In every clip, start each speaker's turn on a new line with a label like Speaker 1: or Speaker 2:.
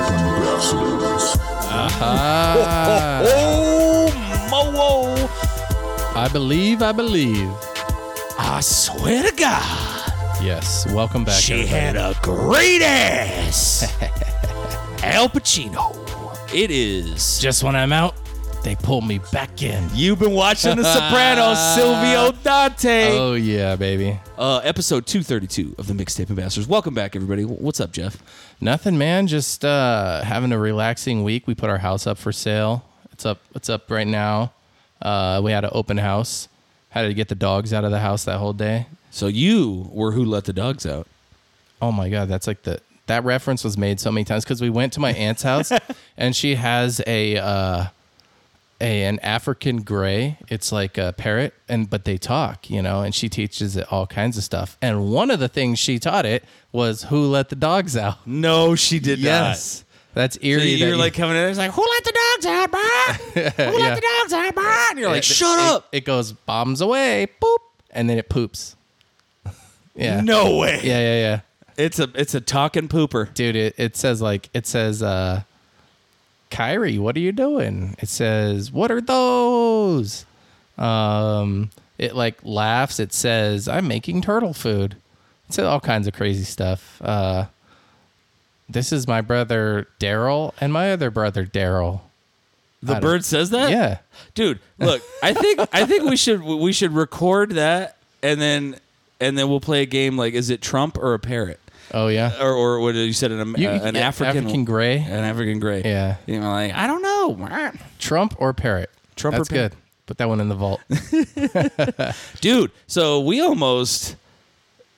Speaker 1: ambassadors.
Speaker 2: Ah,
Speaker 3: Oh, mo!
Speaker 2: I believe, I believe.
Speaker 3: I swear to God,
Speaker 2: Yes, welcome back.
Speaker 3: she
Speaker 2: everybody.
Speaker 3: had a great ass. Al Pacino. It is.
Speaker 2: Just when I'm out, they pull me back in.
Speaker 3: You've been watching The Sopranos, Silvio Dante.
Speaker 2: Oh yeah, baby.
Speaker 3: Uh, episode 232 of the Mixtape Ambassadors. Welcome back, everybody. What's up, Jeff?
Speaker 2: Nothing, man. Just uh, having a relaxing week. We put our house up for sale. It's up. It's up right now. Uh, we had an open house. Had to get the dogs out of the house that whole day.
Speaker 3: So you were who let the dogs out.
Speaker 2: Oh my god, that's like the that reference was made so many times because we went to my aunt's house and she has a uh a an African gray. It's like a parrot and but they talk, you know, and she teaches it all kinds of stuff. And one of the things she taught it was who let the dogs out.
Speaker 3: No, she did
Speaker 2: That's eerie. that
Speaker 3: You're
Speaker 2: you-
Speaker 3: like coming in, it's like, who let the dogs out, bro? Who
Speaker 2: Yeah.
Speaker 3: let the dogs out, bro? And you're like,
Speaker 2: it-
Speaker 3: shut
Speaker 2: it-
Speaker 3: up.
Speaker 2: It, goes bombs away, boop, and then it poops. Yeah.
Speaker 3: No way.
Speaker 2: Yeah, yeah, yeah.
Speaker 3: It's a it's a talking pooper.
Speaker 2: dude it, it says like it says uh Kyrie, what are you doing? It says, What are those? Um it like laughs, it says, I'm making turtle food. It says all kinds of crazy stuff. Uh this is my brother Daryl and my other brother Daryl.
Speaker 3: The
Speaker 2: don't-
Speaker 3: bird says that?
Speaker 2: Yeah.
Speaker 3: Dude, look, I think I think we should we should record that and then and then we'll play a game like is it Trump or a parrot?
Speaker 2: Oh yeah.
Speaker 3: Or or what did you said an,
Speaker 2: You-
Speaker 3: uh, an
Speaker 2: yeah,
Speaker 3: African
Speaker 2: African gray.
Speaker 3: An African gray.
Speaker 2: Yeah.
Speaker 3: You know, like, I don't know.
Speaker 2: Trump or parrot?
Speaker 3: Trump or
Speaker 2: That's
Speaker 3: parrot.
Speaker 2: good. Put that one in the vault.
Speaker 3: dude. So we almost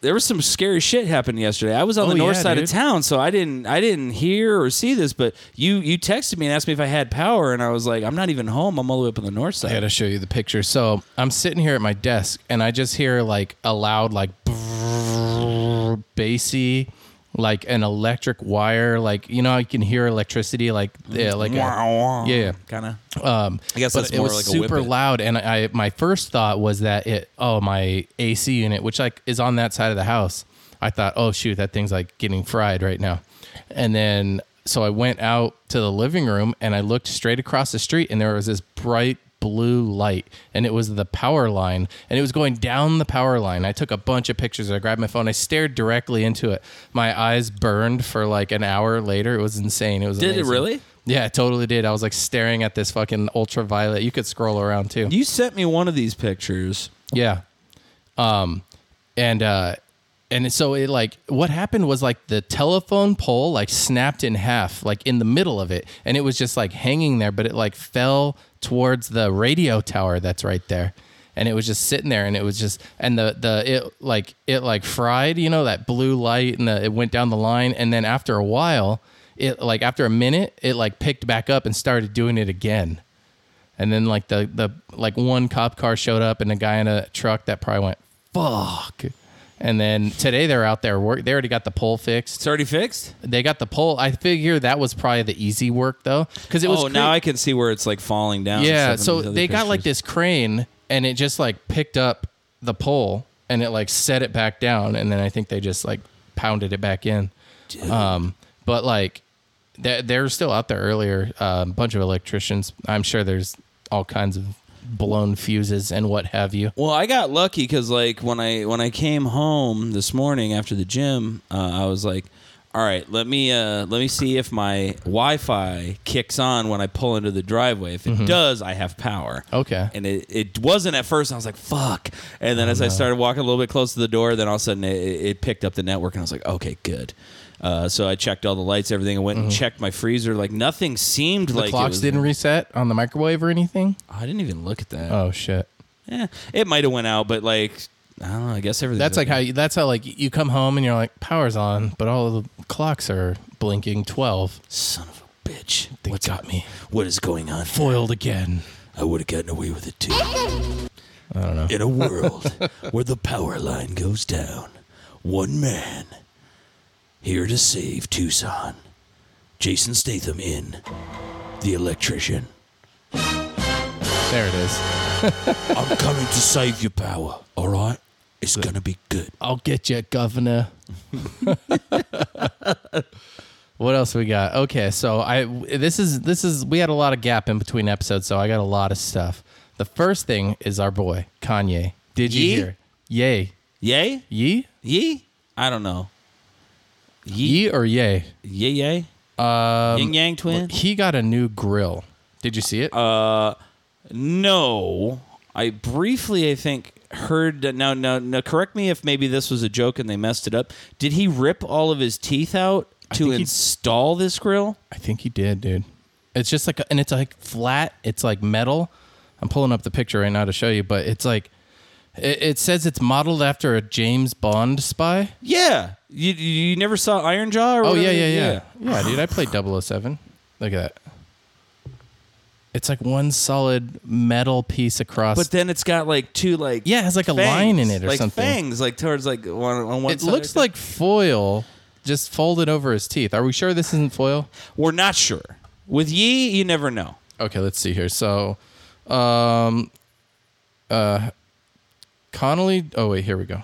Speaker 3: there was some scary shit happened yesterday. I was on
Speaker 2: Oh,
Speaker 3: the north
Speaker 2: yeah,
Speaker 3: side
Speaker 2: dude.
Speaker 3: of town, so I didn't I didn't hear or see this. But you you texted me and asked me if I had power, and I was like, I'm not even home. I'm all the way up on the north
Speaker 2: I
Speaker 3: side.
Speaker 2: gotta show you the picture. So I'm sitting here at my desk, and I just hear like a loud, like brrrr, bassy, like an electric wire. Like you know, how you can hear electricity, like yeah, like a- yeah, yeah.
Speaker 3: kind of.
Speaker 2: Um,
Speaker 3: I guess
Speaker 2: but
Speaker 3: that's
Speaker 2: it
Speaker 3: more
Speaker 2: was
Speaker 3: like a
Speaker 2: super
Speaker 3: whippet.
Speaker 2: loud, and I my first thought was that it oh my AC unit, which like is on that side of the house. I thought oh shoot that thing's like getting fried right now, and then so I went out to the living room and I looked straight across the street and there was this bright blue light and it was the power line and it was going down the power line. I took a bunch of pictures. I grabbed my phone. I stared directly into it. My eyes burned for like an hour later. It was insane. It was
Speaker 3: Did it
Speaker 2: amazing.
Speaker 3: really?
Speaker 2: Yeah, it totally did. I was like staring at this fucking ultraviolet. You could scroll around too.
Speaker 3: You sent me one of these pictures.
Speaker 2: yeah. Um and uh and so it like what happened was like the telephone pole like snapped in half like in the middle of it and it was just like hanging there but it like fell towards the radio tower that's right there and it was just sitting there and it was just and the the it like it like fried you know that blue light and the, it went down the line and then after a while it like after a minute it like picked back up and started doing it again and then like the the like one cop car showed up and a guy in a truck that probably went fuck. And then today they're out there work. They already got the pole fixed.
Speaker 3: It's already fixed.
Speaker 2: They got the pole. I figure that was probably the easy work though, because it was
Speaker 3: oh,
Speaker 2: cre-
Speaker 3: now I can see where it's like falling down.
Speaker 2: yeah.
Speaker 3: and stuff in
Speaker 2: So
Speaker 3: these other
Speaker 2: they got like
Speaker 3: pictures.
Speaker 2: this crane and it just like picked up the pole and it like set it back down and then I think they just like pounded it back in. Um, but like they they're still out there earlier. uh, A bunch of electricians. I'm sure there's all kinds of blown fuses and what have you.
Speaker 3: Well, I got lucky because like when I when I came home this morning after the gym, uh, I was like, "All right, let me uh, let me see if my Wi-Fi kicks on when I pull into the driveway. If it does, I have power."
Speaker 2: Mm-hmm. Okay. Oh,
Speaker 3: And it, it wasn't at first. I was like, "Fuck!" And then as I started walking a little bit close to the door, then all of a sudden it, it picked up the network, and I was like, "Okay, good." Uh, so I checked all the lights, everything. I went and checked my freezer. Like nothing seemed
Speaker 2: Mm-hmm. the
Speaker 3: like it
Speaker 2: clocks
Speaker 3: was-
Speaker 2: didn't reset on the microwave or anything.
Speaker 3: I didn't even look at that.
Speaker 2: Oh shit.
Speaker 3: Yeah, Eh, it might have went out, but like I don't know. I guess everything.
Speaker 2: That's like how you, that's how like you come home and you're like power's on, but all the clocks are blinking twelve.
Speaker 3: Son of a bitch.
Speaker 2: They got me
Speaker 3: What is going on?
Speaker 2: foiled again.
Speaker 3: I would have gotten away with it too. I don't know. In a world where the power line goes down, one man here to save Tucson. Jason Statham in The Electrician.
Speaker 2: There it is.
Speaker 3: I'm coming to save your power, all right? It's going to be good.
Speaker 2: I'll get you, governor. What else we got? Okay, so I this is this is we had a lot of gap in between episodes, so I got a lot of stuff. The first thing is our boy Kanye. Did you
Speaker 3: Ye?
Speaker 2: hear? Yay,
Speaker 3: Yay?
Speaker 2: ye,
Speaker 3: Yee? I don't know.
Speaker 2: ye or yay?
Speaker 3: Yay, yay? Um, Yin Yang twin?
Speaker 2: He got a new grill. Did you see it?
Speaker 3: No, I briefly, I think, heard. that- Now, now, now, correct me if maybe this was a joke and they messed it up. Did he rip all of his teeth out to
Speaker 2: think he-
Speaker 3: install this grill?
Speaker 2: I think he did, dude. It's just like, and it's like flat. It's like metal. I'm pulling up the picture right now to show you, but it's like, it, it says it's modeled after a James Bond spy.
Speaker 3: Yeah, you you never saw Iron Jaw? Or
Speaker 2: Oh
Speaker 3: whatever?
Speaker 2: yeah, yeah, yeah, yeah, dude. I played 007. Look at that. It's like one solid metal piece across.
Speaker 3: But then it's got like two like
Speaker 2: Yeah, it has, like, a line in it or
Speaker 3: like
Speaker 2: something.
Speaker 3: fangs like towards like one on one.
Speaker 2: it
Speaker 3: side or
Speaker 2: looks
Speaker 3: something.
Speaker 2: like foil just folded over his teeth. Are we sure this isn't foil?
Speaker 3: we're not sure with Yee. You never know.
Speaker 2: Okay, let's see here. So, um, uh, Connolly. Oh wait, here we go.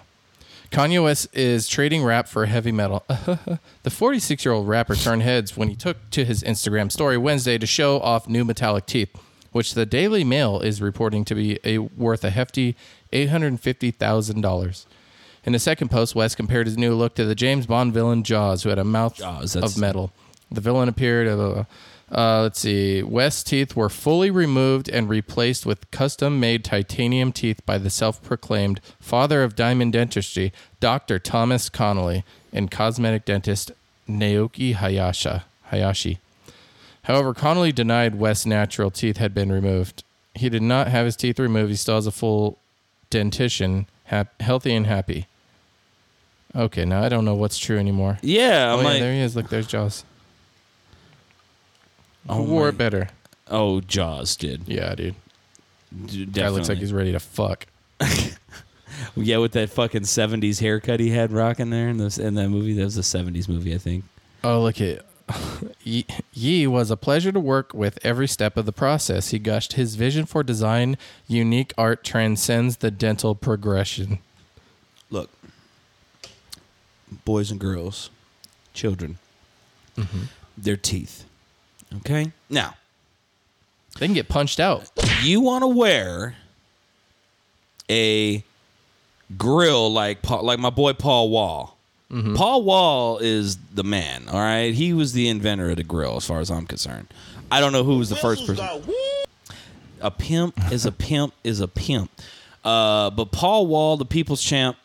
Speaker 2: Kanye West is trading rap for heavy metal. the 46 year old rapper turned heads when he took to his Instagram story Wednesday to show off new metallic teeth, which the Daily Mail is reporting to be a, worth a hefty $850,000. In a second post, West compared his new look to the James Bond villain Jaws, who had a mouth
Speaker 3: Jaws, that's-
Speaker 2: of metal. The villain appeared. Uh, uh, let's see. West's teeth were fully removed and replaced with custom made titanium teeth by the self proclaimed father of diamond dentistry, Dr. Thomas Connolly, and cosmetic dentist Naoki Hayasha, Hayashi. However, Connolly denied West's natural teeth had been removed. He did not have his teeth removed. He still has a full dentition, hap- healthy and happy. Okay, now I don't know what's true anymore.
Speaker 3: Yeah, I'm
Speaker 2: Oh, yeah,
Speaker 3: like
Speaker 2: there he is. Look, there's Jaws.
Speaker 3: Oh
Speaker 2: Who wore it better?
Speaker 3: oh Jaws did.
Speaker 2: Yeah, dude.
Speaker 3: D-
Speaker 2: Guy looks like
Speaker 3: definitely.
Speaker 2: he's ready to fuck.
Speaker 3: Yeah, with that fucking seventies haircut he had rocking there in this in that movie. That was a seventies movie, I think.
Speaker 2: Oh, look at Ye, Ye was a pleasure to work with every step of the process. He gushed his vision for design, unique art transcends the dental progression.
Speaker 3: Look, boys and girls, children, their teeth. Okay, now
Speaker 2: They can get punched out.
Speaker 3: you want to wear a grill like Paul, like my boy Paul Wall.
Speaker 2: Mm-hmm.
Speaker 3: Paul Wall is the man. All right, he was the inventor of the grill, as far as I'm concerned. I don't know who was the first person. a pimp is a pimp is a pimp. Uh, but Paul Wall, the people's champ.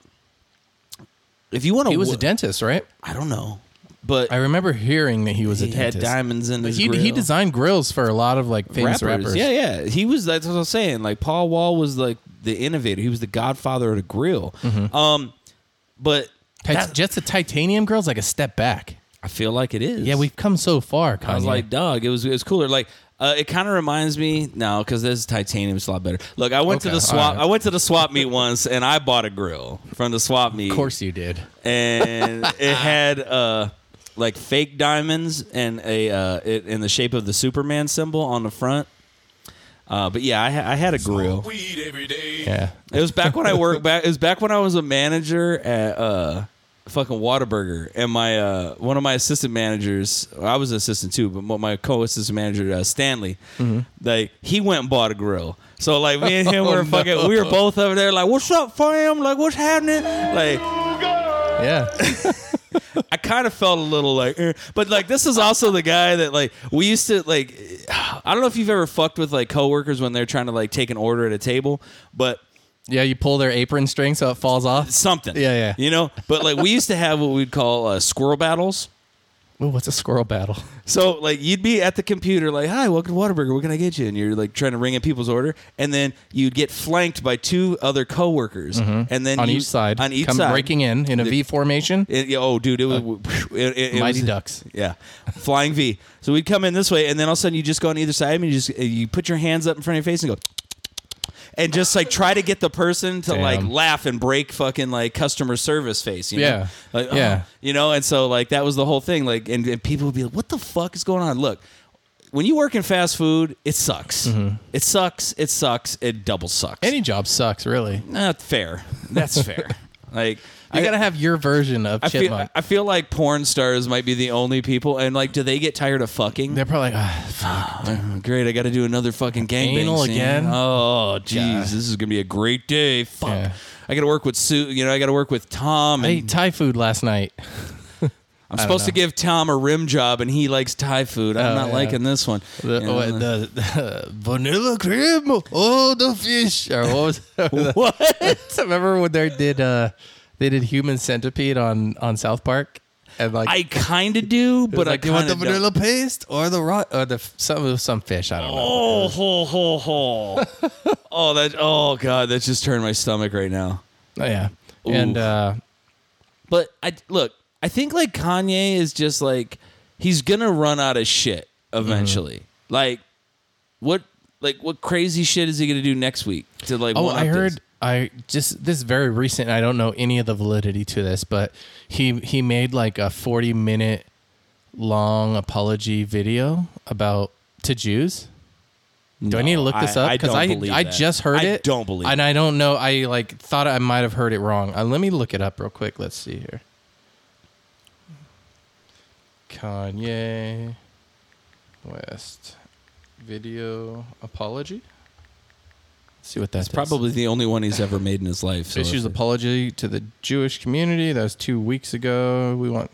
Speaker 3: If you want to,
Speaker 2: He was a dentist, right?
Speaker 3: I don't know, but
Speaker 2: I remember hearing that he was
Speaker 3: he
Speaker 2: a
Speaker 3: had
Speaker 2: dentist.
Speaker 3: diamonds in his
Speaker 2: he,
Speaker 3: grill.
Speaker 2: he designed grills for a lot of like famous
Speaker 3: rappers.
Speaker 2: rappers.
Speaker 3: Yeah, yeah. He was. That's what I was saying. Like Paul Wall was like the innovator. He was the godfather of the grill.
Speaker 2: Mm-hmm.
Speaker 3: Um, but
Speaker 2: Tit-
Speaker 3: that-
Speaker 2: just the titanium grill's like a step back.
Speaker 3: I feel like it is.
Speaker 2: Yeah, we've come so far, Kanye.
Speaker 3: I was like, dog, it was it was cooler. Like, uh, it kind of reminds me now because this is titanium is a lot better. Look, I went to
Speaker 2: Okay,
Speaker 3: the swap.
Speaker 2: alright.
Speaker 3: I went to the swap meet once, and I bought a grill from the swap meet.
Speaker 2: of course you did.
Speaker 3: and it had uh like fake diamonds and a uh it, in the shape of the Superman symbol on the front. Uh, but yeah, I, ha- I had a grill.
Speaker 1: Weed every day.
Speaker 2: Yeah.
Speaker 3: It was back when I worked back. It was back when I was a manager at uh, fucking Whataburger, and my uh, one of my assistant managers. I was an assistant too, but my co-assistant manager uh, Stanley, like he went and bought a grill. So like me and him were fucking. We were both over there like, "What's up, fam? Like, what's happening?" Like,
Speaker 2: Yeah.
Speaker 3: I kind of felt a little like, eh. but like this is also the guy that like we used to like. I don't know if you've ever fucked with like coworkers when they're trying to like take an order at a table, but
Speaker 2: Yeah, you pull their apron string so it falls off.
Speaker 3: something.
Speaker 2: Yeah, yeah.
Speaker 3: You know, but like we used to have what we'd call uh, squirrel battles.
Speaker 2: Ooh, what's a squirrel battle?
Speaker 3: So like you'd be at the computer like, "Hi, welcome to Whataburger. What can I get you?" And you're like trying to ring in people's order, and then you'd get flanked by two other coworkers, and then
Speaker 2: Mm-hmm. On
Speaker 3: you-
Speaker 2: each side.
Speaker 3: on each
Speaker 2: come
Speaker 3: side,
Speaker 2: breaking in in a V formation.
Speaker 3: It- yeah, oh, dude, it was it, it- it
Speaker 2: Uh, Mighty
Speaker 3: was-
Speaker 2: Ducks.
Speaker 3: Yeah, flying V. So we'd come in this way, and then all of a sudden you just go on either side, and you just uh, you put your hands up in front of your face and go, and just like try to get the person to like
Speaker 2: Damn.
Speaker 3: laugh and break fucking like customer service face. You know?
Speaker 2: Yeah.
Speaker 3: Like, oh,
Speaker 2: Yeah.
Speaker 3: you know, and so like that was the whole thing. Like, and, and people would be like, "What the fuck is going on?" Look. When you work in fast food, it sucks.
Speaker 2: Mm-hmm.
Speaker 3: It sucks. It sucks. It double sucks.
Speaker 2: Any job sucks, really.
Speaker 3: Not fair. That's fair. Like
Speaker 2: You
Speaker 3: I-
Speaker 2: gotta have your version of
Speaker 3: I feel,
Speaker 2: chipmunk.
Speaker 3: I feel like porn stars might be the only people, and like, do they get tired of fucking? Oh,
Speaker 2: They're probably like, ah, fuck.
Speaker 3: Great, I got to do another fucking gangbang
Speaker 2: Anal
Speaker 3: scene.
Speaker 2: again?
Speaker 3: Oh, jeez, this is gonna be a great day. Fuck,
Speaker 2: Yeah.
Speaker 3: I got to work with Sue. You know, I got to work with Tom.
Speaker 2: I
Speaker 3: And
Speaker 2: ate Thai food last night.
Speaker 3: I'm supposed to give Tom a rim job, and he likes Thai food. I'm
Speaker 2: Oh,
Speaker 3: not
Speaker 2: yeah.
Speaker 3: liking this one.
Speaker 2: The,
Speaker 3: You know,
Speaker 2: what, the, the vanilla cream, oh the fish, or what was
Speaker 3: what?
Speaker 2: Remember when they did uh, they did human centipede on on South Park, and like
Speaker 3: I kind of do,
Speaker 2: but
Speaker 3: but
Speaker 2: like,
Speaker 3: I
Speaker 2: do you want
Speaker 3: kind
Speaker 2: the
Speaker 3: of
Speaker 2: vanilla paste or the raw or the f- some it was some fish? I don't know.
Speaker 3: Oh, ho, ho, ho. oh, that. Oh, god, that just turned my stomach right now.
Speaker 2: Oh, yeah, and
Speaker 3: Ooh.
Speaker 2: uh,
Speaker 3: But I look, I think like Kanye is just like he's gonna run out of shit eventually.
Speaker 2: Mm-hmm.
Speaker 3: Like what like what crazy shit is he gonna do next week to like
Speaker 2: oh,
Speaker 3: one-up
Speaker 2: I
Speaker 3: this?
Speaker 2: heard. I just this is very recent. I don't know any of the validity to this, but he he made like a forty minute long apology video about to Jews. Do I need to look this
Speaker 3: I-
Speaker 2: up?
Speaker 3: I don't
Speaker 2: I,
Speaker 3: believe
Speaker 2: I,
Speaker 3: that.
Speaker 2: just heard
Speaker 3: I
Speaker 2: it.
Speaker 3: don't believe
Speaker 2: And I don't know. I like thought I might have heard it wrong. Uh, let me look it up real quick. Let's see here. Kanye West video apology. Let's see what that's
Speaker 3: It's probably the only one he's ever made in his life. So
Speaker 2: Issues
Speaker 3: if-
Speaker 2: apology to the Jewish community. That was two weeks ago. We want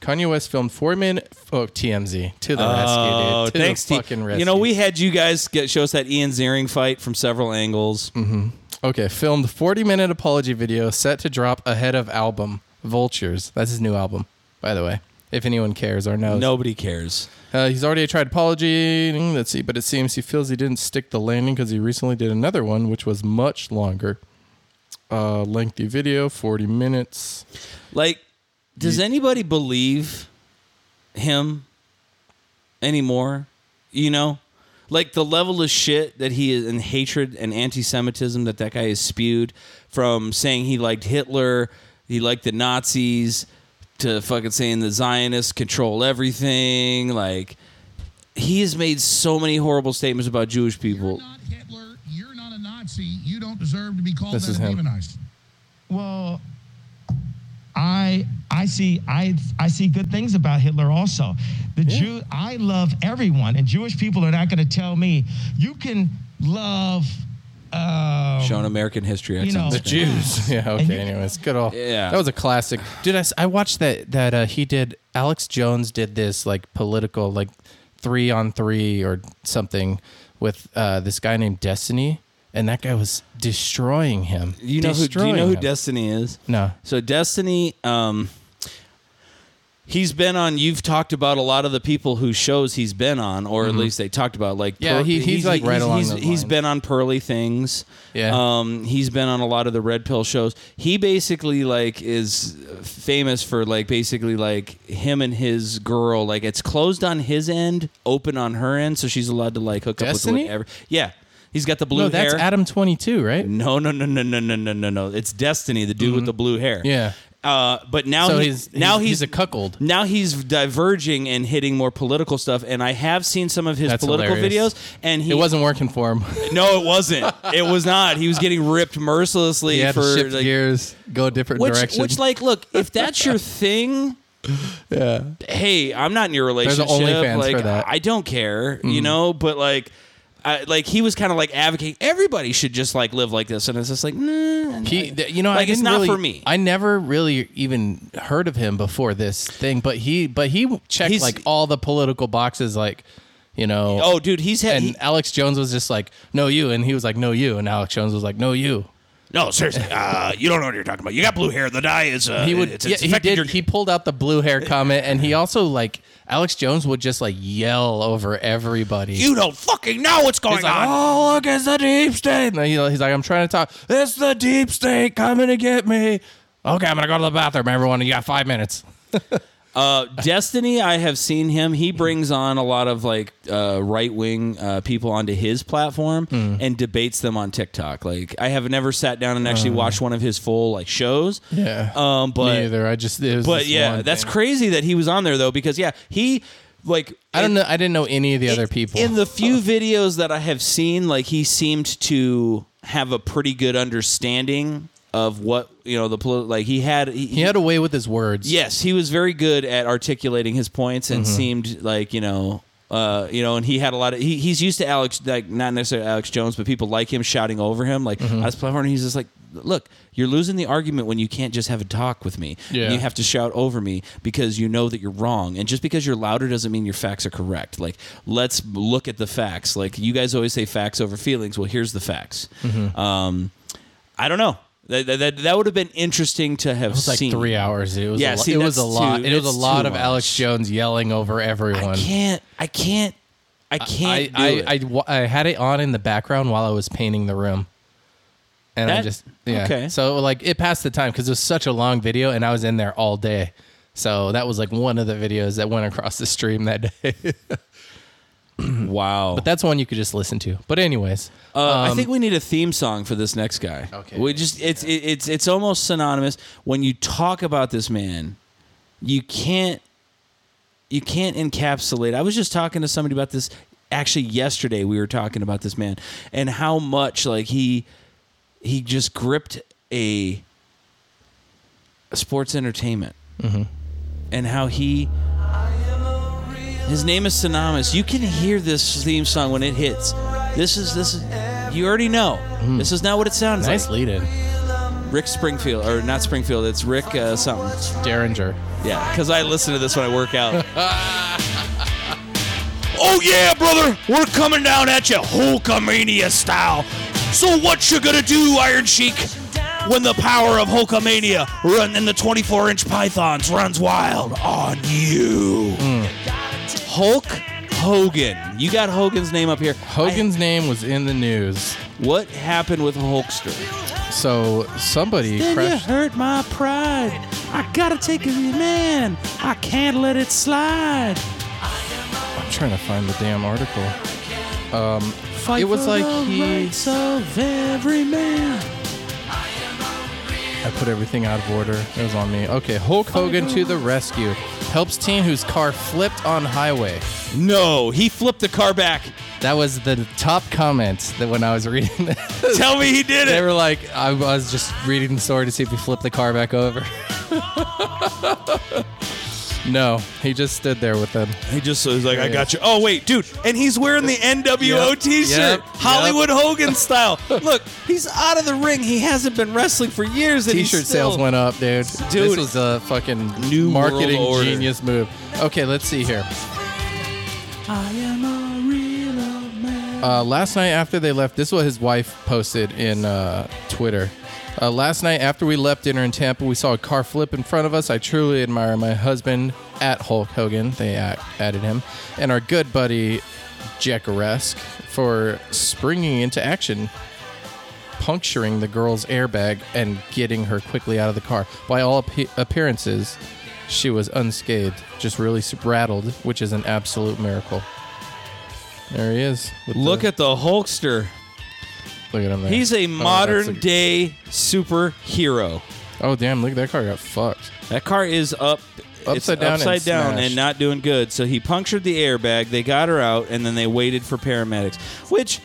Speaker 2: Kanye West filmed four minute. Oh, TMZ to the
Speaker 3: Oh,
Speaker 2: rescue, dude. To
Speaker 3: thanks,
Speaker 2: the
Speaker 3: T.
Speaker 2: fucking rescue.
Speaker 3: You know, we had you guys get show us that Ian Ziering fight from several angles.
Speaker 2: Mm-hmm. Okay, filmed 40 minute apology video set to drop ahead of album Vultures. That's his new album, by the way. If anyone cares or knows,
Speaker 3: Nobody cares.
Speaker 2: Uh, he's already tried apology. mm, Let's see, but it seems he feels he didn't stick the landing because he recently did another one, which was much longer, uh, lengthy video, 40 minutes.
Speaker 3: Like, does anybody believe him anymore? You know, like the level of shit that he is and hatred and anti-Semitism that that guy is spewed from saying he liked Hitler, he liked the Nazis, to fucking saying the Zionists control everything. Like, he has made so many horrible statements about Jewish people.
Speaker 4: You're not Hitler. You're not a Nazi. You don't deserve to be called
Speaker 2: This
Speaker 4: that
Speaker 2: is
Speaker 4: and
Speaker 2: him.
Speaker 4: demonized.
Speaker 5: Well, I I see I I see good things about Hitler also. The Jew I love everyone, and Jewish people are not going to tell me you can love. Um,
Speaker 3: Showing American history.
Speaker 5: You know,
Speaker 3: X's.
Speaker 5: The
Speaker 2: Jews. Yeah.
Speaker 5: And
Speaker 2: Okay.
Speaker 5: you-
Speaker 2: Anyways, good old.
Speaker 3: Yeah.
Speaker 2: That was a classic, dude. I, s- I watched that that uh, he did. Alex Jones did this like political like three on three or something with uh, this guy named Destiny, and that guy was destroying him.
Speaker 3: You know who? Do you
Speaker 2: Destroying
Speaker 3: know who
Speaker 2: him.
Speaker 3: Destiny is?
Speaker 2: No.
Speaker 3: So Destiny, um, he's been on. You've talked about a lot of the people whose shows he's been on, or at least they talked about. Like,
Speaker 2: Mm-hmm. Yeah, he- he's, like, right along
Speaker 3: he's,
Speaker 2: those
Speaker 3: he's
Speaker 2: lines.
Speaker 3: been on Pearly Things.
Speaker 2: Yeah.
Speaker 3: Um, he's been on a lot of the Red Pill shows. He basically like is famous for like basically like him and his girl. Like it's closed on his end, open on her end, so she's allowed to like hook
Speaker 2: Destiny?
Speaker 3: up with whatever. Yeah. He's got the blue
Speaker 2: No, that's
Speaker 3: hair.
Speaker 2: Adam twenty two, right?
Speaker 3: No, no, no, no, no, no, no, no, no. It's Destiny, the dude with the blue hair.
Speaker 2: Mm-hmm. Yeah.
Speaker 3: Uh, but now
Speaker 2: So
Speaker 3: he-
Speaker 2: he's- he's-
Speaker 3: now
Speaker 2: he's a cuckold.
Speaker 3: Now he's diverging and hitting more political stuff. And I have seen some of his
Speaker 2: That's
Speaker 3: political
Speaker 2: hilarious.
Speaker 3: videos, and he
Speaker 2: It wasn't working for him.
Speaker 3: No, it wasn't. it was not. He was getting ripped mercilessly
Speaker 2: he had
Speaker 3: for
Speaker 2: to shift
Speaker 3: like,
Speaker 2: gears, go a different
Speaker 3: which,
Speaker 2: direction.
Speaker 3: which, like, look, if that's your thing, yeah. Hey, I'm not in your relationship.
Speaker 2: OnlyFans
Speaker 3: like,
Speaker 2: for that. Mm.
Speaker 3: I don't care, you know. But like, I, like he was kind of like advocating everybody should just like live like this, and it's just like, nah.
Speaker 2: He, th- you know, I
Speaker 3: Like, it's
Speaker 2: didn't
Speaker 3: not
Speaker 2: really-
Speaker 3: for me.
Speaker 2: I never really even heard of him before this thing, but he, but he checked
Speaker 3: He's-
Speaker 2: like all the political boxes, like you know.
Speaker 3: Oh, dude, he's had
Speaker 2: and
Speaker 3: he-
Speaker 2: Alex Jones was just like, "No, you," and he was like, "No, you," and Alex Jones was like, "No, you."
Speaker 6: No, seriously. Uh, you don't know what you're talking about. You got blue hair. The dye is. Uh,
Speaker 2: He would,
Speaker 6: It's,
Speaker 2: yeah,
Speaker 6: it's
Speaker 2: he
Speaker 6: affected
Speaker 2: did.
Speaker 6: Your,
Speaker 2: He pulled out the blue hair comment, and he also like Alex Jones would just like yell over everybody.
Speaker 6: you don't fucking know what's going
Speaker 2: He's like,
Speaker 6: on.
Speaker 2: oh, look, it's the deep state. And, you know, he's like, I'm trying to talk. It's the deep state coming to get me. Okay, I'm going to go to the bathroom, everyone. You got five minutes.
Speaker 3: Uh, Destiny, I have seen him.
Speaker 2: Mm.
Speaker 3: He brings on a lot of like uh, right wing uh, people onto his platform
Speaker 2: Mm.
Speaker 3: and debates them on TikTok. Like, I have never sat down and actually watched one of his full like shows.
Speaker 2: Uh. Yeah.
Speaker 3: Um, but
Speaker 2: Me either. I just, it was
Speaker 3: but
Speaker 2: this
Speaker 3: yeah,
Speaker 2: one
Speaker 3: that's
Speaker 2: thing.
Speaker 3: crazy that he was on there though because yeah, he like
Speaker 2: I don't know. I didn't know any of the other people.
Speaker 3: in the few videos that I have seen, like he seemed to have a pretty good understanding of what you know the poli- like he had he,
Speaker 2: He had a way with his words. Mm-hmm.
Speaker 3: yes he was very good at articulating his points and seemed like you know uh, you know and he had a lot of he, he's used to Alex like not necessarily Alex Jones but people like him shouting over him like
Speaker 2: Mm-hmm.
Speaker 3: I was playing and he's just like look you're losing the argument when you can't just have a talk with me
Speaker 2: Yeah.
Speaker 3: you have to shout over me because you know that you're wrong and just because you're louder doesn't mean your facts are correct like let's look at the facts like you guys always say facts over feelings well here's the facts
Speaker 2: Mm-hmm.
Speaker 3: um, I don't know that, that- that, that would have been interesting to have
Speaker 2: It's like
Speaker 3: seen
Speaker 2: three hours. It was
Speaker 3: Yeah,
Speaker 2: a lo-
Speaker 3: see,
Speaker 2: it was a
Speaker 3: that's
Speaker 2: lot.
Speaker 3: too-
Speaker 2: it was a
Speaker 3: it's
Speaker 2: lot
Speaker 3: too
Speaker 2: of Alex
Speaker 3: much.
Speaker 2: Jones yelling over everyone.
Speaker 3: I can't. I can't. I
Speaker 2: I
Speaker 3: can't do
Speaker 2: I,
Speaker 3: it.
Speaker 2: I wa- I had it on in the background while I was painting the room. And I
Speaker 3: That-
Speaker 2: just yeah.
Speaker 3: okay.
Speaker 2: So like it passed the time because it was such a long video and I was in there all day. So that was like one of the videos that went across the stream that day.
Speaker 3: wow.
Speaker 2: but that's one you could just listen to. But anyways,
Speaker 3: Uh, I think we need a theme song for this next guy.
Speaker 2: Okay.
Speaker 3: We just it's it, it's it's almost synonymous when you talk about this man, you can't you can't encapsulate. I was just talking to somebody about this actually yesterday. We were talking about this man and how much like he he just gripped a, a sports entertainment and how he his name is synonymous you can hear this theme song when it hits this is this is you already know this is not what it sounds
Speaker 2: nice
Speaker 3: like
Speaker 2: lead in,
Speaker 3: rick springfield or not springfield it's rick uh, something
Speaker 2: Derringer.
Speaker 3: yeah because i listen to this when i work out oh yeah brother we're coming down at you hulkamania style so what you gonna do iron sheik when the power of hulkamania run in the 24 inch pythons runs wild on you Hmm. hulk hogan you got hogan's name up here
Speaker 2: Hogan's name was in the news.
Speaker 3: what happened with hulkster
Speaker 2: So somebody
Speaker 3: Then you
Speaker 2: crashed.
Speaker 3: hurt my pride. I gotta take it, man. I can't let it slide.
Speaker 2: I'm trying to find the damn article.
Speaker 3: Fight
Speaker 2: It was
Speaker 3: for
Speaker 2: like
Speaker 3: the
Speaker 2: he-
Speaker 3: rights of every man.
Speaker 2: I put everything out of order. It was on me. Okay, Hulk Hogan to the rescue. Helps teen whose car flipped on highway.
Speaker 3: No, he flipped the car back.
Speaker 2: That was the top comment that when I was reading this.
Speaker 3: Tell me he did
Speaker 2: They
Speaker 3: it.
Speaker 2: were like, I was just reading the story to see if he flipped the car back over. no, he just stood there with them.
Speaker 3: He just was like,
Speaker 2: I got
Speaker 3: you." Oh wait, dude, and he's wearing the NWO
Speaker 2: Yep, T-shirt, yep, Hollywood
Speaker 3: Hogan style. Look, he's out of the ring. He hasn't been wrestling for years. And
Speaker 2: T-shirt sales went up, dude. This
Speaker 3: Dude.
Speaker 2: was a fucking
Speaker 3: New
Speaker 2: marketing
Speaker 3: world order.
Speaker 2: genius move. Okay, let's see here.
Speaker 3: I am a real man.
Speaker 2: Uh, last night after they left, this is what his wife posted in uh, Twitter. Uh, last night after we left dinner in Tampa, we saw a car flip in front of us. I truly admire my husband at Hulk Hogan. They a- added him and our good buddy Jack Resk for springing into action, puncturing the girl's airbag and getting her quickly out of the car. By all appe- appearances, she was unscathed, just really s- rattled, which is an absolute miracle. There he is. with the-
Speaker 3: Look at the Hulkster.
Speaker 2: Look at him there.
Speaker 3: He's a
Speaker 2: Oh,
Speaker 3: modern
Speaker 2: that's a-
Speaker 3: day superhero.
Speaker 2: Oh damn! Look, that car got fucked.
Speaker 3: That car is up, it's
Speaker 2: Upside down and
Speaker 3: upside down,
Speaker 2: smashed.
Speaker 3: and not doing good. So he punctured the airbag. They got her out, and then they waited for paramedics, which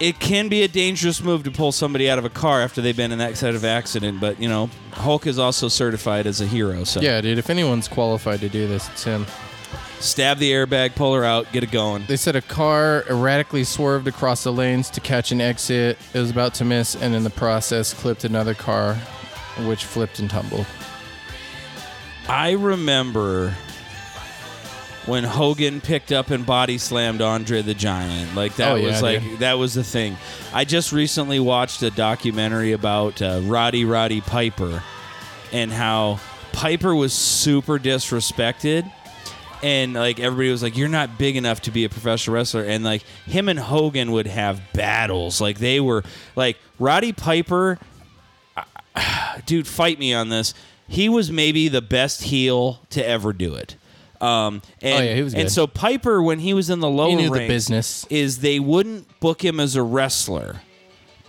Speaker 3: it can be a dangerous move to pull somebody out of a car after they've been in that kind of accident. But you know, Hulk is also certified as a hero. So
Speaker 2: Yeah, dude. If anyone's qualified to do this, it's him.
Speaker 3: stab the airbag, pull her out, get it going.
Speaker 2: They said a car erratically swerved across the lanes to catch an exit. It was about to miss, and in the process, clipped another car, which flipped and tumbled.
Speaker 3: I remember when Hogan picked up and body slammed Andre the Giant. Like that
Speaker 2: Oh, yeah,
Speaker 3: was like
Speaker 2: dude.
Speaker 3: that was the thing. I just recently watched a documentary about uh, Roddy Roddy Piper and how Piper was super disrespected. And like everybody was like, "You're not big enough to be a professional wrestler." And like him and Hogan would have battles. Like they were like Roddy Piper dude, fight me on this. He was maybe the best heel to ever do it. Um, and,
Speaker 2: Oh, yeah, he was
Speaker 3: and
Speaker 2: good.
Speaker 3: so Piper, when he was in the lower
Speaker 2: knew the
Speaker 3: ranks,
Speaker 2: business.
Speaker 3: is they wouldn't book him as a wrestler,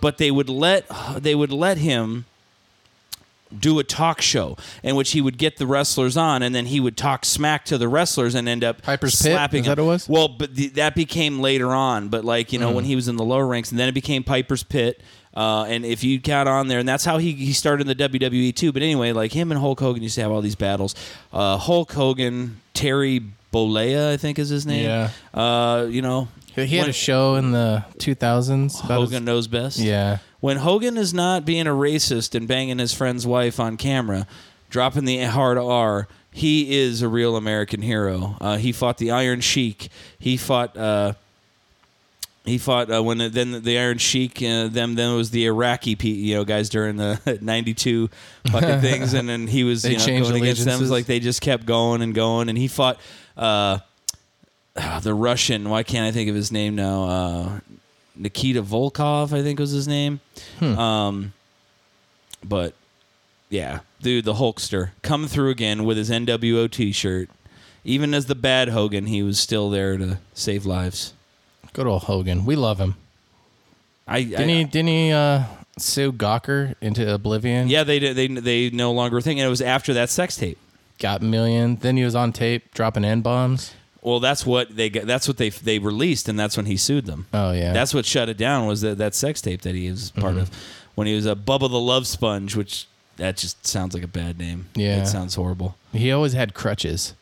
Speaker 3: but they would let they would let him do a talk show in which he would get the wrestlers on, and then he would talk smack to the wrestlers and end up
Speaker 2: Piper's Pit?
Speaker 3: slapping.
Speaker 2: Is that
Speaker 3: them.
Speaker 2: what it was? Hmm.
Speaker 3: Well, but the, that became later on. But like you know, when he was in the lower ranks, and then it became Piper's Pit. Uh, and if you got on there, and that's how he, he started in the WWE too. But anyway, like him and Hulk Hogan used to have all these battles. Uh, Hulk Hogan, Terry Bollea, I think is his name.
Speaker 2: Yeah.
Speaker 3: Uh, you know,
Speaker 2: He had
Speaker 3: when
Speaker 2: a show in the 2000s. About his-
Speaker 3: Hogan knows best.
Speaker 2: yeah.
Speaker 3: When Hogan is not being a racist and banging his friend's wife on camera, dropping the hard R, he is a real American hero. Uh, he fought the Iron Sheik. He fought. Uh, he fought uh, when the, then the Iron Sheik. Uh, them then it was the Iraqi pe- you know guys during the '92 fucking things, and then he was
Speaker 2: They
Speaker 3: you know,
Speaker 2: changed
Speaker 3: going against them. It was
Speaker 2: allegiances.
Speaker 3: like they just kept going and going, and he fought. Uh, the Russian. Why can't I think of his name now? Uh, Nikita Volkov, I think was his name.
Speaker 2: Hmm.
Speaker 3: Um, but yeah, dude, the Hulkster come through again with his NWO T-shirt. Even as the bad Hogan, he was still there to save lives.
Speaker 2: Good old Hogan. We love him.
Speaker 3: I, I
Speaker 2: Didn't he, didn't he uh, sue Gawker into oblivion?
Speaker 3: yeah, they did- they they no longer think, and it was after that sex tape.
Speaker 2: Got a million. Then he was on tape dropping N bombs.
Speaker 3: Well, that's what they got, that's what they they released, and that's when he sued them.
Speaker 2: Oh, yeah. Mm-hmm.
Speaker 3: that's what shut it down was that that sex tape that he was part of when he was a Bubba the Love Sponge, which that just sounds like a bad name.
Speaker 2: Yeah.
Speaker 3: it sounds horrible.
Speaker 2: He always had crutches.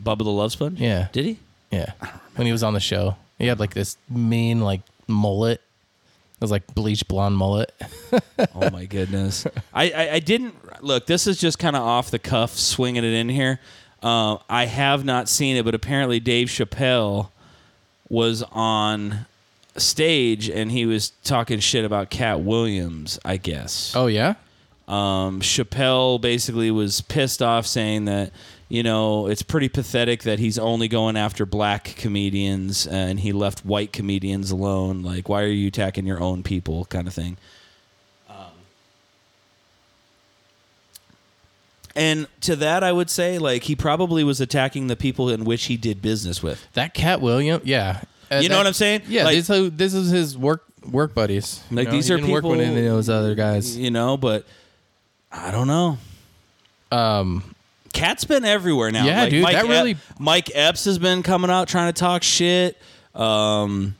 Speaker 3: Bubba the Love Sponge.
Speaker 2: Yeah.
Speaker 3: did he?
Speaker 2: Yeah. When he was on the show, he had like this mean, like, mullet. It was like bleach blonde mullet.
Speaker 3: Oh my goodness! I, I I didn't look. This is just kind of off the cuff, swinging it in here. Uh, I have not seen it, but apparently Dave Chappelle was on stage and he was talking shit about Cat Williams. I guess.
Speaker 2: Oh, yeah?
Speaker 3: Um, Chappelle basically was pissed off, saying that you know it's pretty pathetic that he's only going after black comedians and he left white comedians alone. Like, why are you attacking your own people, kind of thing. Um, and to that, I would say like he probably was attacking the people in which he did business with.
Speaker 2: That Cat William. Yeah. Uh,
Speaker 3: You know
Speaker 2: that-
Speaker 3: what I'm saying?
Speaker 2: Yeah.
Speaker 3: Like-
Speaker 2: this, so this is his work work buddies. You
Speaker 3: Like
Speaker 2: know,
Speaker 3: these
Speaker 2: he
Speaker 3: are
Speaker 2: didn't
Speaker 3: people
Speaker 2: work with any of those other guys.
Speaker 3: you know. But I don't know.
Speaker 2: Um,
Speaker 3: Cat's been everywhere now.
Speaker 2: Yeah,
Speaker 3: Like,
Speaker 2: dude,
Speaker 3: Mike
Speaker 2: that
Speaker 3: Ep-
Speaker 2: really-
Speaker 3: Mike Epps has been coming out trying to talk shit. Um,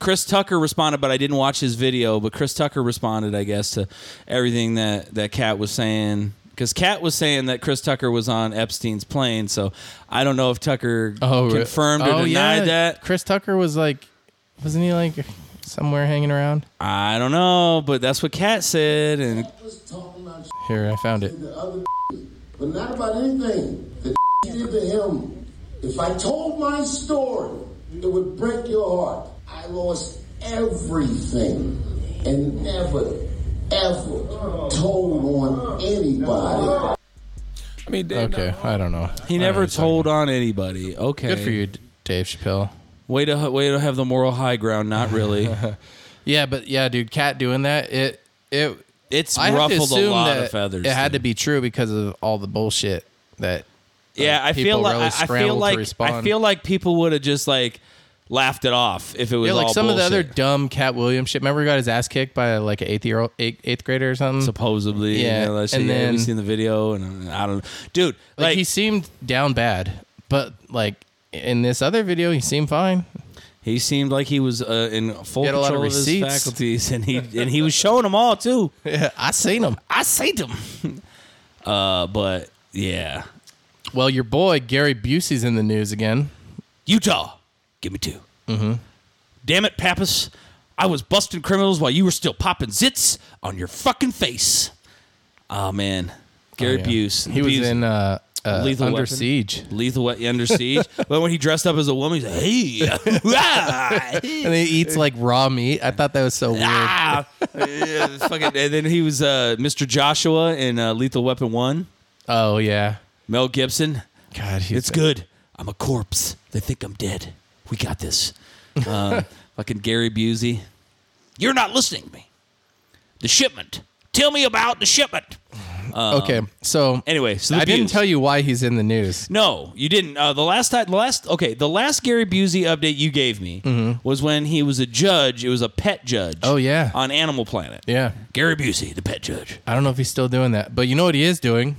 Speaker 3: Chris Tucker responded, but I didn't watch his video. But Chris Tucker responded, I guess, to everything that that Cat was saying because Cat was saying that Chris Tucker was on Epstein's plane. So I don't know if Tucker
Speaker 2: Oh, re-
Speaker 3: confirmed or
Speaker 2: oh,
Speaker 3: denied
Speaker 2: yeah.
Speaker 3: that.
Speaker 2: Chris Tucker was like, wasn't he like somewhere hanging around?
Speaker 3: I don't know, but that's what Cat said. And
Speaker 7: was talking about
Speaker 2: Here, I found it.
Speaker 7: shit the other but not about anything that did to him. If I told my story, it would break your heart. I lost everything and never, ever told on anybody.
Speaker 8: I mean, Dave,
Speaker 2: Okay, I don't know.
Speaker 3: he
Speaker 2: I don't know
Speaker 3: never
Speaker 2: what he's talking
Speaker 3: told on anybody. Okay,
Speaker 2: about. Good for you, D- Dave Chappelle.
Speaker 3: Way to way to have the moral high ground. Not really.
Speaker 2: Yeah, but yeah, dude, Cat doing that, it it
Speaker 3: It's
Speaker 2: I have to
Speaker 3: ruffled a
Speaker 2: assume
Speaker 3: lot
Speaker 2: that
Speaker 3: of feathers.
Speaker 2: It had to
Speaker 3: dude.
Speaker 2: be true because of all the bullshit that.
Speaker 3: Yeah, I feel
Speaker 2: people
Speaker 3: like
Speaker 2: really
Speaker 3: I- I
Speaker 2: scrambled
Speaker 3: feel
Speaker 2: to
Speaker 3: like I
Speaker 2: respond.
Speaker 3: feel like people would have just like laughed it off if it was
Speaker 2: Yeah, like
Speaker 3: all
Speaker 2: some of the other
Speaker 3: bullshit.
Speaker 2: dumb Cat Williams shit. Remember, he got his ass kicked by like an eighth year old, eighth, eighth grader or something.
Speaker 3: supposedly.
Speaker 2: Yeah,
Speaker 3: you know, that shit.
Speaker 2: and
Speaker 3: yeah,
Speaker 2: then-
Speaker 3: we seen the video, and uh, I don't, dude.
Speaker 2: like,
Speaker 3: Like,
Speaker 2: he seemed down bad, but like in this other video, he seemed fine.
Speaker 3: he seemed like he was uh, in full
Speaker 2: He had a lot of
Speaker 3: control of, his
Speaker 2: receipts.
Speaker 3: faculties, and he and he was showing them all too.
Speaker 2: Yeah, I seen him.
Speaker 3: I saved him. uh, but yeah,
Speaker 2: Well, your boy Gary Busey's in the news again.
Speaker 3: Utah, give me 2 Mm-hmm. Damn it, Pappas! I was busting criminals while you were still popping zits on your fucking face. Oh man, Gary
Speaker 2: Oh, Yeah.
Speaker 3: Buse.
Speaker 2: He was
Speaker 3: Buse-
Speaker 2: in uh, uh,
Speaker 3: Lethal
Speaker 2: Under
Speaker 3: Weapon.
Speaker 2: Siege,
Speaker 3: Lethal Weapon Under Siege. but when he dressed up as a woman, he's like, hey, ah,
Speaker 2: and he eats like raw meat. I thought that was so weird.
Speaker 3: ah. Yeah, it's fucking, and then he was uh, Mr. Joshua in uh, Lethal Weapon 1.
Speaker 2: Oh yeah,
Speaker 3: Mel Gibson.
Speaker 2: God, he's
Speaker 3: It's good. I'm a corpse. They think I'm dead. We got this. Uh, fucking Gary Busey. You're not listening to me. The shipment. Tell me about the shipment.
Speaker 2: okay, so
Speaker 3: Anyway, so the
Speaker 2: I didn't
Speaker 3: Busey.
Speaker 2: tell you why he's in the news.
Speaker 3: No, you didn't. Uh, the last time, the last okay, the last Gary Busey update you gave me was when he was a judge. It was a pet judge.
Speaker 2: Mm-hmm. Oh, yeah.
Speaker 3: on Animal Planet.
Speaker 2: Yeah,
Speaker 3: Gary Busey, the pet judge.
Speaker 2: I don't know if he's still doing that, but you know what he is doing?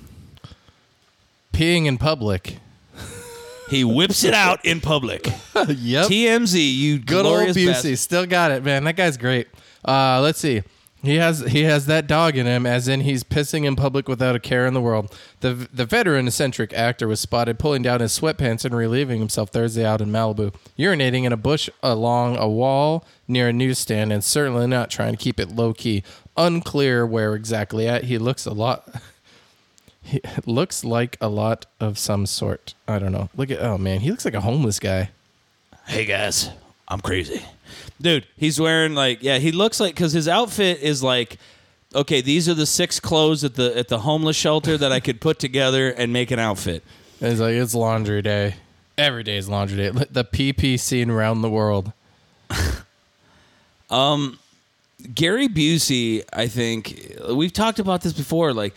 Speaker 2: Peeing in public.
Speaker 3: He whips it out in public.
Speaker 2: yep.
Speaker 3: TMZ, you
Speaker 2: Good old
Speaker 3: glorious
Speaker 2: Busey,
Speaker 3: bastard.
Speaker 2: still got it, man. That guy's great. Uh, let's see. He has he has that dog in him, as in he's pissing in public without a care in the world. The the veteran eccentric actor was spotted pulling down his sweatpants and relieving himself Thursday out in Malibu, urinating in a bush along a wall near a newsstand, and certainly not trying to keep it low key. Unclear where exactly at. He looks a lot. He looks like a lot of some sort. I don't know. Look at oh man, he looks like a homeless guy.
Speaker 3: Hey guys, I'm crazy, dude. He's wearing like yeah. He looks like because his outfit is like. Okay, these are the six clothes at the at the homeless shelter that I could put together and make an outfit.
Speaker 2: And It's like it's laundry day. Every day is laundry day. The PP scene around the world.
Speaker 3: Gary Busey, I think we've talked about this before. Like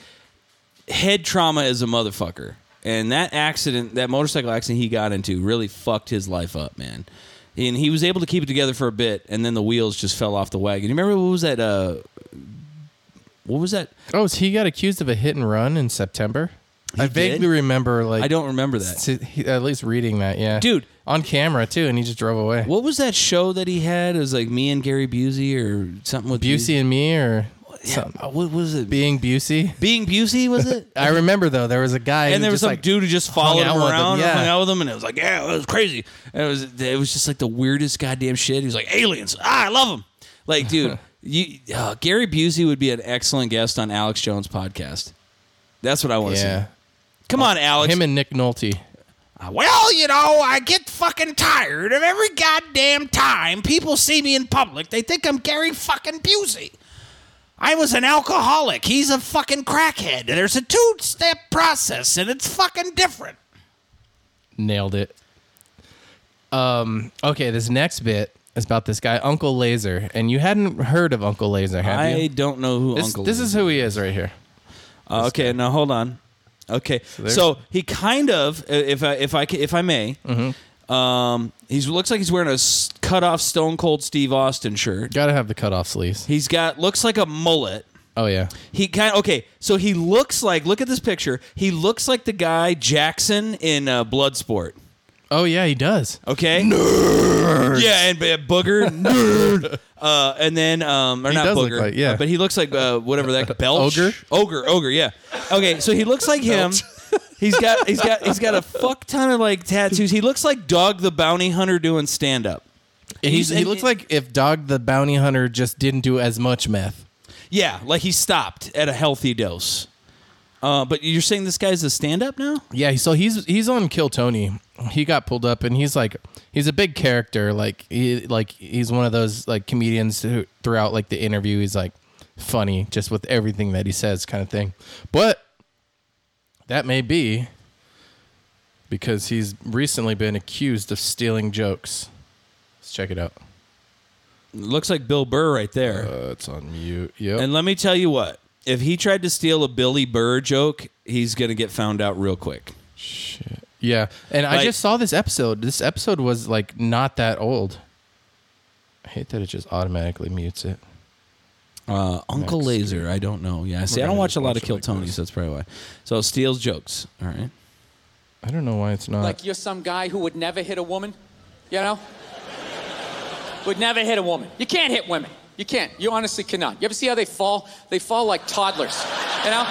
Speaker 3: head trauma is a motherfucker, and that accident, that motorcycle accident he got into, really fucked his life up, man. And he was able to keep it together for a bit, and then the wheels just fell off the wagon. You remember what was that? Uh, what was that?
Speaker 2: Oh, so he got accused of a hit and run in September. I
Speaker 3: did?
Speaker 2: vaguely remember, like
Speaker 3: I don't remember that.
Speaker 2: s- he- at least reading that. Yeah,
Speaker 3: Dude.
Speaker 2: on camera too, and he just drove away.
Speaker 3: What was that show that he had? It was like me and Gary Busey or something with
Speaker 2: Busey and me, or
Speaker 3: Yeah,
Speaker 2: some-
Speaker 3: what was it?
Speaker 2: being Busey.
Speaker 3: Being Busey was it?
Speaker 2: I remember though there was a guy, who
Speaker 3: and there was
Speaker 2: just,
Speaker 3: some
Speaker 2: like,
Speaker 3: dude who just followed
Speaker 2: out
Speaker 3: him
Speaker 2: with him,
Speaker 3: around,
Speaker 2: yeah.
Speaker 3: and hung out with him, and it was like, yeah, it was crazy. And it was it was just like the weirdest goddamn shit. He was like, aliens, ah, I love them. Like, dude, you uh, Gary Busey would be an excellent guest on Alex Jones' podcast. That's what I want to
Speaker 2: Yeah,
Speaker 3: see. Come on, Alex.
Speaker 2: him and Nick Nolte.
Speaker 3: well, you know, I get fucking tired of every goddamn time people see me in public. They think I'm Gary fucking Busey. I was an alcoholic. He's a fucking crackhead. There's a two-step process, and it's fucking different.
Speaker 2: Nailed it. Um. Okay, this next bit is about this guy, Uncle Laser, and you hadn't heard of Uncle Laser, have you?
Speaker 3: I don't know who
Speaker 2: This,
Speaker 3: Uncle
Speaker 2: this is who he is right here.
Speaker 3: Uh, okay, now hold on. Okay, so,
Speaker 2: there's-
Speaker 3: he kind of, uh, if I if I ca- if I may,
Speaker 2: Mm-hmm.
Speaker 3: um, he looks like he's wearing a s- cut off Stone Cold Steve Austin shirt.
Speaker 2: Gotta have the cutoff sleeves.
Speaker 3: He's got looks like a mullet.
Speaker 2: Oh yeah.
Speaker 3: He kind okay, so he looks like look at this picture. He looks like the guy Jackson in uh, Bloodsport.
Speaker 2: Oh yeah, he does.
Speaker 3: Okay, nerd. Yeah, and uh, booger nerd. Uh, and then um, or not
Speaker 2: does look
Speaker 3: booger,
Speaker 2: like- yeah.
Speaker 3: but he looks like uh, whatever that belch
Speaker 2: Ogre?
Speaker 3: ogre, ogre. Yeah. Okay, so he looks like him. He's got he's got he's got a fuck ton of like tattoos. He looks like Dog the Bounty Hunter doing stand up.
Speaker 2: He's, he
Speaker 3: and-
Speaker 2: looks like if Dog the Bounty Hunter just didn't do as much meth.
Speaker 3: Yeah, like he stopped at a healthy dose. Uh, but you're saying this guy's a stand up now?
Speaker 2: Yeah, so he's he's on Kill Tony. He got pulled up, and he's like he's a big character. Like he like he's one of those like comedians who throughout like the interview he's like funny just with everything that he says kind of thing. But that may be because he's recently been accused of stealing jokes. Let's check it out.
Speaker 3: Looks like Bill Burr right there.
Speaker 2: Uh, it's on mute. Yep.
Speaker 3: And let me tell you what, if he tried to steal a Billy Burr joke, he's going to get found out real quick.
Speaker 2: Yeah, and I
Speaker 3: Like-
Speaker 2: just saw this episode. This episode was like not that old. I hate that it just automatically mutes it.
Speaker 3: Uh, Uncle Laser, I don't know. Yeah, see, I don't
Speaker 2: gonna
Speaker 3: watch a
Speaker 2: just
Speaker 3: lot
Speaker 2: watch
Speaker 3: of
Speaker 2: it
Speaker 3: Kill
Speaker 2: like
Speaker 3: Tony,
Speaker 2: this.
Speaker 3: so that's probably why. So steals jokes. All right.
Speaker 2: I don't know why it's not.
Speaker 8: Like you're some guy who would never hit a woman, you know? would never hit a woman. You can't hit women. You can't. You honestly cannot. You ever see how they fall? They fall like toddlers, you know?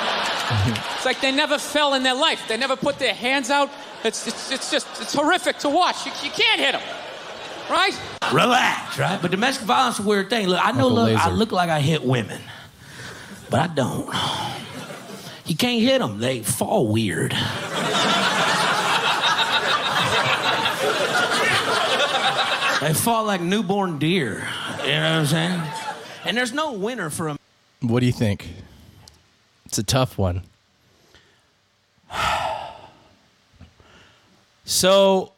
Speaker 8: it's like they never fell in their life. They never put their hands out. It's, it's, it's just, it's horrific to watch. You, you can't hit them, right?
Speaker 9: relax, right? But domestic violence is a weird thing. Look, I know
Speaker 2: Uncle
Speaker 9: look, I
Speaker 2: Laser.
Speaker 9: look like I hit women, but I don't. You can't hit them. They fall weird. they fall like newborn deer. You know what I'm saying? And there's no winner for a
Speaker 2: what do you think? It's a tough one.
Speaker 3: So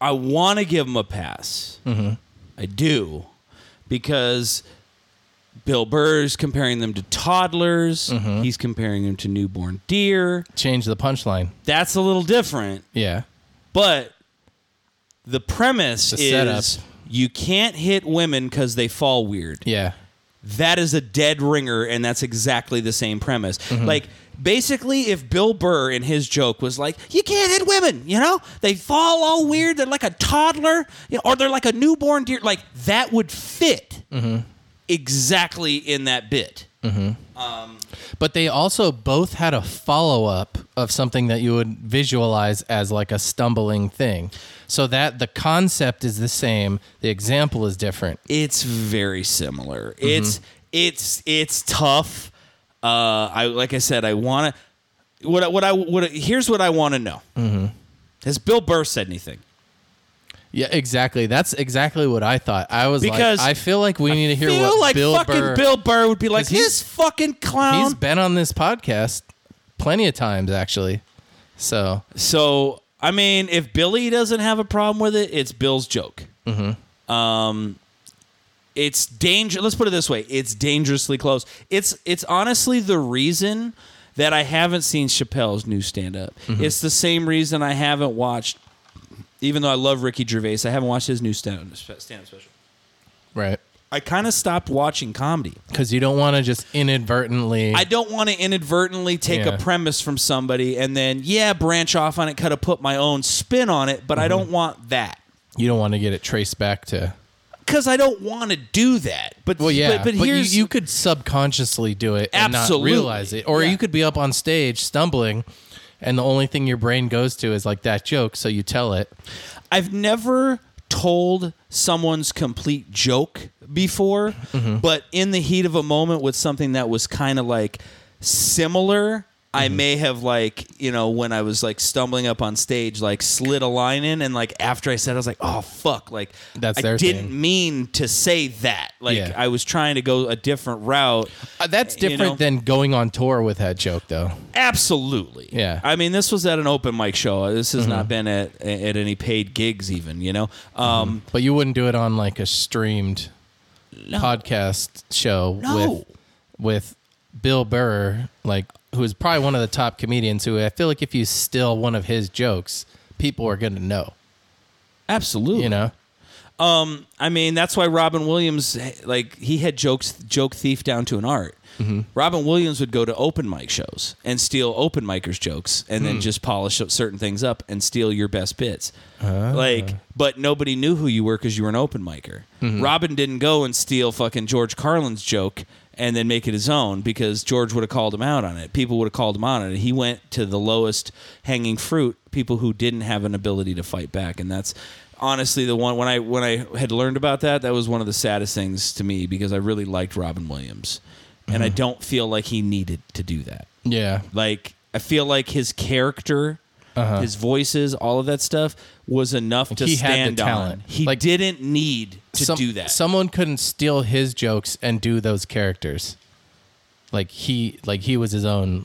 Speaker 3: I
Speaker 2: Mm-hmm.
Speaker 3: want to give him a pass. I do because Bill Burr's comparing them to toddlers.
Speaker 2: Mm-hmm.
Speaker 3: He's comparing them to newborn deer.
Speaker 2: Change the punchline.
Speaker 3: That's a little different,
Speaker 2: Yeah.
Speaker 3: but the premise
Speaker 2: The
Speaker 3: is
Speaker 2: setup.
Speaker 3: you can't hit women because they fall weird.
Speaker 2: Yeah.
Speaker 3: that is a dead ringer and that's exactly the same premise
Speaker 2: Mm-hmm.
Speaker 3: like basically if bill burr in his joke was like you can't hit women you know they fall all weird they're like a toddler you know, or they're like a newborn deer like that would fit
Speaker 2: Mm-hmm.
Speaker 3: exactly in that bit
Speaker 2: But they also both had a follow up of something that you would visualize as like a stumbling thing. So that the concept is the same, the example is different.
Speaker 3: it's very similar
Speaker 2: Mm-hmm.
Speaker 3: it's it's it's tough uh i like i said i want to what I, what i what I, here's what i want to know
Speaker 2: Mm-hmm.
Speaker 3: has bill burr said anything
Speaker 2: Yeah, exactly. That's exactly what I thought. I was
Speaker 3: Because
Speaker 2: like, I feel like we need to hear
Speaker 3: feel
Speaker 2: what
Speaker 3: like
Speaker 2: Bill
Speaker 3: fucking
Speaker 2: Burr.
Speaker 3: Bill Burr would be like,
Speaker 2: 'Cause he's-
Speaker 3: this fucking
Speaker 2: he's
Speaker 3: clown.
Speaker 2: been on this podcast plenty of times actually. So
Speaker 3: So, I mean, if Billy doesn't have a problem with it, it's Bill's joke. Mm-hmm. Um, it's danger. Let's put it this way: it's dangerously close. It's it's honestly the reason that I haven't seen Chappelle's new stand up. It's the same reason I haven't watched. Even though I love Ricky Gervais, I haven't watched his new stand up special.
Speaker 2: right.
Speaker 3: I kind of stopped watching comedy.
Speaker 2: Because you don't want to just inadvertently
Speaker 3: I don't want to inadvertently take
Speaker 2: Yeah.
Speaker 3: a premise from somebody and then, yeah, branch off on it, kind of put my own spin on it, but
Speaker 2: Mm-hmm.
Speaker 3: I don't want that
Speaker 2: you don't want to get it traced back to
Speaker 3: because I don't want to do that. But
Speaker 2: Well, yeah,
Speaker 3: but, but here's
Speaker 2: you, you could subconsciously do it and
Speaker 3: Absolutely.
Speaker 2: not realize it, or
Speaker 3: Yeah.
Speaker 2: you could be up on stage stumbling, and the only thing your brain goes to is like that joke, so you tell it.
Speaker 3: I've never told someone's complete joke before,
Speaker 2: Mm-hmm.
Speaker 3: but in the heat of a moment with something that was kind of like similar. I
Speaker 2: Mm-hmm.
Speaker 3: may have like you know when I was like stumbling up on stage, like slid a line in, and like after I said, I was like, "Oh fuck!" Like
Speaker 2: That's
Speaker 3: I
Speaker 2: their
Speaker 3: didn't
Speaker 2: thing.
Speaker 3: mean to say that. Like
Speaker 2: Yeah.
Speaker 3: I was trying to go a different route.
Speaker 2: Uh, that's
Speaker 3: You
Speaker 2: different
Speaker 3: know?
Speaker 2: than going on tour with that joke, though.
Speaker 3: Absolutely.
Speaker 2: Yeah. Mm-hmm.
Speaker 3: I mean, this was at an open mic show. This has not been at at any paid gigs, even. You know. Um,
Speaker 2: But you wouldn't do it on like a streamed Mm-hmm. podcast show
Speaker 3: Oh. No.
Speaker 2: with with Bill Burr, like who is probably one of the top comedians. Who I feel like if you steal one of his jokes, people are going to know.
Speaker 3: Absolutely.
Speaker 2: You know,
Speaker 3: I mean, that's why Robin Williams, like, he had jokes, joke thief down to an art.
Speaker 2: Mm-hmm.
Speaker 3: Robin Williams would go to open mic shows and steal open micers' jokes, and
Speaker 2: Hmm.
Speaker 3: then just polish up certain things up and steal your best bits.
Speaker 2: Ah.
Speaker 3: Like, but nobody knew who you were because you were an open micer.
Speaker 2: Mm-hmm.
Speaker 3: Robin didn't go and steal fucking George Carlin's joke and then make it his own because George would have called him out on it. People would have called him out on it. He went to the lowest hanging fruit, people who didn't have an ability to fight back, and that's honestly the one when I when I had learned about that, that was one of the saddest things to me because I really liked Robin Williams. And
Speaker 2: Mm-hmm.
Speaker 3: I don't feel like he needed to do that.
Speaker 2: yeah.
Speaker 3: Like I feel like his character, his voices, all of that stuff was enough to
Speaker 2: Uh-huh. He had the
Speaker 3: stand
Speaker 2: talent.
Speaker 3: on. He
Speaker 2: Like-
Speaker 3: didn't need to
Speaker 2: Some-
Speaker 3: do that.
Speaker 2: Someone couldn't steal his jokes and do those characters. Like he, like he was his own.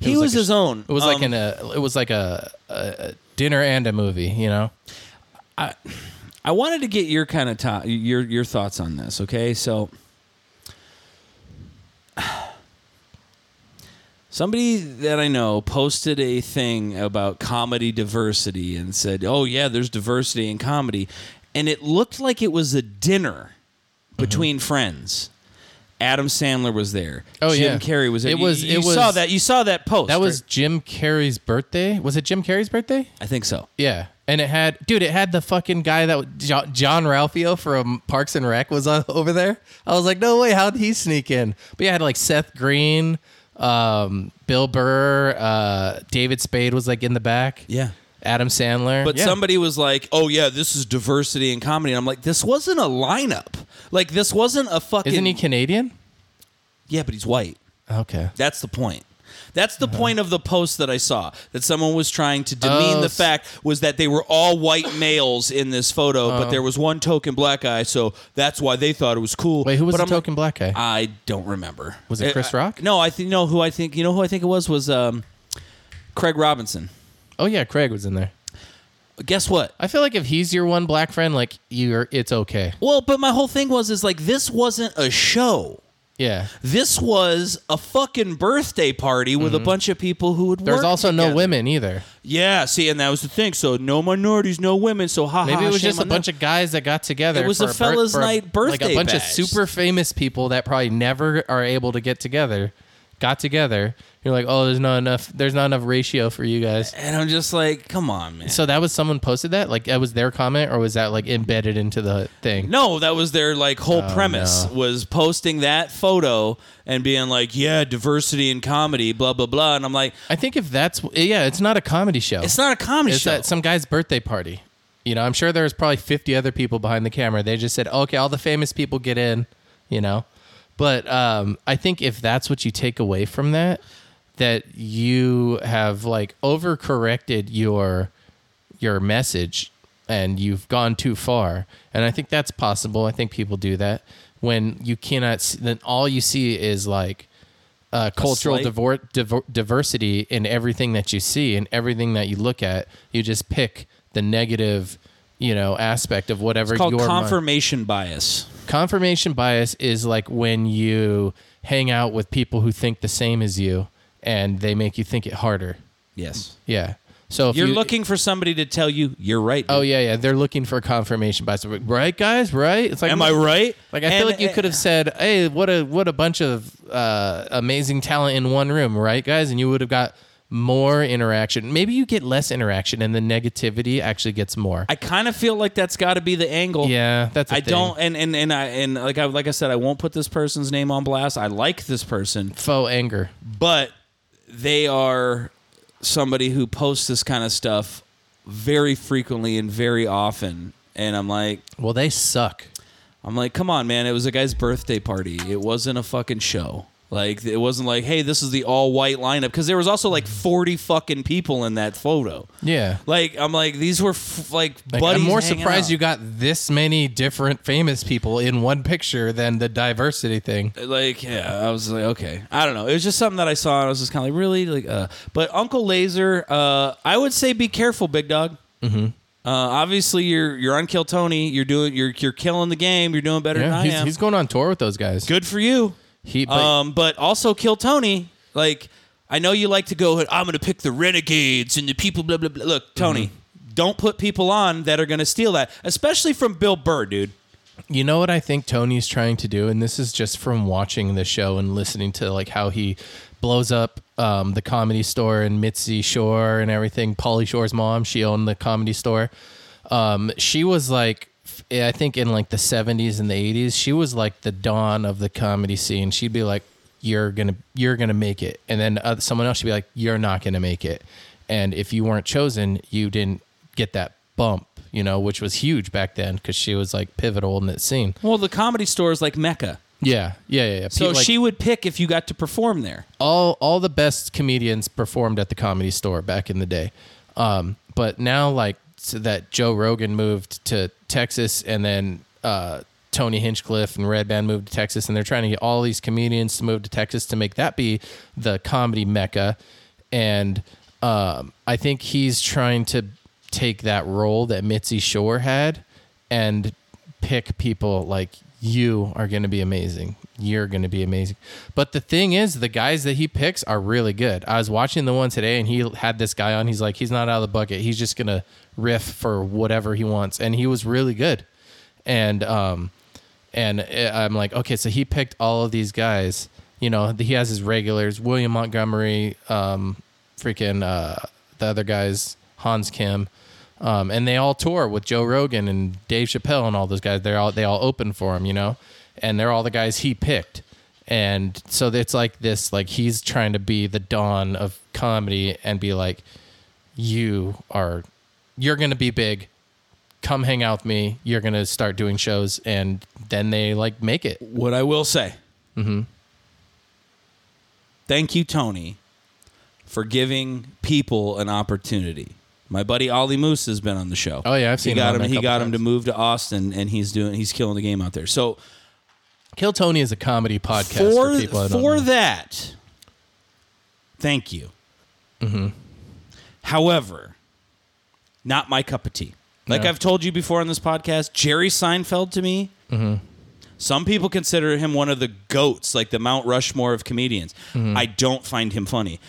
Speaker 2: it
Speaker 3: he was,
Speaker 2: like a-
Speaker 3: his own.
Speaker 2: It was like
Speaker 3: Um,
Speaker 2: in a. It was like a, a, a dinner and a movie. You know.
Speaker 3: I wanted to get your kind of to- your your thoughts on this. Okay, so somebody that I know posted a thing about comedy diversity and said, "Oh yeah, there's diversity in comedy," and it looked like it was a dinner
Speaker 2: Mm-hmm.
Speaker 3: between friends. Adam Sandler was there.
Speaker 2: Oh,
Speaker 3: Jim
Speaker 2: yeah.
Speaker 3: Carrey was there.
Speaker 2: It
Speaker 3: You-
Speaker 2: was-
Speaker 3: You,
Speaker 2: it was-
Speaker 3: saw that. You saw that post.
Speaker 2: That was
Speaker 3: right?
Speaker 2: Jim Carrey's birthday. Was it Jim Carrey's birthday?
Speaker 3: I think so.
Speaker 2: Yeah. And it had, dude, it had the fucking guy that Jo- John Ralphio from Parks and Rec was on, over there. I was like, no way, how'd he sneak in? But yeah, I had like Seth Green, um, Bill Burr, uh, David Spade was like in the back.
Speaker 3: Yeah.
Speaker 2: Adam Sandler.
Speaker 3: But
Speaker 2: Yeah.
Speaker 3: somebody was like, "Oh yeah, this is diversity in comedy." And I'm like, "This wasn't a lineup. Like this wasn't a fucking."
Speaker 2: Isn't he Canadian?
Speaker 3: yeah, but he's white.
Speaker 2: Okay.
Speaker 3: That's the point. That's the point of the post that I saw that someone was trying to demean
Speaker 2: Oh,
Speaker 3: the
Speaker 2: s-
Speaker 3: fact was that they were all white males in this photo, but
Speaker 2: Oh.
Speaker 3: there was one token black guy, so that's why they thought it was cool.
Speaker 2: Wait, who was
Speaker 3: but
Speaker 2: the
Speaker 3: I'm like,
Speaker 2: token black guy?
Speaker 3: I don't remember.
Speaker 2: Was it Chris
Speaker 3: I-
Speaker 2: Rock?
Speaker 3: no, I think no. Who I think you know who I think it was was um, Craig Robinson.
Speaker 2: oh yeah, Craig was in there.
Speaker 3: Guess what?
Speaker 2: I feel like if he's your one black friend, like you're, it's okay.
Speaker 3: Well, but my whole thing was is like this wasn't a show.
Speaker 2: Yeah.
Speaker 3: This was a fucking birthday party with a bunch of people who would.
Speaker 2: Mm-hmm. There's
Speaker 3: work
Speaker 2: also no
Speaker 3: together.
Speaker 2: women either.
Speaker 3: Yeah, see, and that was the thing. So no minorities, no women. So ha
Speaker 2: Maybe
Speaker 3: ha,
Speaker 2: it was
Speaker 3: Uh-huh, shame
Speaker 2: just a
Speaker 3: on them.
Speaker 2: bunch of guys that got together.
Speaker 3: It was
Speaker 2: for
Speaker 3: a
Speaker 2: bir-
Speaker 3: fellas'
Speaker 2: for a-
Speaker 3: night
Speaker 2: Like
Speaker 3: birthday
Speaker 2: a bunch
Speaker 3: bash.
Speaker 2: of super famous people that probably never are able to get together, got together. You're like, oh, there's not enough. There's not enough ratio for you guys.
Speaker 3: And I'm just like, come on, man.
Speaker 2: So that was someone posted that. Like that was their comment, or was that like embedded into the thing?
Speaker 3: No, that was their like
Speaker 2: Oh,
Speaker 3: whole premise was posting that photo and being like, yeah, diversity in comedy, blah blah blah. And I'm like,
Speaker 2: I think if that's yeah, it's not a comedy show.
Speaker 3: it's not a comedy
Speaker 2: it's
Speaker 3: show.
Speaker 2: at some guy's birthday party. You know, I'm sure there was probably 50 other people behind the camera. They just said, oh, okay, all the famous people get in, you know? But um, I think if that's what you take away from that, that you have like overcorrected your your message and you've gone too far. And I think that's possible. I think people do that when you cannot, see, then all you see is like uh, cultural
Speaker 3: slight-
Speaker 2: divor- diver- diversity in everything that you see and everything that you look at. You just pick the negative, you know, aspect of whatever
Speaker 3: called
Speaker 2: your mind-
Speaker 3: confirmation bias.
Speaker 2: confirmation bias is like when you hang out with people who think the same as you and they make you think it harder.
Speaker 3: Yes,
Speaker 2: Yeah. So if
Speaker 3: you're
Speaker 2: you-
Speaker 3: looking for somebody to tell you you're right.
Speaker 2: Oh
Speaker 3: dude.
Speaker 2: yeah, yeah. They're looking for confirmation bias, right, guys? Right? It's like,
Speaker 3: am I right?
Speaker 2: Like I
Speaker 3: And-
Speaker 2: feel like you could have said, "Hey, what a what a bunch of uh, amazing talent in one room, right, guys?" And you would have got more interaction. Maybe you get less interaction, and the negativity actually gets more.
Speaker 3: I kind of feel like that's got to be the angle.
Speaker 2: yeah, that's. I
Speaker 3: I don't, and and and I and like I like I said, I won't put this person's name on blast. I like this person,
Speaker 2: faux anger.
Speaker 3: but they are somebody who posts this kind of stuff very frequently and very often. And I'm like,
Speaker 2: Well, they suck.
Speaker 3: I'm like, come on, man! It was a guy's birthday party. It wasn't a fucking show. Like it wasn't like, hey, this is the all white lineup because there was also like 40 fucking people in that photo.
Speaker 2: Yeah.
Speaker 3: Like I'm like these were f- like,
Speaker 2: Like,
Speaker 3: buddies
Speaker 2: I'm more
Speaker 3: hanging
Speaker 2: surprised
Speaker 3: out.
Speaker 2: you got this many different famous people in one picture than the diversity thing.
Speaker 3: like yeah i was like okay i don't know it was just something that i saw and i was just kind of like really like uh but uncle laser uh i would say be careful big dog mm-hmm uh obviously you're you're on kill tony you're doing you're you're killing the game you're doing better than
Speaker 2: Yeah,
Speaker 3: i
Speaker 2: he's,
Speaker 3: am
Speaker 2: he's going on tour with those guys.
Speaker 3: good for you
Speaker 2: He, but
Speaker 3: um but also kill tony like i know you like to go i'm gonna pick the renegades and the people blah blah blah look tony
Speaker 2: Mm-hmm.
Speaker 3: don't put people on that are gonna steal that especially from bill burr dude
Speaker 2: You know what I think Tony's trying to do, and this is just from watching the show and listening to like how he blows up um, the comedy store and Mitzi Shore and everything. Polly Shore's mom, she owned the comedy store. Um, she was like, f- I think in like the 70s and the 80s, she was like the dawn of the comedy scene. She'd be like, "You're gonna, you're gonna make it," and then uh, someone else should be like, "You're not gonna make it," and if you weren't chosen, you didn't get that bump. You know, which was huge back then because she was like pivotal in that scene.
Speaker 3: well the comedy store is like mecca
Speaker 2: Yeah, yeah, yeah. yeah.
Speaker 3: so
Speaker 2: Pe- like,
Speaker 3: she would pick if you got to perform there
Speaker 2: all all the best comedians performed at the comedy store back in the day. Um, but now like so that Joe Rogan moved to Texas and then uh, Tony Hinchcliffe and Red Band moved to Texas and they're trying to get all these comedians to move to Texas to make that be the comedy mecca. And um, I think he's trying to take that role that Mitzi Shore had and pick people like you are going to be amazing. You're going to be amazing. But the thing is, the guys that he picks are really good. I was watching the one today and he had this guy on. He's like, he's not out of the bucket. He's just going to riff for whatever he wants. And he was really good. And, um, and uh, I'm like, okay, so he picked all of these guys. You know, he has his regulars, William Montgomery, um, freaking uh, the other guys, Hans Kim, um, and they all tour with Joe Rogan and Dave Chappelle and all those guys. They're all they all open for him, you know, and they're all the guys he picked. And so it's like this, like he's trying to be the dawn of comedy and be like, you are, you're gonna be big come hang out with me. You're gonna start doing shows, and then they like make it.
Speaker 3: what I will say.
Speaker 2: Mm-hmm.
Speaker 3: Thank you, Tony, for giving people an opportunity. My buddy Ollie Moose has been on the show.
Speaker 2: Oh, yeah, I've seen
Speaker 3: he got
Speaker 2: him
Speaker 3: him.
Speaker 2: on a
Speaker 3: he
Speaker 2: couple
Speaker 3: got him to
Speaker 2: times.
Speaker 3: move to Austin, and he's doing. He's killing the game out there. So
Speaker 2: Kill Tony is a comedy podcast for,
Speaker 3: for
Speaker 2: people. that don't
Speaker 3: for
Speaker 2: know.
Speaker 3: that, thank you.
Speaker 2: Mm-hmm.
Speaker 3: However, not my cup of tea. Like
Speaker 2: No. Mm-hmm.
Speaker 3: I've told you before on this podcast, Jerry Seinfeld to me, Some people consider him one of the goats, like the Mount Rushmore of comedians.
Speaker 2: Mm-hmm.
Speaker 3: I don't find him funny.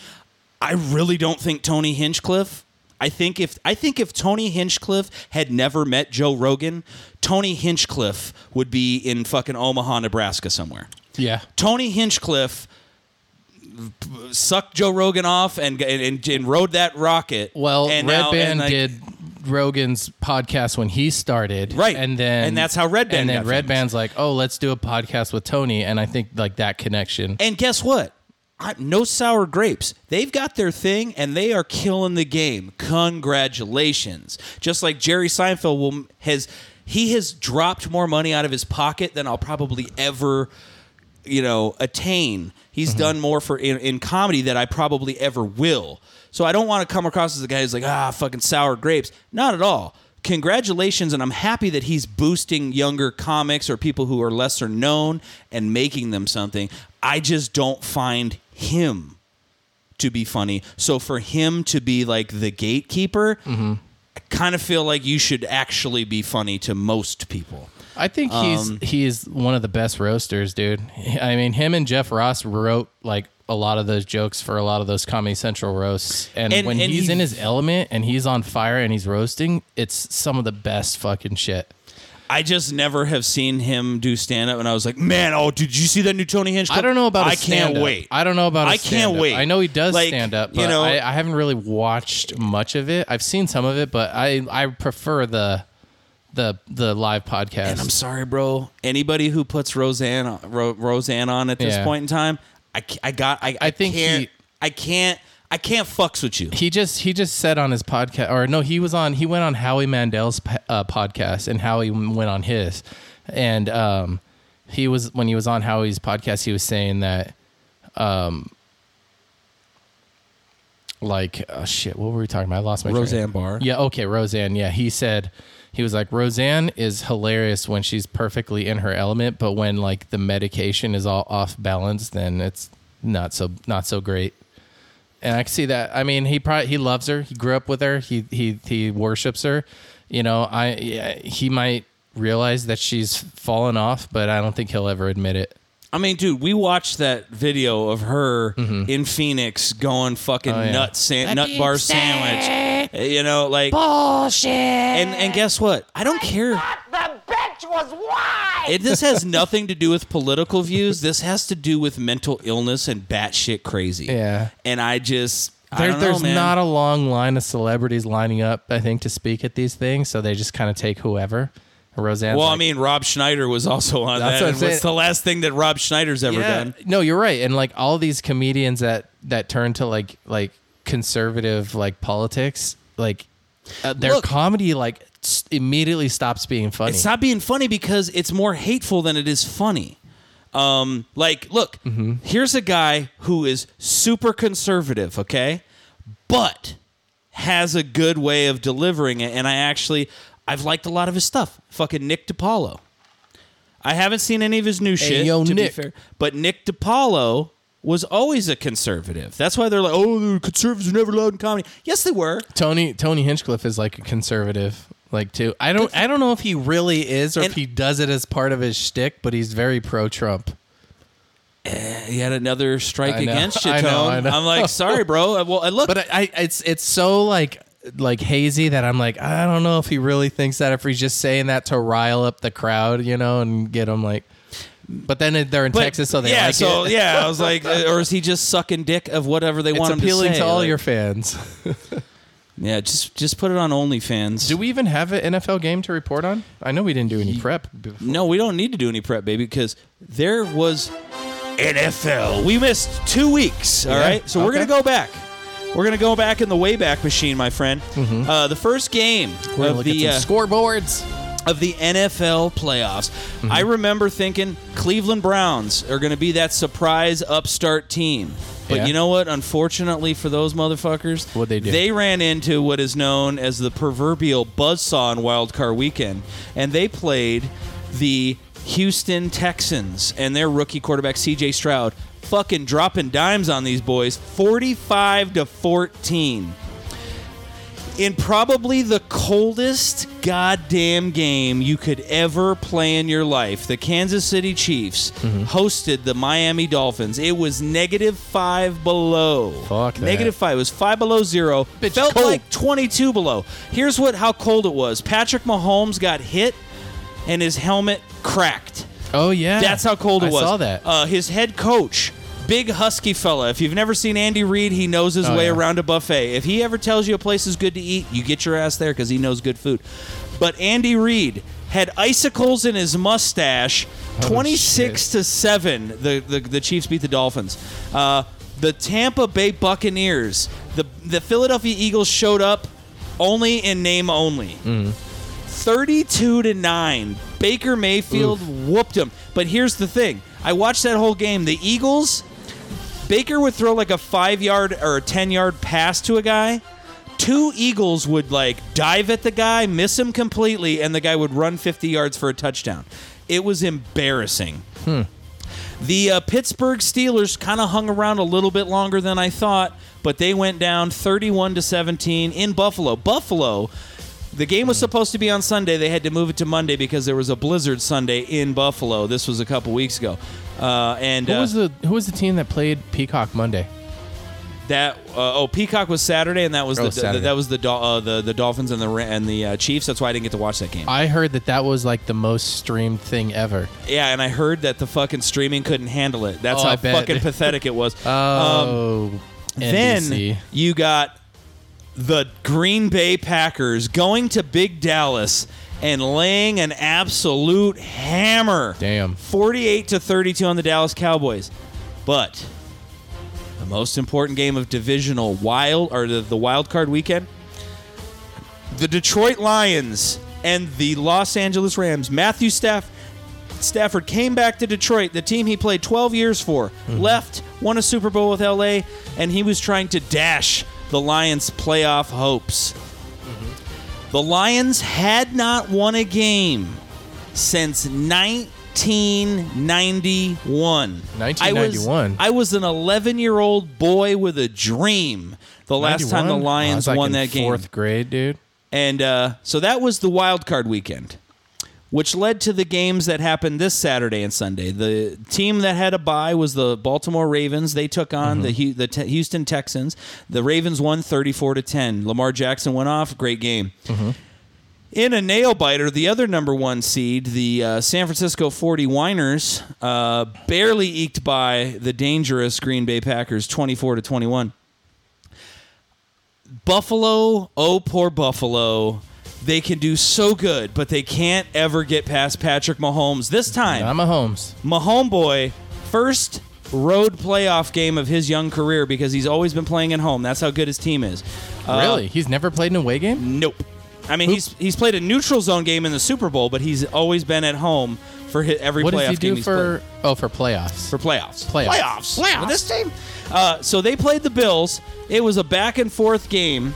Speaker 3: I really don't think Tony Hinchcliffe. I think if I think if Tony Hinchcliffe had never met Joe Rogan, Tony Hinchcliffe would be in fucking Omaha, Nebraska somewhere.
Speaker 2: Yeah.
Speaker 3: Tony Hinchcliffe sucked Joe Rogan off and and, and, and rode that rocket.
Speaker 2: Well,
Speaker 3: and
Speaker 2: Red
Speaker 3: now-
Speaker 2: Band
Speaker 3: and, like,
Speaker 2: did Rogan's podcast when he started,
Speaker 3: Right.
Speaker 2: And then
Speaker 3: And that's how Red Band
Speaker 2: and then
Speaker 3: got
Speaker 2: Red
Speaker 3: famous.
Speaker 2: Band's like, oh, let's do a podcast with Tony, and I think like that connection.
Speaker 3: And guess what? I, no sour grapes. They've got their thing and they are killing the game. Congratulations. Just like Jerry Seinfeld will has he has dropped more money out of his pocket than I'll probably ever you know attain. He's done more for in, in comedy that I probably ever will. So I don't want to come across as a guy who's like ah fucking sour grapes. Not at all. Congratulations, and I'm happy that he's boosting younger comics or people who are lesser known and making them something. I just don't find him to be funny. So for him to be like the gatekeeper,
Speaker 2: Mm-hmm.
Speaker 3: I kind of feel like you should actually be funny to most people.
Speaker 2: I think
Speaker 3: Um,
Speaker 2: he's he's one of the best roasters, dude. I mean, him and Jeff Ross wrote like a lot of those jokes for a lot of those Comedy Central roasts, and,
Speaker 3: And-
Speaker 2: when
Speaker 3: and
Speaker 2: he's
Speaker 3: he-
Speaker 2: in his element and he's on fire and he's roasting, it's some of the best fucking shit.
Speaker 3: I just never have seen him do stand up, and I was like, man, oh, did you see that new Tony Hinchcliffe?
Speaker 2: I don't know about.
Speaker 3: I
Speaker 2: I
Speaker 3: can't wait.
Speaker 2: I don't know about.
Speaker 3: I
Speaker 2: I
Speaker 3: can't wait.
Speaker 2: I know he does
Speaker 3: Like,
Speaker 2: stand up,
Speaker 3: you
Speaker 2: but
Speaker 3: know-
Speaker 2: I, I haven't really watched much of it. I've seen some of it, but I I prefer the the the live podcast.
Speaker 3: And I'm sorry, bro. Anybody who puts Roseanne on, Ro- Roseanne on at this
Speaker 2: Yeah.
Speaker 3: point in time, I, ca- I got I, I,
Speaker 2: think
Speaker 3: can't,
Speaker 2: he-
Speaker 3: I can't I can't fucks with you.
Speaker 2: he just he just said on his podcast, or no, he was on he went on Howie Mandel's p- uh, podcast, and Howie went on his, and um, he was when he was on Howie's podcast, he was saying that, um, like oh shit, what were we talking about? I lost my train of
Speaker 3: Roseanne Barr.
Speaker 2: Yeah, okay, Roseanne. Yeah, he said he was like Roseanne is hilarious when she's perfectly in her element, but when like the medication is all off balance, then it's not so not so great. And I can see that. I mean, he probably he loves her. He grew up with her. He he he worships her. You know, I yeah, he might realize that she's fallen off, but I don't think he'll ever admit it.
Speaker 3: I mean, dude, we watched that video of her in Phoenix going fucking
Speaker 2: Mm-hmm. Oh, yeah.
Speaker 3: nut san- nut bar sandwich. You know, like bullshit. And and guess what? I don't care. It, this has nothing to do with political views. This has to do with mental illness and batshit crazy.
Speaker 2: Yeah.
Speaker 3: And I just I
Speaker 2: There,
Speaker 3: don't know,
Speaker 2: there's
Speaker 3: man.
Speaker 2: not a long line of celebrities lining up, I think, to speak at these things. So they just kind of take whoever. Roseanne.
Speaker 3: Well, I mean, Rob Schneider was also on
Speaker 2: That's
Speaker 3: that.
Speaker 2: what
Speaker 3: and
Speaker 2: I'm
Speaker 3: What's
Speaker 2: saying.
Speaker 3: the last thing that Rob Schneider's ever done?
Speaker 2: No, you're right. And like all these comedians that that turn to like like conservative like politics, like uh, their
Speaker 3: Look.
Speaker 2: comedy like s- immediately stops being funny.
Speaker 3: It's not being funny because it's more hateful than it is funny. Um, like, look, here's a guy who is super conservative, okay, but has a good way of delivering it, and I actually I've liked a lot of his stuff. Fucking Nick DiPaolo. I haven't seen any of his new shit.
Speaker 2: yo,
Speaker 3: to be
Speaker 2: Nick.
Speaker 3: fair, but Nick DiPaolo was always a conservative. That's why they're like, oh, the conservatives are never allowed in comedy. Yes, they were.
Speaker 2: Tony Tony Hinchcliffe is like a conservative, like too. I don't I don't know if he really is or
Speaker 3: And-
Speaker 2: if he does it as part of his shtick, but he's very pro Trump.
Speaker 3: He had another strike
Speaker 2: I know.
Speaker 3: against you,
Speaker 2: I
Speaker 3: Tone.
Speaker 2: know, I know.
Speaker 3: I'm like, sorry, bro. Well, look,
Speaker 2: But I, I it's it's so like like hazy that I'm like I don't know if he really thinks that if he's just saying that to rile up the crowd, you know, and get them like. But then they're in
Speaker 3: But-
Speaker 2: Texas, so they
Speaker 3: yeah,
Speaker 2: like
Speaker 3: so
Speaker 2: it.
Speaker 3: yeah, I was like, uh, or is he just sucking dick of whatever they want him
Speaker 2: it's appealing
Speaker 3: to
Speaker 2: to,
Speaker 3: say?
Speaker 2: all
Speaker 3: Like,
Speaker 2: your fans.
Speaker 3: yeah, just just put it on OnlyFans.
Speaker 2: Do we even have an NFL game to report on? I know we didn't do any prep.
Speaker 3: no, we don't need to do any prep, baby, because there was NFL. We missed two weeks. All right,
Speaker 2: Yeah,
Speaker 3: so we're gonna
Speaker 2: okay.
Speaker 3: go back. We're gonna go back in the Wayback Machine, my friend. Uh, the first game
Speaker 2: Mm-hmm. We're gonna
Speaker 3: of
Speaker 2: look
Speaker 3: the
Speaker 2: at
Speaker 3: uh,
Speaker 2: some scoreboards.
Speaker 3: of the NFL playoffs.
Speaker 2: Mm-hmm.
Speaker 3: I remember thinking Cleveland Browns are going to be that surprise upstart team. But
Speaker 2: Yeah.
Speaker 3: you know what? Unfortunately for those motherfuckers,
Speaker 2: What'd they do?
Speaker 3: They ran into what is known as the proverbial buzzsaw in Wild Card Weekend, and they played the Houston Texans and their rookie quarterback C.J. Stroud, fucking dropping dimes on these boys, forty-five to fourteen in probably the coldest goddamn game you could ever play in your life, the Kansas City Chiefs
Speaker 2: Mm-hmm.
Speaker 3: hosted the Miami Dolphins. It was negative five below.
Speaker 2: Fuck that.
Speaker 3: Negative five. It was five below zero.
Speaker 2: Bitch,
Speaker 3: Felt
Speaker 2: cold.
Speaker 3: like 22 below. Here's what how cold it was. Patrick Mahomes got hit and his helmet cracked.
Speaker 2: Oh yeah,
Speaker 3: That's how cold it
Speaker 2: I
Speaker 3: was.
Speaker 2: saw that.
Speaker 3: Uh, his head coach, big husky fella. If you've never seen Andy Reid, he knows his
Speaker 2: Oh,
Speaker 3: way
Speaker 2: yeah.
Speaker 3: around a buffet. If he ever tells you a place is good to eat, you get your ass there because he knows good food. But Andy Reid had icicles in his mustache. Twenty six to seven, the, the the Chiefs beat the Dolphins. Uh, the Tampa Bay Buccaneers, the the Philadelphia Eagles showed up only in name only. 32 to 9. Baker Mayfield whooped him. But here's the thing. I watched that whole game. The Eagles Baker would throw like a 5-yard or a 10-yard pass to a guy. Two Eagles would like dive at the guy, miss him completely and the guy would run 50 yards for a touchdown. It was embarrassing. The uh, Pittsburgh Steelers kind of hung around a little bit longer than I thought, but they went down 31 to 17 in Buffalo. Buffalo, the game was supposed to be on Sunday. They had to move it to Monday because there was a blizzard Sunday in Buffalo. This was a couple weeks ago, uh, and
Speaker 2: who
Speaker 3: uh,
Speaker 2: was the who was the team that played Peacock Monday?
Speaker 3: that uh, oh Peacock was Saturday, and that was
Speaker 2: Oh,
Speaker 3: the,
Speaker 2: Saturday.
Speaker 3: that was the Dol- uh, the the Dolphins and the Ra- and the uh, Chiefs. That's why I didn't get to watch that game.
Speaker 2: I heard that that was like the most streamed thing ever.
Speaker 3: Yeah, and I heard that the fucking streaming couldn't handle it. That's
Speaker 2: Oh,
Speaker 3: how
Speaker 2: I bet.
Speaker 3: fucking pathetic it was.
Speaker 2: Oh, NBC.
Speaker 3: Um, Then you got the Green Bay Packers going to Big Dallas and laying an absolute hammer.
Speaker 2: Damn.
Speaker 3: 48 to 32 on the Dallas Cowboys. But the most important game of divisional wild or the, the wild card weekend, the Detroit Lions and the Los Angeles Rams. Matthew Staff Stafford came back to Detroit, the team he played 12 years for,
Speaker 2: Mm-hmm.
Speaker 3: left, won a Super Bowl with LA, and he was trying to dash the Lions' playoff hopes.
Speaker 2: Mm-hmm.
Speaker 3: The Lions had not won a game since 1991.
Speaker 2: 1991.
Speaker 3: I was, I was an 11 year old boy with a dream the last time the
Speaker 2: 91? I
Speaker 3: Lions
Speaker 2: was, like,
Speaker 3: won
Speaker 2: in
Speaker 3: that game.
Speaker 2: Fourth grade, dude.
Speaker 3: And uh, so that was the wild card weekend, which led to the games that happened this Saturday and Sunday. The team that had a bye was the Baltimore Ravens. They took on the Hu- the Te- Houston Texans. The Ravens won 34 to 10. Lamar Jackson went off. Great game. In a nail biter, the other number one seed, the uh, San Francisco 40 Winers, uh, barely eked by the dangerous Green Bay Packers 24 to 21. Buffalo, oh poor Buffalo. They can do so good, but they can't ever get past Patrick Mahomes. This time,
Speaker 2: I'm a Holmes.
Speaker 3: Mahomes boy, first road playoff game of his young career because he's always been playing at home. That's how good his team is. Uh,
Speaker 2: really? He's never played an away game?
Speaker 3: Nope. I mean, he's he's played a neutral zone game in the Super Bowl, but he's always been at home for hi every
Speaker 2: What
Speaker 3: playoff
Speaker 2: does he
Speaker 3: game
Speaker 2: do
Speaker 3: he's
Speaker 2: for?
Speaker 3: played.
Speaker 2: Oh, for playoffs.
Speaker 3: For playoffs.
Speaker 2: Playoffs.
Speaker 3: Playoffs. With this team. Uh, so they played the Bills. It was a back and forth game.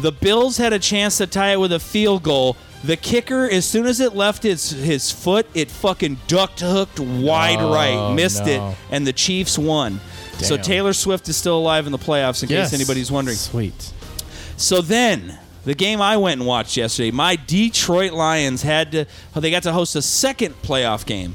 Speaker 3: The Bills had a chance to tie it with a field goal. The kicker, as soon as it left his, his foot, it fucking ducked hooked wide
Speaker 2: Oh,
Speaker 3: right, missed
Speaker 2: no.
Speaker 3: it, and the Chiefs won. So
Speaker 2: Damn.
Speaker 3: Taylor Swift is still alive in the playoffs, in
Speaker 2: Yes.
Speaker 3: case anybody's wondering.
Speaker 2: Sweet.
Speaker 3: So then, the game I went and watched yesterday, my Detroit Lions had to, they got to host a second playoff game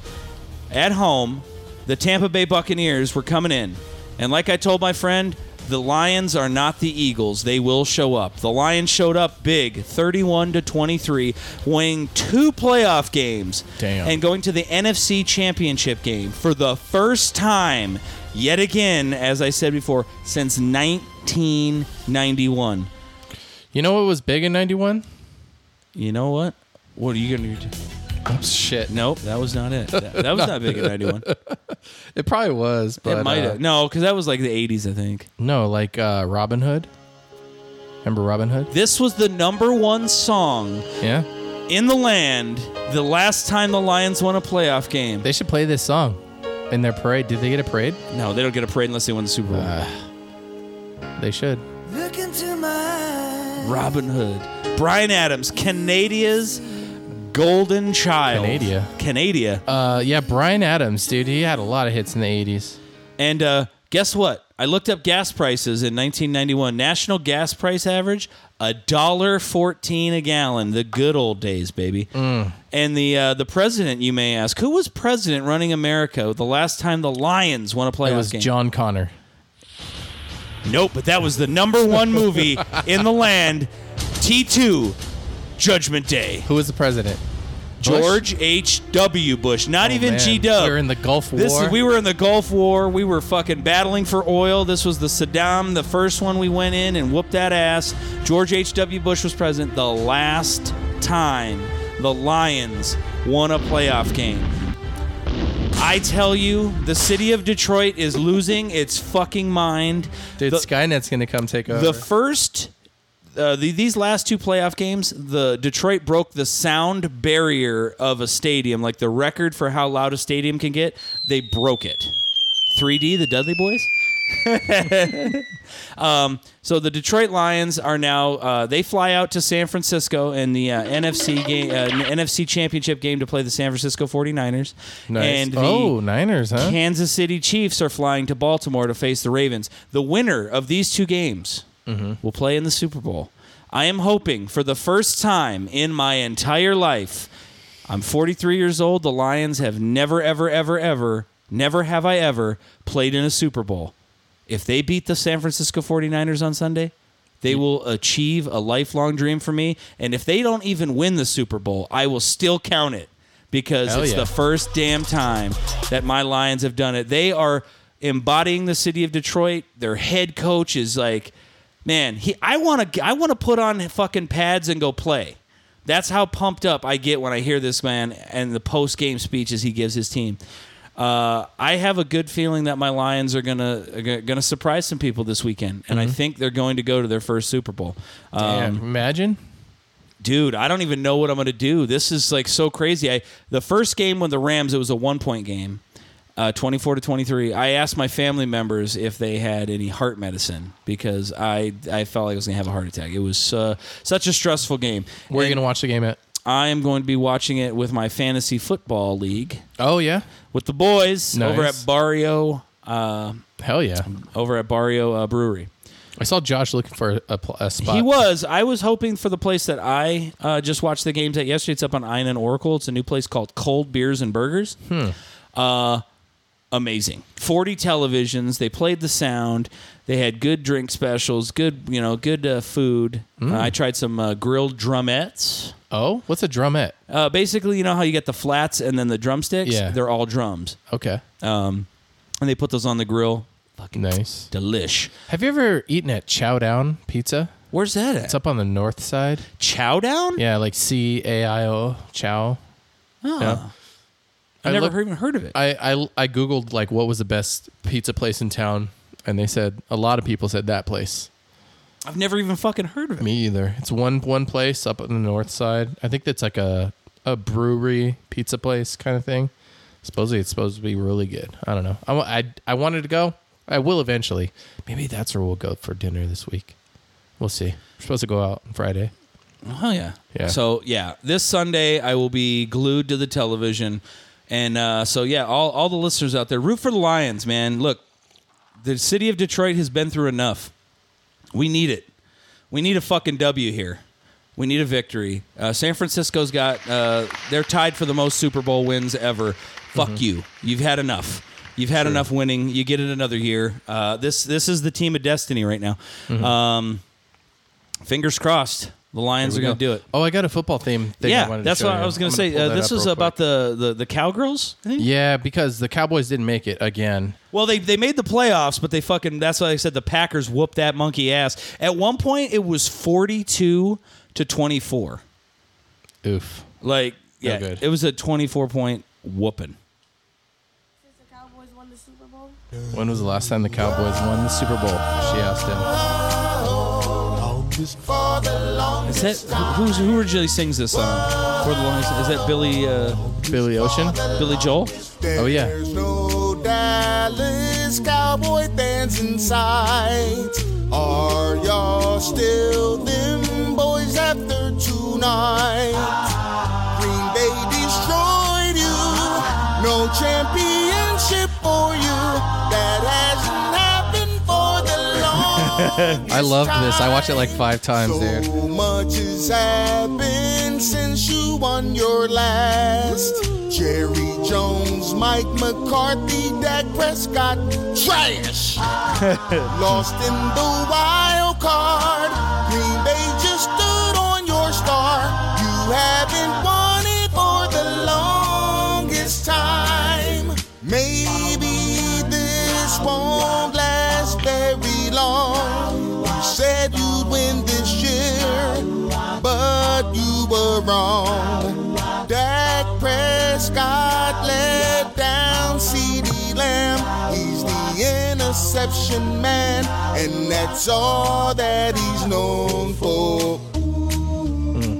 Speaker 3: at home. The Tampa Bay Buccaneers were coming in. And like I told my friend, the Lions are not the Eagles. They will show up. The Lions showed up big, 31 to 23, winning two playoff games
Speaker 2: Damn.
Speaker 3: and going to the NFC Championship game for the first time, yet again, as I said before, since 1991.
Speaker 2: You know what was big in '91?
Speaker 3: You know what? What are you gonna do?
Speaker 2: Oh shit.
Speaker 3: Nope, that was not it. That, that was not big in '91.
Speaker 2: It probably was, but
Speaker 3: It might
Speaker 2: uh,
Speaker 3: have. No, because that was like the '80s, I think.
Speaker 2: No, like uh, Robin Hood. Remember Robin Hood?
Speaker 3: This was the number one song
Speaker 2: Yeah.
Speaker 3: in the land the last time the Lions won a playoff game.
Speaker 2: They should play this song in their parade. Did they get a parade?
Speaker 3: no, they don't get a parade unless they win the Super Bowl.
Speaker 2: Uh. They should.
Speaker 3: Robin Hood, Brian Adams, Canadia's golden child.
Speaker 2: Canadia.
Speaker 3: Canadia.
Speaker 2: Uh, yeah, Brian Adams, dude. He had a lot of hits in the '80s.
Speaker 3: And uh, guess what? I looked up gas prices in 1991. National gas price average a dollar fourteen a gallon. The good old days, baby.
Speaker 2: Mm.
Speaker 3: And the uh, the president, you may ask, who was president running America the last time the Lions won a playoff
Speaker 2: It was
Speaker 3: game?
Speaker 2: John Connor.
Speaker 3: Nope, but that was the number one movie in the land. T2, Judgment Day.
Speaker 2: Who was the president? Bush? Oh,
Speaker 3: George H. W. Bush. Not even
Speaker 2: Man,
Speaker 3: G. Dub.
Speaker 2: We were in the Gulf War.
Speaker 3: This is- we were in the Gulf War. We were fucking battling for oil. This was the Saddam, the first one we went in and whooped that ass. George H.W. Bush was president the last time the Lions won a playoff game. I tell you, the city of Detroit is losing its fucking mind.
Speaker 2: Dude,
Speaker 3: The-
Speaker 2: Skynet's gonna come take over.
Speaker 3: the first, uh, the, these last two playoff games, the Detroit broke the sound barrier of a stadium, like the record for how loud a stadium can get. They broke it. 3D, the Dudley Boys. um, so the Detroit Lions are now uh, they fly out to San Francisco in the uh, NFC game, uh, NFC Championship game to play the San Francisco 49ers.
Speaker 2: nice.
Speaker 3: And the-
Speaker 2: oh, Niners, huh?
Speaker 3: Kansas City Chiefs are flying to Baltimore to face the Ravens. The winner of these two games
Speaker 2: Mm-hmm.
Speaker 3: will play in the Super Bowl. I am hoping for the first time in my entire life. I'm 43 years old. The Lions have never, ever, ever, ever, never have I ever played in a Super Bowl. If they beat the San Francisco 49ers on Sunday,
Speaker 2: Mm.
Speaker 3: they will achieve a lifelong dream for me. And if they don't even win the Super Bowl, I will still count it because
Speaker 2: Hell
Speaker 3: it's
Speaker 2: yeah.
Speaker 3: the first damn time that my Lions have done it. They are embodying the city of Detroit. Their head coach is like, man, he, I want to I want to put on fucking pads and go play. That's how pumped up I get when I hear this man and the post game speeches he gives his team. Uh, I have a good feeling that my Lions are gonna are gonna- gonna surprise some people this weekend, and I think they're going to go to their first Super Bowl.
Speaker 2: Yeah,
Speaker 3: Um,
Speaker 2: imagine.
Speaker 3: dude, I don't even know what I'm gonna do. This is like so crazy. I the first game when the Rams, it was a one point game, uh, 24 to 23. I asked my family members if they had any heart medicine because I I felt like I was gonna have a heart attack. It was uh, such a stressful game.
Speaker 2: Where are you gonna watch the game at?
Speaker 3: I am going to be watching it with my fantasy football league
Speaker 2: Oh yeah,
Speaker 3: with the boys
Speaker 2: Nice.
Speaker 3: over at Barrio. Uh,
Speaker 2: hell yeah.
Speaker 3: over at Barrio uh, Brewery.
Speaker 2: I saw Josh looking for a, pl- a spot.
Speaker 3: He was. I was hoping for the place that I uh, just watched the games at yesterday. It's up on Iron and Oracle. It's a new place called Cold Beers and Burgers.
Speaker 2: Hmm.
Speaker 3: Uh, amazing. Forty televisions. They played the sound. They had good drink specials. Good, you know, good uh, food.
Speaker 2: Hmm.
Speaker 3: Uh, I tried some uh, grilled drumettes.
Speaker 2: Oh, what's a drumette?
Speaker 3: Uh, basically, you know how you get the flats and then the drumsticks.
Speaker 2: Yeah.
Speaker 3: they're all drums,
Speaker 2: Okay,
Speaker 3: and they put those on the grill.
Speaker 2: nice.
Speaker 3: Delish.
Speaker 2: Have you ever eaten at Chow Down Pizza?
Speaker 3: Where's that at?
Speaker 2: It's up on the north side.
Speaker 3: Chow down?
Speaker 2: Yeah, like C A I O Chow.
Speaker 3: Oh.
Speaker 2: Yeah.
Speaker 3: I,
Speaker 2: I
Speaker 3: never
Speaker 2: look-
Speaker 3: heard- even heard of it.
Speaker 2: I, I I googled like what was the best pizza place in town, and they said a lot of people said that place.
Speaker 3: I've never even fucking heard of it.
Speaker 2: Me either. It's one one place up on the north side. I think that's like a a brewery pizza place kind of thing. Supposedly it's supposed to be really good. I don't know. I, wa- I, I wanted to go. I will eventually. Maybe that's where we'll go for dinner this week. We'll see. We're supposed to go out on Friday.
Speaker 3: Oh yeah.
Speaker 2: Yeah.
Speaker 3: So yeah, this Sunday I will be glued to the television, and uh, so yeah, all all the listeners out there, root for the Lions, man. Look, the city of Detroit has been through enough. We need it. We need a fucking W here. We need a victory. Uh, San Francisco's got uh, they're tied for the most Super Bowl wins ever. Fuck
Speaker 2: Mm-hmm.
Speaker 3: you. You've had enough. You've had enough winning. You get it another year. Uh, this this is the team of destiny right now.
Speaker 2: Mm-hmm.
Speaker 3: Um, fingers crossed. The Lions are going to do it.
Speaker 2: Oh, I got a football theme thing. I
Speaker 3: Yeah,
Speaker 2: wanted
Speaker 3: that's
Speaker 2: to show
Speaker 3: what
Speaker 2: you.
Speaker 3: I was going
Speaker 2: I'm
Speaker 3: to say.
Speaker 2: pull
Speaker 3: Uh,
Speaker 2: that
Speaker 3: this
Speaker 2: up
Speaker 3: was
Speaker 2: real
Speaker 3: about
Speaker 2: quick.
Speaker 3: the, the the cowgirls. I think?
Speaker 2: Yeah, because the Cowboys didn't make it again.
Speaker 3: Well, they they made the playoffs, but they fucking. That's why I said the Packers whooped that monkey ass. At one point, it was forty two to twenty four.
Speaker 2: Oof.
Speaker 3: Like
Speaker 2: No
Speaker 3: yeah,
Speaker 2: good.
Speaker 3: it was a twenty four point whooping.
Speaker 10: Since the Cowboys won the Super Bowl.
Speaker 2: When was the last time the Cowboys won the Super Bowl? She asked him.
Speaker 3: Is that who- who's who originally sings this song? For the Lions, is that Billy uh,
Speaker 2: Billy Ocean?
Speaker 3: Billy Joel?
Speaker 2: Oh yeah.
Speaker 1: There's no Dallas cowboy fans in sight. Are y'all still them boys after tonight? Green Bay destroyed you. No championship for you. That hasn't happened for
Speaker 2: I loved this. I watched it like five times, dude.
Speaker 1: So much has happened since you won your last. Jerry Jones, Mike McCarthy, Dak Prescott, trash. Lost in the wild card. Green Bay just stood on your star. You haven't won it for the longest time. Maybe this won't last very long. You said you'd win this year, but you were wrong. Dak Prescott let down CeeDee Lamb. He's the interception man, and that's all that he's known for.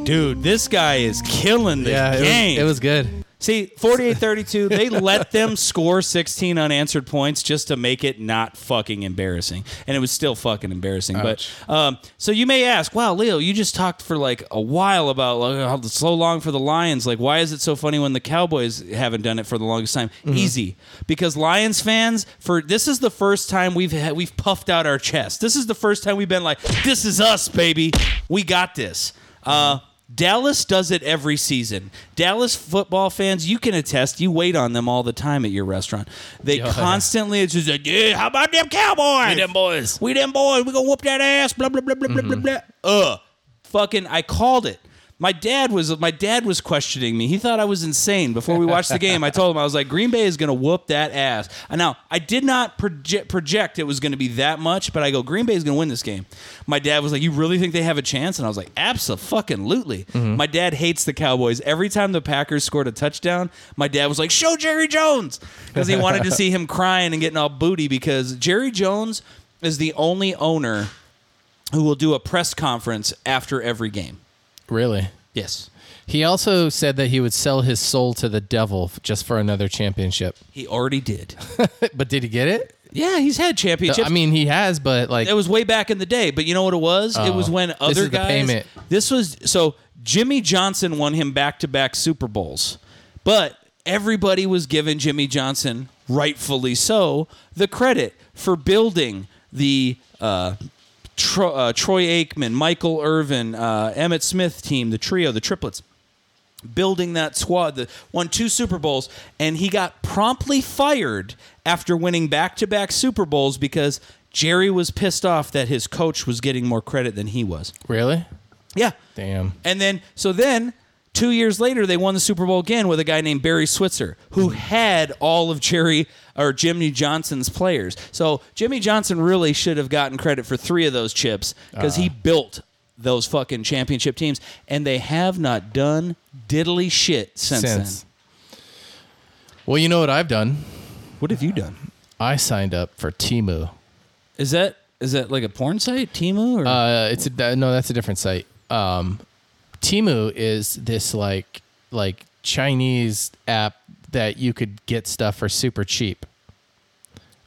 Speaker 3: Dude, this guy is killing the
Speaker 2: Yeah, it
Speaker 3: game.
Speaker 2: was, it was good.
Speaker 3: See, 48-32, they let them score 16 unanswered points just to make it not fucking embarrassing. And it was still fucking embarrassing. But um, so you may ask, wow, Leo, you just talked for like a while about like, how it's so long for the Lions. Like, why is it so funny when the Cowboys haven't done it for the longest time? Easy. Because Lions fans, for this is the first time we've had, we've puffed out our chest. This is the first time we've been like, this is us, baby. We got this. Uh, Dallas does it every season. Dallas football fans, you can attest, you wait on them all the time at your restaurant. They constantly, it's just like, yeah, how about them Cowboys? We them boys. Mm-hmm. We them boys. We gonna whoop that ass. Blah blah blah blah blah blah blah. Ugh, fucking, I called it. My dad was my dad was questioning me. He thought I was insane before we watched the game. I told him I was like, Green Bay is gonna whoop that ass. And now I did not project, project it was gonna be that much, but I go, Green Bay is gonna win this game. My dad was like, You really think they have a chance? And I was like, Absolutely. My dad hates the Cowboys. Every time the Packers scored a touchdown, my dad was like, Show Jerry Jones because he wanted to see him crying and getting all booty because Jerry Jones is the only owner who will do a press conference after every game.
Speaker 2: Really.
Speaker 3: Yes.
Speaker 2: He also said that he would sell his soul to the devil f- just for another championship.
Speaker 3: He already did.
Speaker 2: But did he get it?
Speaker 3: yeah, he's had championships.
Speaker 2: I mean, he has, but like,
Speaker 3: it was way back in the day, but you know what it was? it was when other
Speaker 2: Oh, is the
Speaker 3: guys.
Speaker 2: payment.
Speaker 3: This was so Jimmy Johnson won him back to back Super Bowls, but everybody was giving Jimmy Johnson, rightfully so, the credit for building the uh, Tro- uh, Troy Aikman, Michael Irvin, uh, Emmett Smith team, the trio, the triplets building that squad that won two Super Bowls, and he got promptly fired after winning back to back Super Bowls because Jerry was pissed off that his coach was getting more credit than he was.
Speaker 2: really?
Speaker 3: Yeah.
Speaker 2: Damn.
Speaker 3: And then, so then. Two years later, they won the Super Bowl again with a guy named Barry Switzer, who had all of Jerry or Jimmy Johnson's players. So Jimmy Johnson really should have gotten credit for three of those chips because
Speaker 2: Uh.
Speaker 3: he built those fucking championship teams, and they have not done diddly shit since,
Speaker 2: Since.
Speaker 3: then.
Speaker 2: Well, you know what I've done?
Speaker 3: What have you done?
Speaker 2: I signed up for Timu.
Speaker 3: Is that is that like a porn site, Timu? Or?
Speaker 2: Uh, it's a, uh, no, that's a different site. Um, Timu is this like like Chinese app that you could get stuff for super cheap,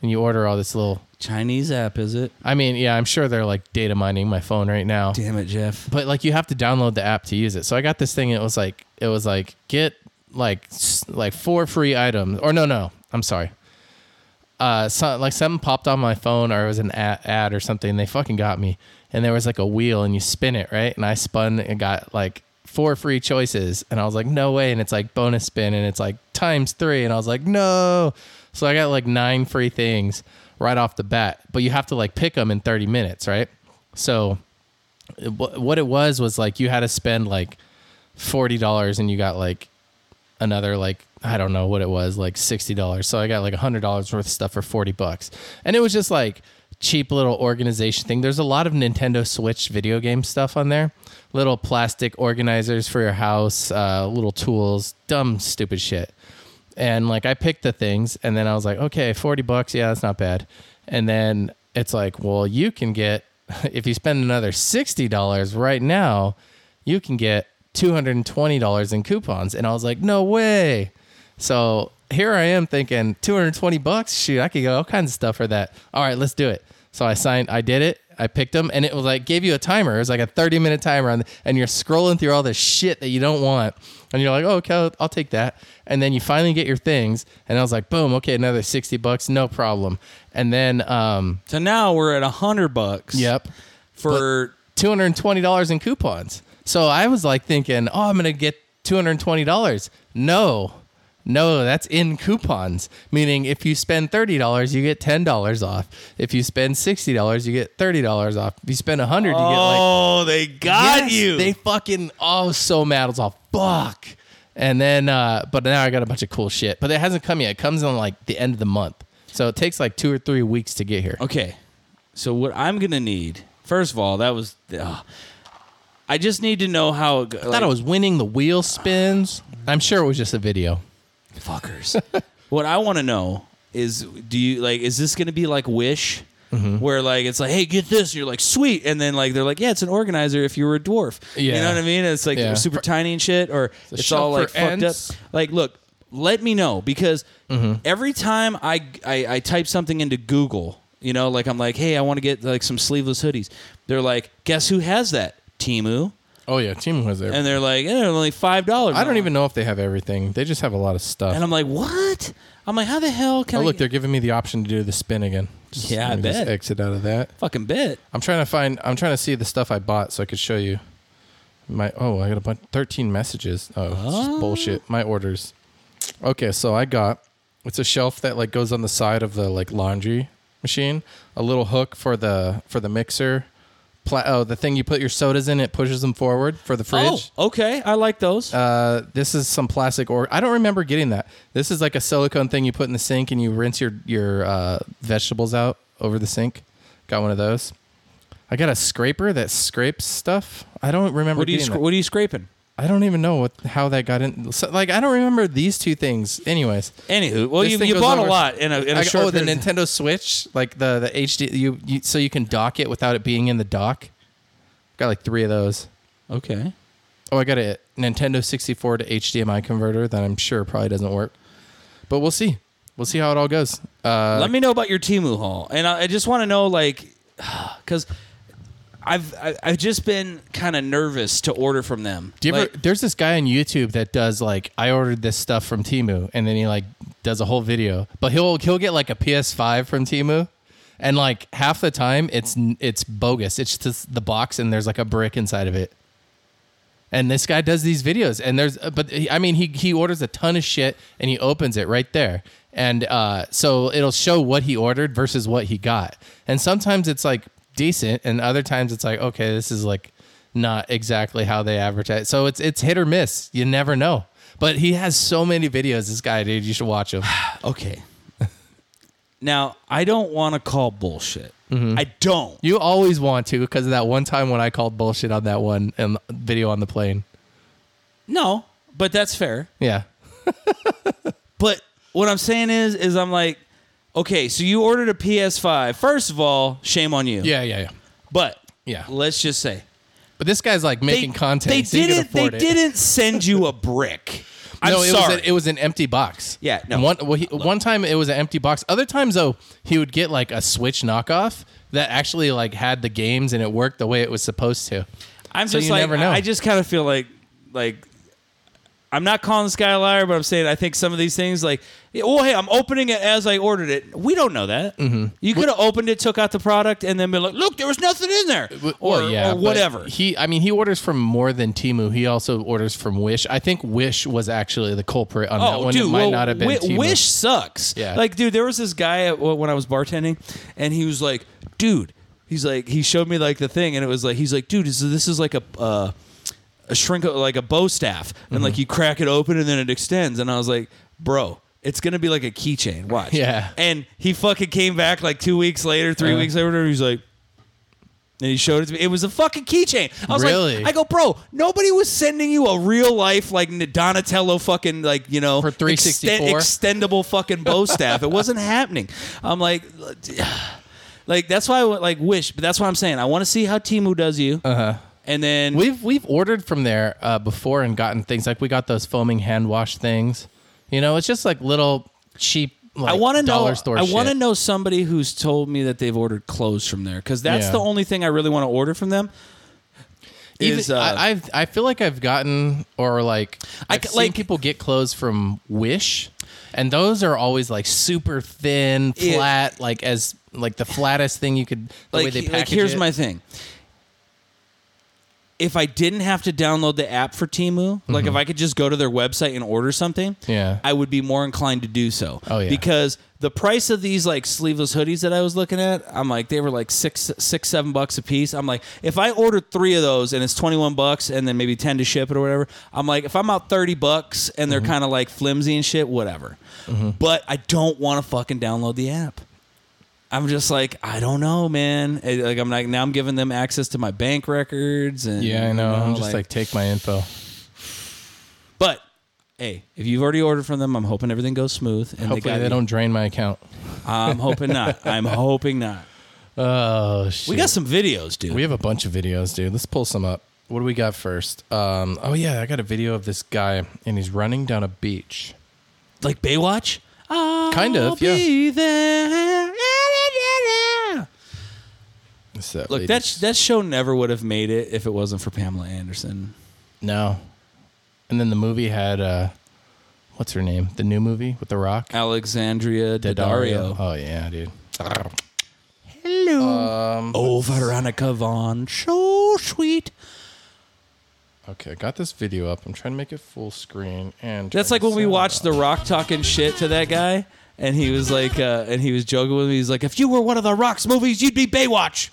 Speaker 2: and you order all this little.
Speaker 3: Chinese app, is it?
Speaker 2: I mean, yeah, I'm sure they're like data mining my phone right now,
Speaker 3: Damn it, Jeff.
Speaker 2: but like you have to download the app to use it. So I got this thing. It was like it was like get like s- like four free items, or no, no, I'm sorry. Uh, so, like something popped on my phone, or it was an ad, ad or something. They fucking got me, and there was like a wheel, and you spin it right, and I spun and got like four free choices, and I was like, no way, and it's like bonus spin, and it's like times three, and I was like, no, so I got like nine free things right off the bat, but you have to like pick them in 30 minutes, right? So wh- what it was was like you had to spend like forty dollars and you got like another like I don't know what it was like sixty dollars. So I got like hundred dollars worth of stuff for forty bucks, and it was just like cheap little organization thing. There's a lot of Nintendo Switch video game stuff on there, little plastic organizers for your house, uh, little tools, dumb stupid shit. And like I picked the things, and then I was like, okay, forty bucks, yeah, that's not bad. And then it's like, well, you can get if you spend another sixty dollars right now, you can get two hundred and twenty dollars in coupons. And I was like, no way. So here I am thinking two hundred twenty bucks. Shoot, I could get all kinds of stuff for that. All right, let's do it. So I signed, I did it. I picked them, and it was like gave you a timer. It was like a thirty minute timer, on, and you're scrolling through all this shit that you don't want, and you're like, oh, okay, I'll, I'll take that. And then you finally get your things, and I was like, boom, okay, another sixty bucks, no problem. And then, um,
Speaker 3: So now we're at a hundred bucks.
Speaker 2: yep,
Speaker 3: For
Speaker 2: two hundred and twenty dollars in coupons. So I was like thinking, oh, I'm gonna get two hundred and twenty dollars. No, no, that's in coupons. Meaning, if you spend thirty dollars, you get ten dollars off. If you spend sixty dollars, you get thirty dollars off. If you spend a hundred, you get like
Speaker 3: oh, they got
Speaker 2: Yes,
Speaker 3: you.
Speaker 2: They fucking oh so mad. I was all fuck. And then, uh, but now I got a bunch of cool shit. But it hasn't come yet. It comes on like the end of the month, so it takes like two or three weeks to get here.
Speaker 3: okay. So what I'm gonna need? First of all, that was. ugh. I just need to know how. It, go-
Speaker 2: I thought
Speaker 3: like-
Speaker 2: I was winning the wheel spins. I'm sure it was just a video.
Speaker 3: fuckers. what I want to know is, do you like? Is this going to be like Wish,
Speaker 2: Mm-hmm.
Speaker 3: where like it's like, hey, get this, and you're like, sweet, and then like they're like, yeah, it's an organizer if you were a dwarf. you
Speaker 2: Yeah.
Speaker 3: know what I mean? It's like
Speaker 2: Yeah.
Speaker 3: super tiny and shit, or it's, all
Speaker 2: shop
Speaker 3: like
Speaker 2: for
Speaker 3: fucked up.
Speaker 2: ants.
Speaker 3: Like, look, let me know because
Speaker 2: Mm-hmm.
Speaker 3: every time I, I I type something into Google, you know, like I'm like, hey, I want to get like some sleeveless hoodies. They're like, guess who has that? Timu.
Speaker 2: Oh yeah, Team was there.
Speaker 3: And they're like, eh, only five dollars.
Speaker 2: I don't even know if they have everything. They just have a lot of stuff.
Speaker 3: And I'm like, what? I'm like, how the hell can
Speaker 2: oh
Speaker 3: I
Speaker 2: look, they're giving me the option to do the spin again. Just,
Speaker 3: Yeah, I
Speaker 2: let me just
Speaker 3: bet.
Speaker 2: exit out of that.
Speaker 3: fucking bet?
Speaker 2: I'm trying to find. I'm trying to see the stuff I bought so I could show you. My oh, I got a bunch. Thirteen messages. Oh, it's just bullshit. My orders. Okay, so I got. It's a shelf that like goes on the side of the like laundry machine. A little hook for the for the mixer. Pla- oh, the thing you put your sodas in. It pushes them forward for the fridge.
Speaker 3: Oh, okay. I like those.
Speaker 2: Uh, this is some plastic or I don't remember getting that. This is like a silicone thing you put in the sink and you rinse your your uh, vegetables out over the sink. Got one of those. I got a scraper that scrapes stuff. I don't remember.
Speaker 3: what are you
Speaker 2: getting
Speaker 3: scra-
Speaker 2: that.
Speaker 3: What are you scraping?
Speaker 2: I don't even know what how that got in. So, like I don't remember these two things. Anyways,
Speaker 3: Anywho, well,
Speaker 2: This
Speaker 3: you,
Speaker 2: thing
Speaker 3: you
Speaker 2: goes
Speaker 3: bought a
Speaker 2: over-
Speaker 3: lot in a, in a
Speaker 2: I-
Speaker 3: short
Speaker 2: oh, the
Speaker 3: period of time.
Speaker 2: Nintendo Switch, like the the HD, you, you so you can dock it without it being in the dock. Got like three of those.
Speaker 3: Okay.
Speaker 2: Oh, I got a Nintendo 64 to HDMI converter that I'm sure probably doesn't work. But we'll see. We'll see how it all goes. Uh,
Speaker 3: Let me know about your Timu haul, and I, I just want to know, like, because I've I, I've just been kind of nervous to order from them.
Speaker 2: do you ever,
Speaker 3: Like,
Speaker 2: there's this guy on YouTube that does like I ordered this stuff from Timu and then he like does a whole video. But he'll he'll get like a PS5 from Timu and like half the time it's it's bogus. It's just the box and there's like a brick inside of it. And this guy does these videos, and there's, uh, but he- I mean, he he orders a ton of shit, and he opens it right there, and uh, so it'll show what he ordered versus what he got, and sometimes it's like decent, and other times it's like, okay, this is like not exactly how they advertise, so it's it's hit or miss, you never know. But he has so many videos, this guy, dude, you should watch him.
Speaker 3: okay. now I don't want to call bullshit. I don't.
Speaker 2: Mm-hmm. You always want to because of that one time when I called bullshit on that one um, video on the plane.
Speaker 3: No, but that's fair.
Speaker 2: Yeah,
Speaker 3: But what I'm saying is, is I'm like, okay, so you ordered a PS5. First of all, shame on you.
Speaker 2: yeah, yeah, yeah.
Speaker 3: But
Speaker 2: Yeah.
Speaker 3: let's just say
Speaker 2: But this guy's like making content.
Speaker 3: They
Speaker 2: so you can
Speaker 3: didn't. They
Speaker 2: afford it.
Speaker 3: didn't send you a brick. I'm
Speaker 2: no, it
Speaker 3: sorry.
Speaker 2: was a, it was an empty box.
Speaker 3: Yeah, no.
Speaker 2: One well, he, one time it was an empty box. Other times though, he would get like a Switch knockoff that actually like had the games and it worked the way it was supposed to.
Speaker 3: I'm
Speaker 2: so
Speaker 3: just
Speaker 2: you
Speaker 3: like.
Speaker 2: never know.
Speaker 3: I just kind of feel like like. I'm not calling this guy a liar, but I'm saying I think some of these things, like, oh, hey, I'm opening it as I ordered it. We don't know that.
Speaker 2: Mm-hmm.
Speaker 3: You could have opened it, took out the product, and then been like, look, there was nothing in there, or,
Speaker 2: Well, yeah,
Speaker 3: or
Speaker 2: but
Speaker 3: whatever.
Speaker 2: He, I mean, he orders from more than Timu. He also orders from Wish. I think Wish was actually the culprit on that one. it might
Speaker 3: Oh, well,
Speaker 2: not have been
Speaker 3: Wi-
Speaker 2: Timu.
Speaker 3: Wish sucks.
Speaker 2: Yeah.
Speaker 3: Like, dude, there was this guy at, well, when I was bartending, and he was like, dude, he's like, he showed me like the thing, and it was like, he's like, dude, this, this is like a. Uh, a shrink like a bow staff and
Speaker 2: Mm-hmm.
Speaker 3: like you crack it open and then it extends and i was like bro it's gonna be like a keychain watch
Speaker 2: Yeah.
Speaker 3: and he fucking came back like two weeks later three
Speaker 2: Uh.
Speaker 3: weeks later he's like and he showed it to me. It was a fucking keychain. I was
Speaker 2: Really?
Speaker 3: like, I go, bro, nobody was sending you a real life like Donatello fucking like you know
Speaker 2: For 364?
Speaker 3: extendable fucking bow staff. It wasn't happening. I'm like, like that's why I went, like wish, but that's what I'm saying. I want to see how Timu does you, uh-huh. and then
Speaker 2: We've we've ordered from there uh, before and gotten things like we got those foaming hand wash things. You know, it's just like little cheap like
Speaker 3: I want to know.
Speaker 2: dollar store
Speaker 3: I
Speaker 2: shit.
Speaker 3: want to know somebody who's told me that they've ordered clothes from there because that's
Speaker 2: Yeah.
Speaker 3: the only thing I really want to order from them.
Speaker 2: Even-
Speaker 3: Is uh,
Speaker 2: I, I've I feel like I've gotten or like
Speaker 3: I
Speaker 2: I've
Speaker 3: c-
Speaker 2: seen
Speaker 3: like-
Speaker 2: people get clothes from Wish, and those are always like super thin,
Speaker 3: Yeah.
Speaker 2: flat, like as like the flattest thing you could. The way
Speaker 3: like,
Speaker 2: they
Speaker 3: like,
Speaker 2: package
Speaker 3: here's
Speaker 2: it.
Speaker 3: my thing. If I didn't have to download the app for Timu, like if I could just go to their website and order something,
Speaker 2: Mm-hmm. Yeah.
Speaker 3: I would be more inclined to do so.
Speaker 2: Oh, yeah.
Speaker 3: because the price of these like sleeveless hoodies that I was looking at, I'm like they were like six, six, seven bucks a piece. I'm like, if I ordered three of those and it's twenty one bucks, and then maybe ten to ship it or whatever, I'm like, if I'm out thirty bucks and
Speaker 2: Mm-hmm.
Speaker 3: they're kind of like flimsy and shit, whatever. But I don't want to fucking download the app. I'm just like I don't know, man. Eh, Like I'm like now I'm giving them access to my bank records and
Speaker 2: Yeah, I know.
Speaker 3: you
Speaker 2: I'm just like, take my info.
Speaker 3: but hey, if you've already ordered from them, I'm hoping everything goes smooth. And
Speaker 2: Hopefully
Speaker 3: got
Speaker 2: they
Speaker 3: you.
Speaker 2: don't drain my account.
Speaker 3: I'm hoping not. I'm hoping not.
Speaker 2: Oh shit.
Speaker 3: We got some videos, dude.
Speaker 2: We have a bunch of videos, dude. Let's pull some up. What do we got first? Um, oh yeah, I got a video of this guy and he's running down a beach.
Speaker 3: like Baywatch. I'll
Speaker 2: Kind of, yeah.
Speaker 3: be there.
Speaker 2: It's that
Speaker 3: Look,
Speaker 2: uh, lady.
Speaker 3: that that show never would have made it if it wasn't for Pamela Anderson.
Speaker 2: no. And then the movie had uh, what's her name? The new movie with The
Speaker 3: Ah,
Speaker 2: Rock.
Speaker 3: Alexandria Daddario.
Speaker 2: Daddario. Oh yeah, dude. Um,
Speaker 3: Oh, Veronica Vaughn. So sweet.
Speaker 2: Okay, I got this video up. I'm trying to make it full screen and
Speaker 3: That's like when we watched The Rock talking shit to that guy, and he was like, uh, and he was joking with me. He's like, if you were one of The Rock's movies, you'd be Baywatch.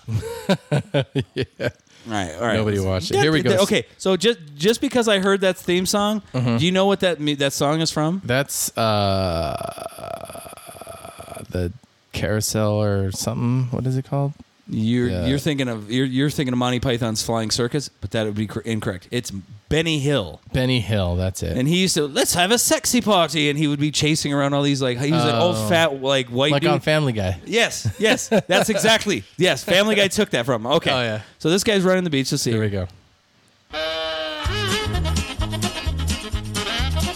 Speaker 3: All right, all right.
Speaker 2: Nobody watched it. Here we go. Mm-hmm.
Speaker 3: Okay, so just just because I heard that theme song, do you know what that mu- that song is from?
Speaker 2: That's uh the carousel or something. What is it called?
Speaker 3: You're
Speaker 2: Yeah.
Speaker 3: you're thinking of you're you're thinking of Monty Python's Flying Circus, but that would be cor- incorrect. It's Benny Hill,
Speaker 2: Benny Hill. That's it.
Speaker 3: and he used to let's have a sexy party, and he would be chasing around all these like he was an old fat like white
Speaker 2: Oh. like
Speaker 3: dude.
Speaker 2: on Family Guy.
Speaker 3: Yes, yes, that's exactly. Yes, Family Guy took that from. him. Okay.
Speaker 2: Oh, yeah.
Speaker 3: So this guy's running the beach. Let's see.
Speaker 2: Here we go.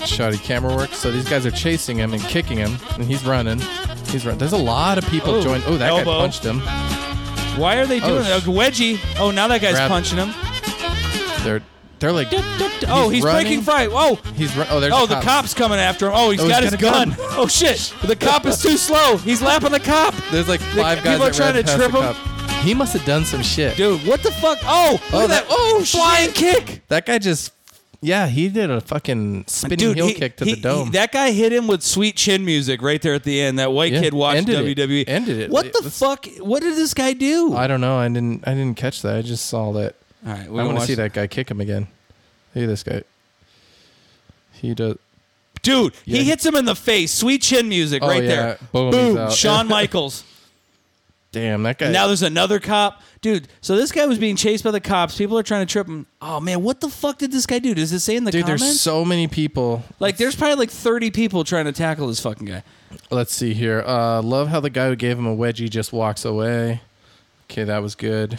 Speaker 2: Shoddy camera work. So these guys are chasing him and kicking him, and he's running. He's running. There's a lot of people
Speaker 3: Oh,
Speaker 2: join. Oh, that guy
Speaker 3: elbow.
Speaker 2: punched him.
Speaker 3: Why are they doing
Speaker 2: Oh,
Speaker 3: that?
Speaker 2: sh-
Speaker 3: Wedgie. Oh, now that guy's
Speaker 2: Grab it.
Speaker 3: punching him.
Speaker 2: They're they're like.
Speaker 3: Dup, dup, dup. Oh, he's,
Speaker 2: running.
Speaker 3: breaking front. Oh,
Speaker 2: He's run- oh there's
Speaker 3: oh, the
Speaker 2: the cops.
Speaker 3: cop's coming after him. Oh, he's
Speaker 2: Oh,
Speaker 3: got
Speaker 2: he's
Speaker 3: his
Speaker 2: got
Speaker 3: gun.
Speaker 2: a
Speaker 3: Oh shit, the cop is too slow. He's lapping the cop.
Speaker 2: There's like five
Speaker 3: people
Speaker 2: guys.
Speaker 3: are
Speaker 2: that
Speaker 3: trying to
Speaker 2: ran past
Speaker 3: trip
Speaker 2: the
Speaker 3: him.
Speaker 2: cop. He must have done some shit.
Speaker 3: Dude, what the fuck? Oh, look
Speaker 2: Oh,
Speaker 3: at that.
Speaker 2: that-
Speaker 3: Oh, flying kick.
Speaker 2: That guy just, yeah, he did a fucking spinning
Speaker 3: Dude,
Speaker 2: heel
Speaker 3: he-
Speaker 2: kick to
Speaker 3: he-
Speaker 2: the dome.
Speaker 3: he- that guy hit him with sweet chin music right there at the end. That white
Speaker 2: Yeah,
Speaker 3: kid watched
Speaker 2: ended it.
Speaker 3: WWE.
Speaker 2: Ended
Speaker 3: E.
Speaker 2: it.
Speaker 3: What the
Speaker 2: That's-
Speaker 3: fuck? What did this guy do?
Speaker 2: I don't know. I didn't. I didn't catch that. I just saw that.
Speaker 3: All right,
Speaker 2: I want to see that guy kick him again. Look at this guy. He does.
Speaker 3: Dude,
Speaker 2: Yeah.
Speaker 3: he hits him in the face. Sweet chin music
Speaker 2: Oh,
Speaker 3: right
Speaker 2: yeah.
Speaker 3: there.
Speaker 2: Boom, he's out.
Speaker 3: Shawn Michaels.
Speaker 2: Damn, that guy.
Speaker 3: Now there's another cop. Dude, so this guy was being chased by the cops. People are trying to trip him. Oh man, what the fuck did this guy do? Does it say in the
Speaker 2: dude,
Speaker 3: comments?
Speaker 2: there's so many people.
Speaker 3: like there's probably like 30 people trying to tackle this fucking guy.
Speaker 2: Let's see here. Uh, love how the guy who gave him a wedgie just walks away. Okay, that was good.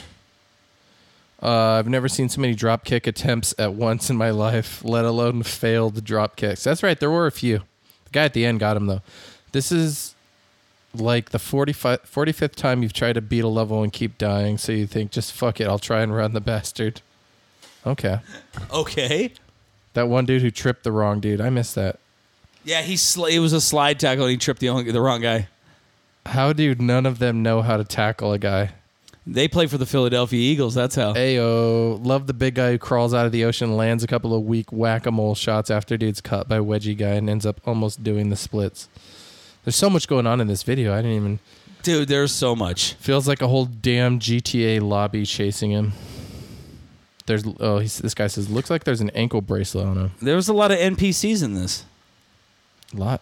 Speaker 2: Uh, I've never seen so many drop kick attempts at once in my life, let alone failed drop kicks. That's right, there were a few. The guy at the end got him though. This is like the 45, 45th time you've tried to beat a level and keep dying, so you think just fuck it, I'll try and run the bastard. Okay.
Speaker 3: Okay.
Speaker 2: That one dude who tripped the wrong dude. I missed that.
Speaker 3: Yeah, he sl- it was a slide tackle and he tripped the only, the wrong guy.
Speaker 2: How do none of them know how to tackle a guy?
Speaker 3: They play for the Philadelphia Eagles, that's how.
Speaker 2: Ayo, love the big guy who crawls out of the ocean, lands a couple of weak whack a mole shots after dude's caught by wedgie guy and ends up almost doing the splits. There's so much going on in this video. I didn't even
Speaker 3: Dude, there's so much.
Speaker 2: feels like a whole damn GTA lobby chasing him. There's oh he's, this guy says looks like there's an ankle bracelet on him.
Speaker 3: There was a lot of NPCs in this.
Speaker 2: A lot.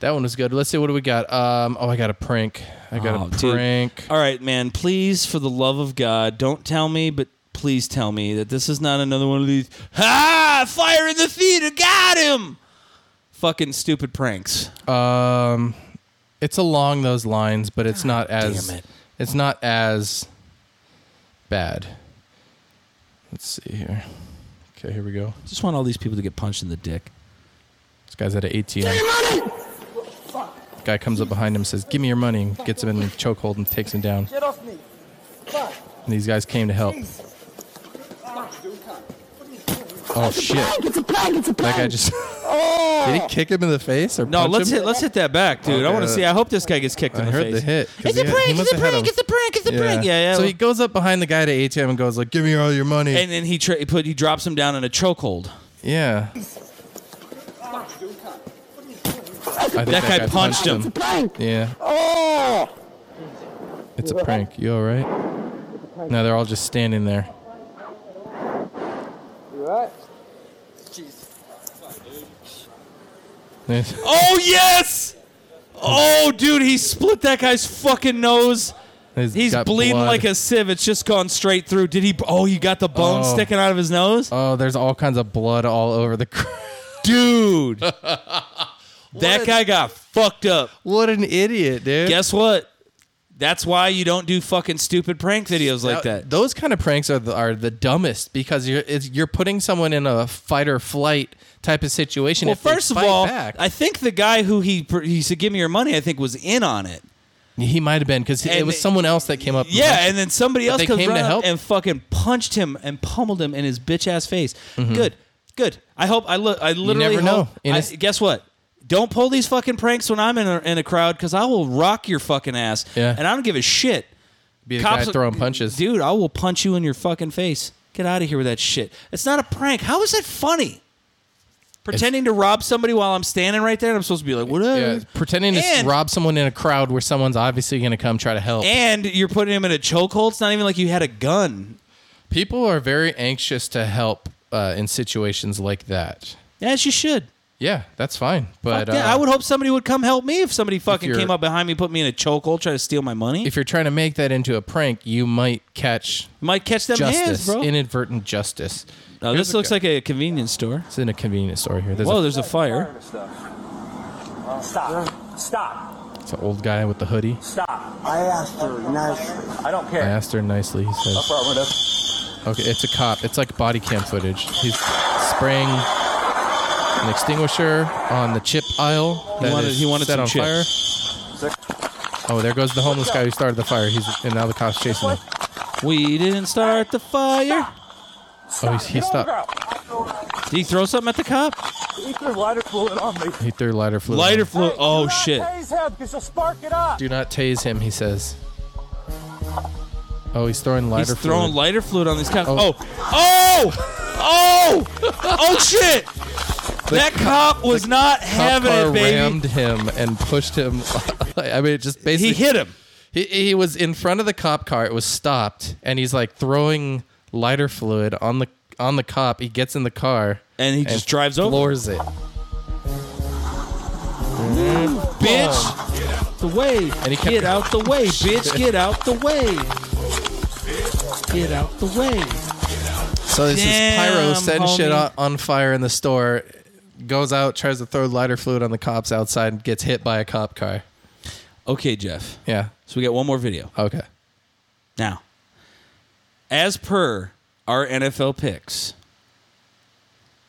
Speaker 2: That one was good. Let's see what do we got. Um oh I got a prank. I got
Speaker 3: Oh,
Speaker 2: a
Speaker 3: dude.
Speaker 2: prank.
Speaker 3: All right, man. Please, for the love of God, don't tell me, but please tell me that this is not another one of these. Ah, fire in the theater, got him. Fucking stupid pranks.
Speaker 2: Um, it's along those lines, but it's not as
Speaker 3: damn it.
Speaker 2: it's not as bad. Let's see here. Okay, here we go.
Speaker 3: Just want all these people to get punched in the dick.
Speaker 2: This guy's at an ATM. Guy comes up behind him, says, "Give me your money." Gets him in a chokehold and takes him down.
Speaker 11: Get off me. Fuck.
Speaker 2: And these guys came to help. Oh shit! That guy just
Speaker 11: Oh.
Speaker 2: did he kick him in the face or
Speaker 3: No,
Speaker 2: punch
Speaker 3: let's
Speaker 2: him?
Speaker 3: hit let's hit that back, dude. I
Speaker 2: Okay,
Speaker 3: want to
Speaker 2: that-
Speaker 3: see. I hope this guy gets kicked
Speaker 2: I
Speaker 3: in the
Speaker 2: heard
Speaker 3: face.
Speaker 2: the hit. 'cause he- he must have had him-
Speaker 3: a prank, it's a Yeah, yeah.
Speaker 2: So he goes up behind the guy to ATM and goes like, "Give me all your money."
Speaker 3: and then he tra- he put he drops him down in a chokehold.
Speaker 2: yeah. I think
Speaker 3: That guy punched him.
Speaker 2: him. Yeah.
Speaker 11: Oh!
Speaker 2: It's a prank. You all right? No, they're all just standing there.
Speaker 11: You right?
Speaker 2: They-
Speaker 3: Oh yes! Oh, dude, he split that guy's fucking nose.
Speaker 2: He's,
Speaker 3: He's
Speaker 2: got
Speaker 3: bleeding
Speaker 2: blood.
Speaker 3: like a sieve. It's just gone straight through. Did he? Oh, you got the bone
Speaker 2: Oh.
Speaker 3: sticking out of his nose,
Speaker 2: Oh, there's all kinds of blood all over the. cr-
Speaker 3: dude. that guy got fucked up.
Speaker 2: what an idiot, dude!
Speaker 3: Guess what? That's why you don't do fucking stupid prank videos like
Speaker 2: Now,
Speaker 3: that.
Speaker 2: Those kind of pranks are the, are the dumbest because you're it's, you're putting someone in a fight or flight type of situation.
Speaker 3: Well,
Speaker 2: If they
Speaker 3: first of
Speaker 2: fight
Speaker 3: all,
Speaker 2: back,
Speaker 3: I think the guy who he pr- he said give me your money, I think was in on it.
Speaker 2: he might have been because it
Speaker 3: And-
Speaker 2: was someone else that came up. and
Speaker 3: Yeah,
Speaker 2: punched him.
Speaker 3: and then somebody
Speaker 2: But
Speaker 3: else
Speaker 2: they
Speaker 3: comes
Speaker 2: came to
Speaker 3: running up
Speaker 2: help.
Speaker 3: and fucking punched him and pummeled him in his bitch ass face. Good, good. I hope I look. I literally
Speaker 2: Mm-hmm. never know.
Speaker 3: hope-
Speaker 2: In a
Speaker 3: I-
Speaker 2: s-
Speaker 3: guess what? Don't pull these fucking pranks when I'm in a, in a crowd because I will rock your fucking ass.
Speaker 2: Yeah.
Speaker 3: and I don't give a shit.
Speaker 2: be the
Speaker 3: Cops
Speaker 2: guy throwing punches.
Speaker 3: dude. I will punch you in your fucking face. Get out of here with that shit. It's not a prank. How is that funny? Pretending to rob somebody while I'm standing right there, and I'm supposed to be like, whatever.
Speaker 2: Yeah, pretending to s
Speaker 3: And-
Speaker 2: rob someone in a crowd where someone's obviously going to come try to help.
Speaker 3: And you're putting him in a chokehold. It's not even like you had a gun.
Speaker 2: People are very anxious to help uh, in situations like that.
Speaker 3: Yes, you should.
Speaker 2: Yeah, that's fine. But
Speaker 3: Fuck that.
Speaker 2: uh,
Speaker 3: I would hope somebody would come help me if somebody fucking
Speaker 2: you're-
Speaker 3: came up behind me, put me in a chokehold, try to steal my money.
Speaker 2: if you're trying to make that into a prank, you might catch
Speaker 3: Might catch them hands,
Speaker 2: justice,
Speaker 3: bro.
Speaker 2: inadvertent justice.
Speaker 3: Now,
Speaker 2: Here's
Speaker 3: this
Speaker 2: a
Speaker 3: looks
Speaker 2: guy-
Speaker 3: like a convenience store.
Speaker 2: it's in a convenience store here. There's
Speaker 3: Whoa,
Speaker 2: a,
Speaker 3: there's a fire.
Speaker 11: Stop. Stop.
Speaker 2: it's an old guy with the hoodie.
Speaker 11: Stop. I asked her nicely. I don't
Speaker 2: I
Speaker 11: care.
Speaker 2: asked her nicely. He says, "Okay, it's a cop. It's like body cam footage. He's spraying an extinguisher on the chip aisle that
Speaker 3: He wanted-
Speaker 2: is
Speaker 3: he wanted
Speaker 2: set
Speaker 3: some
Speaker 2: on fire." Oh, there goes the homeless guy who started the fire. He's and now the cops chasing him.
Speaker 3: We didn't start the fire.
Speaker 2: Oh, he's, he stopped.
Speaker 3: Did he throw something at the cop?
Speaker 11: Keep your lighter fluid on me.
Speaker 2: He threw lighter fluid. on
Speaker 3: Lighter
Speaker 2: him.
Speaker 3: fluid. Oh, shit.
Speaker 11: because you'll spark it up.
Speaker 2: Do not tase him. He says. Oh, he's throwing lighter
Speaker 3: He's throwing
Speaker 2: fluid.
Speaker 3: lighter fluid on this cop.
Speaker 2: Oh.
Speaker 3: Oh. Oh! Oh! Oh, shit! That cop was not
Speaker 2: Cop
Speaker 3: having
Speaker 2: car
Speaker 3: it, baby.
Speaker 2: rammed him and pushed him. I mean, it just basically
Speaker 3: He hit him.
Speaker 2: He, he was in front of the cop car. It was stopped, and he's like throwing lighter fluid on the on the cop. He gets in the car
Speaker 3: And he just drives over.
Speaker 2: floors it.
Speaker 3: Mm-hmm. bitch. The way.
Speaker 2: he kept-
Speaker 3: get out the way, bitch. Get out the way. Get out the way.
Speaker 2: So this
Speaker 3: Damn,
Speaker 2: is Pyro setting shit
Speaker 3: homie.
Speaker 2: on, on fire in the store. Goes out, tries to throw lighter fluid on the cops outside, and gets hit by a cop car.
Speaker 3: Okay, Jeff.
Speaker 2: Yeah.
Speaker 3: So we got one more video.
Speaker 2: Okay.
Speaker 3: Now, as per our NFL picks,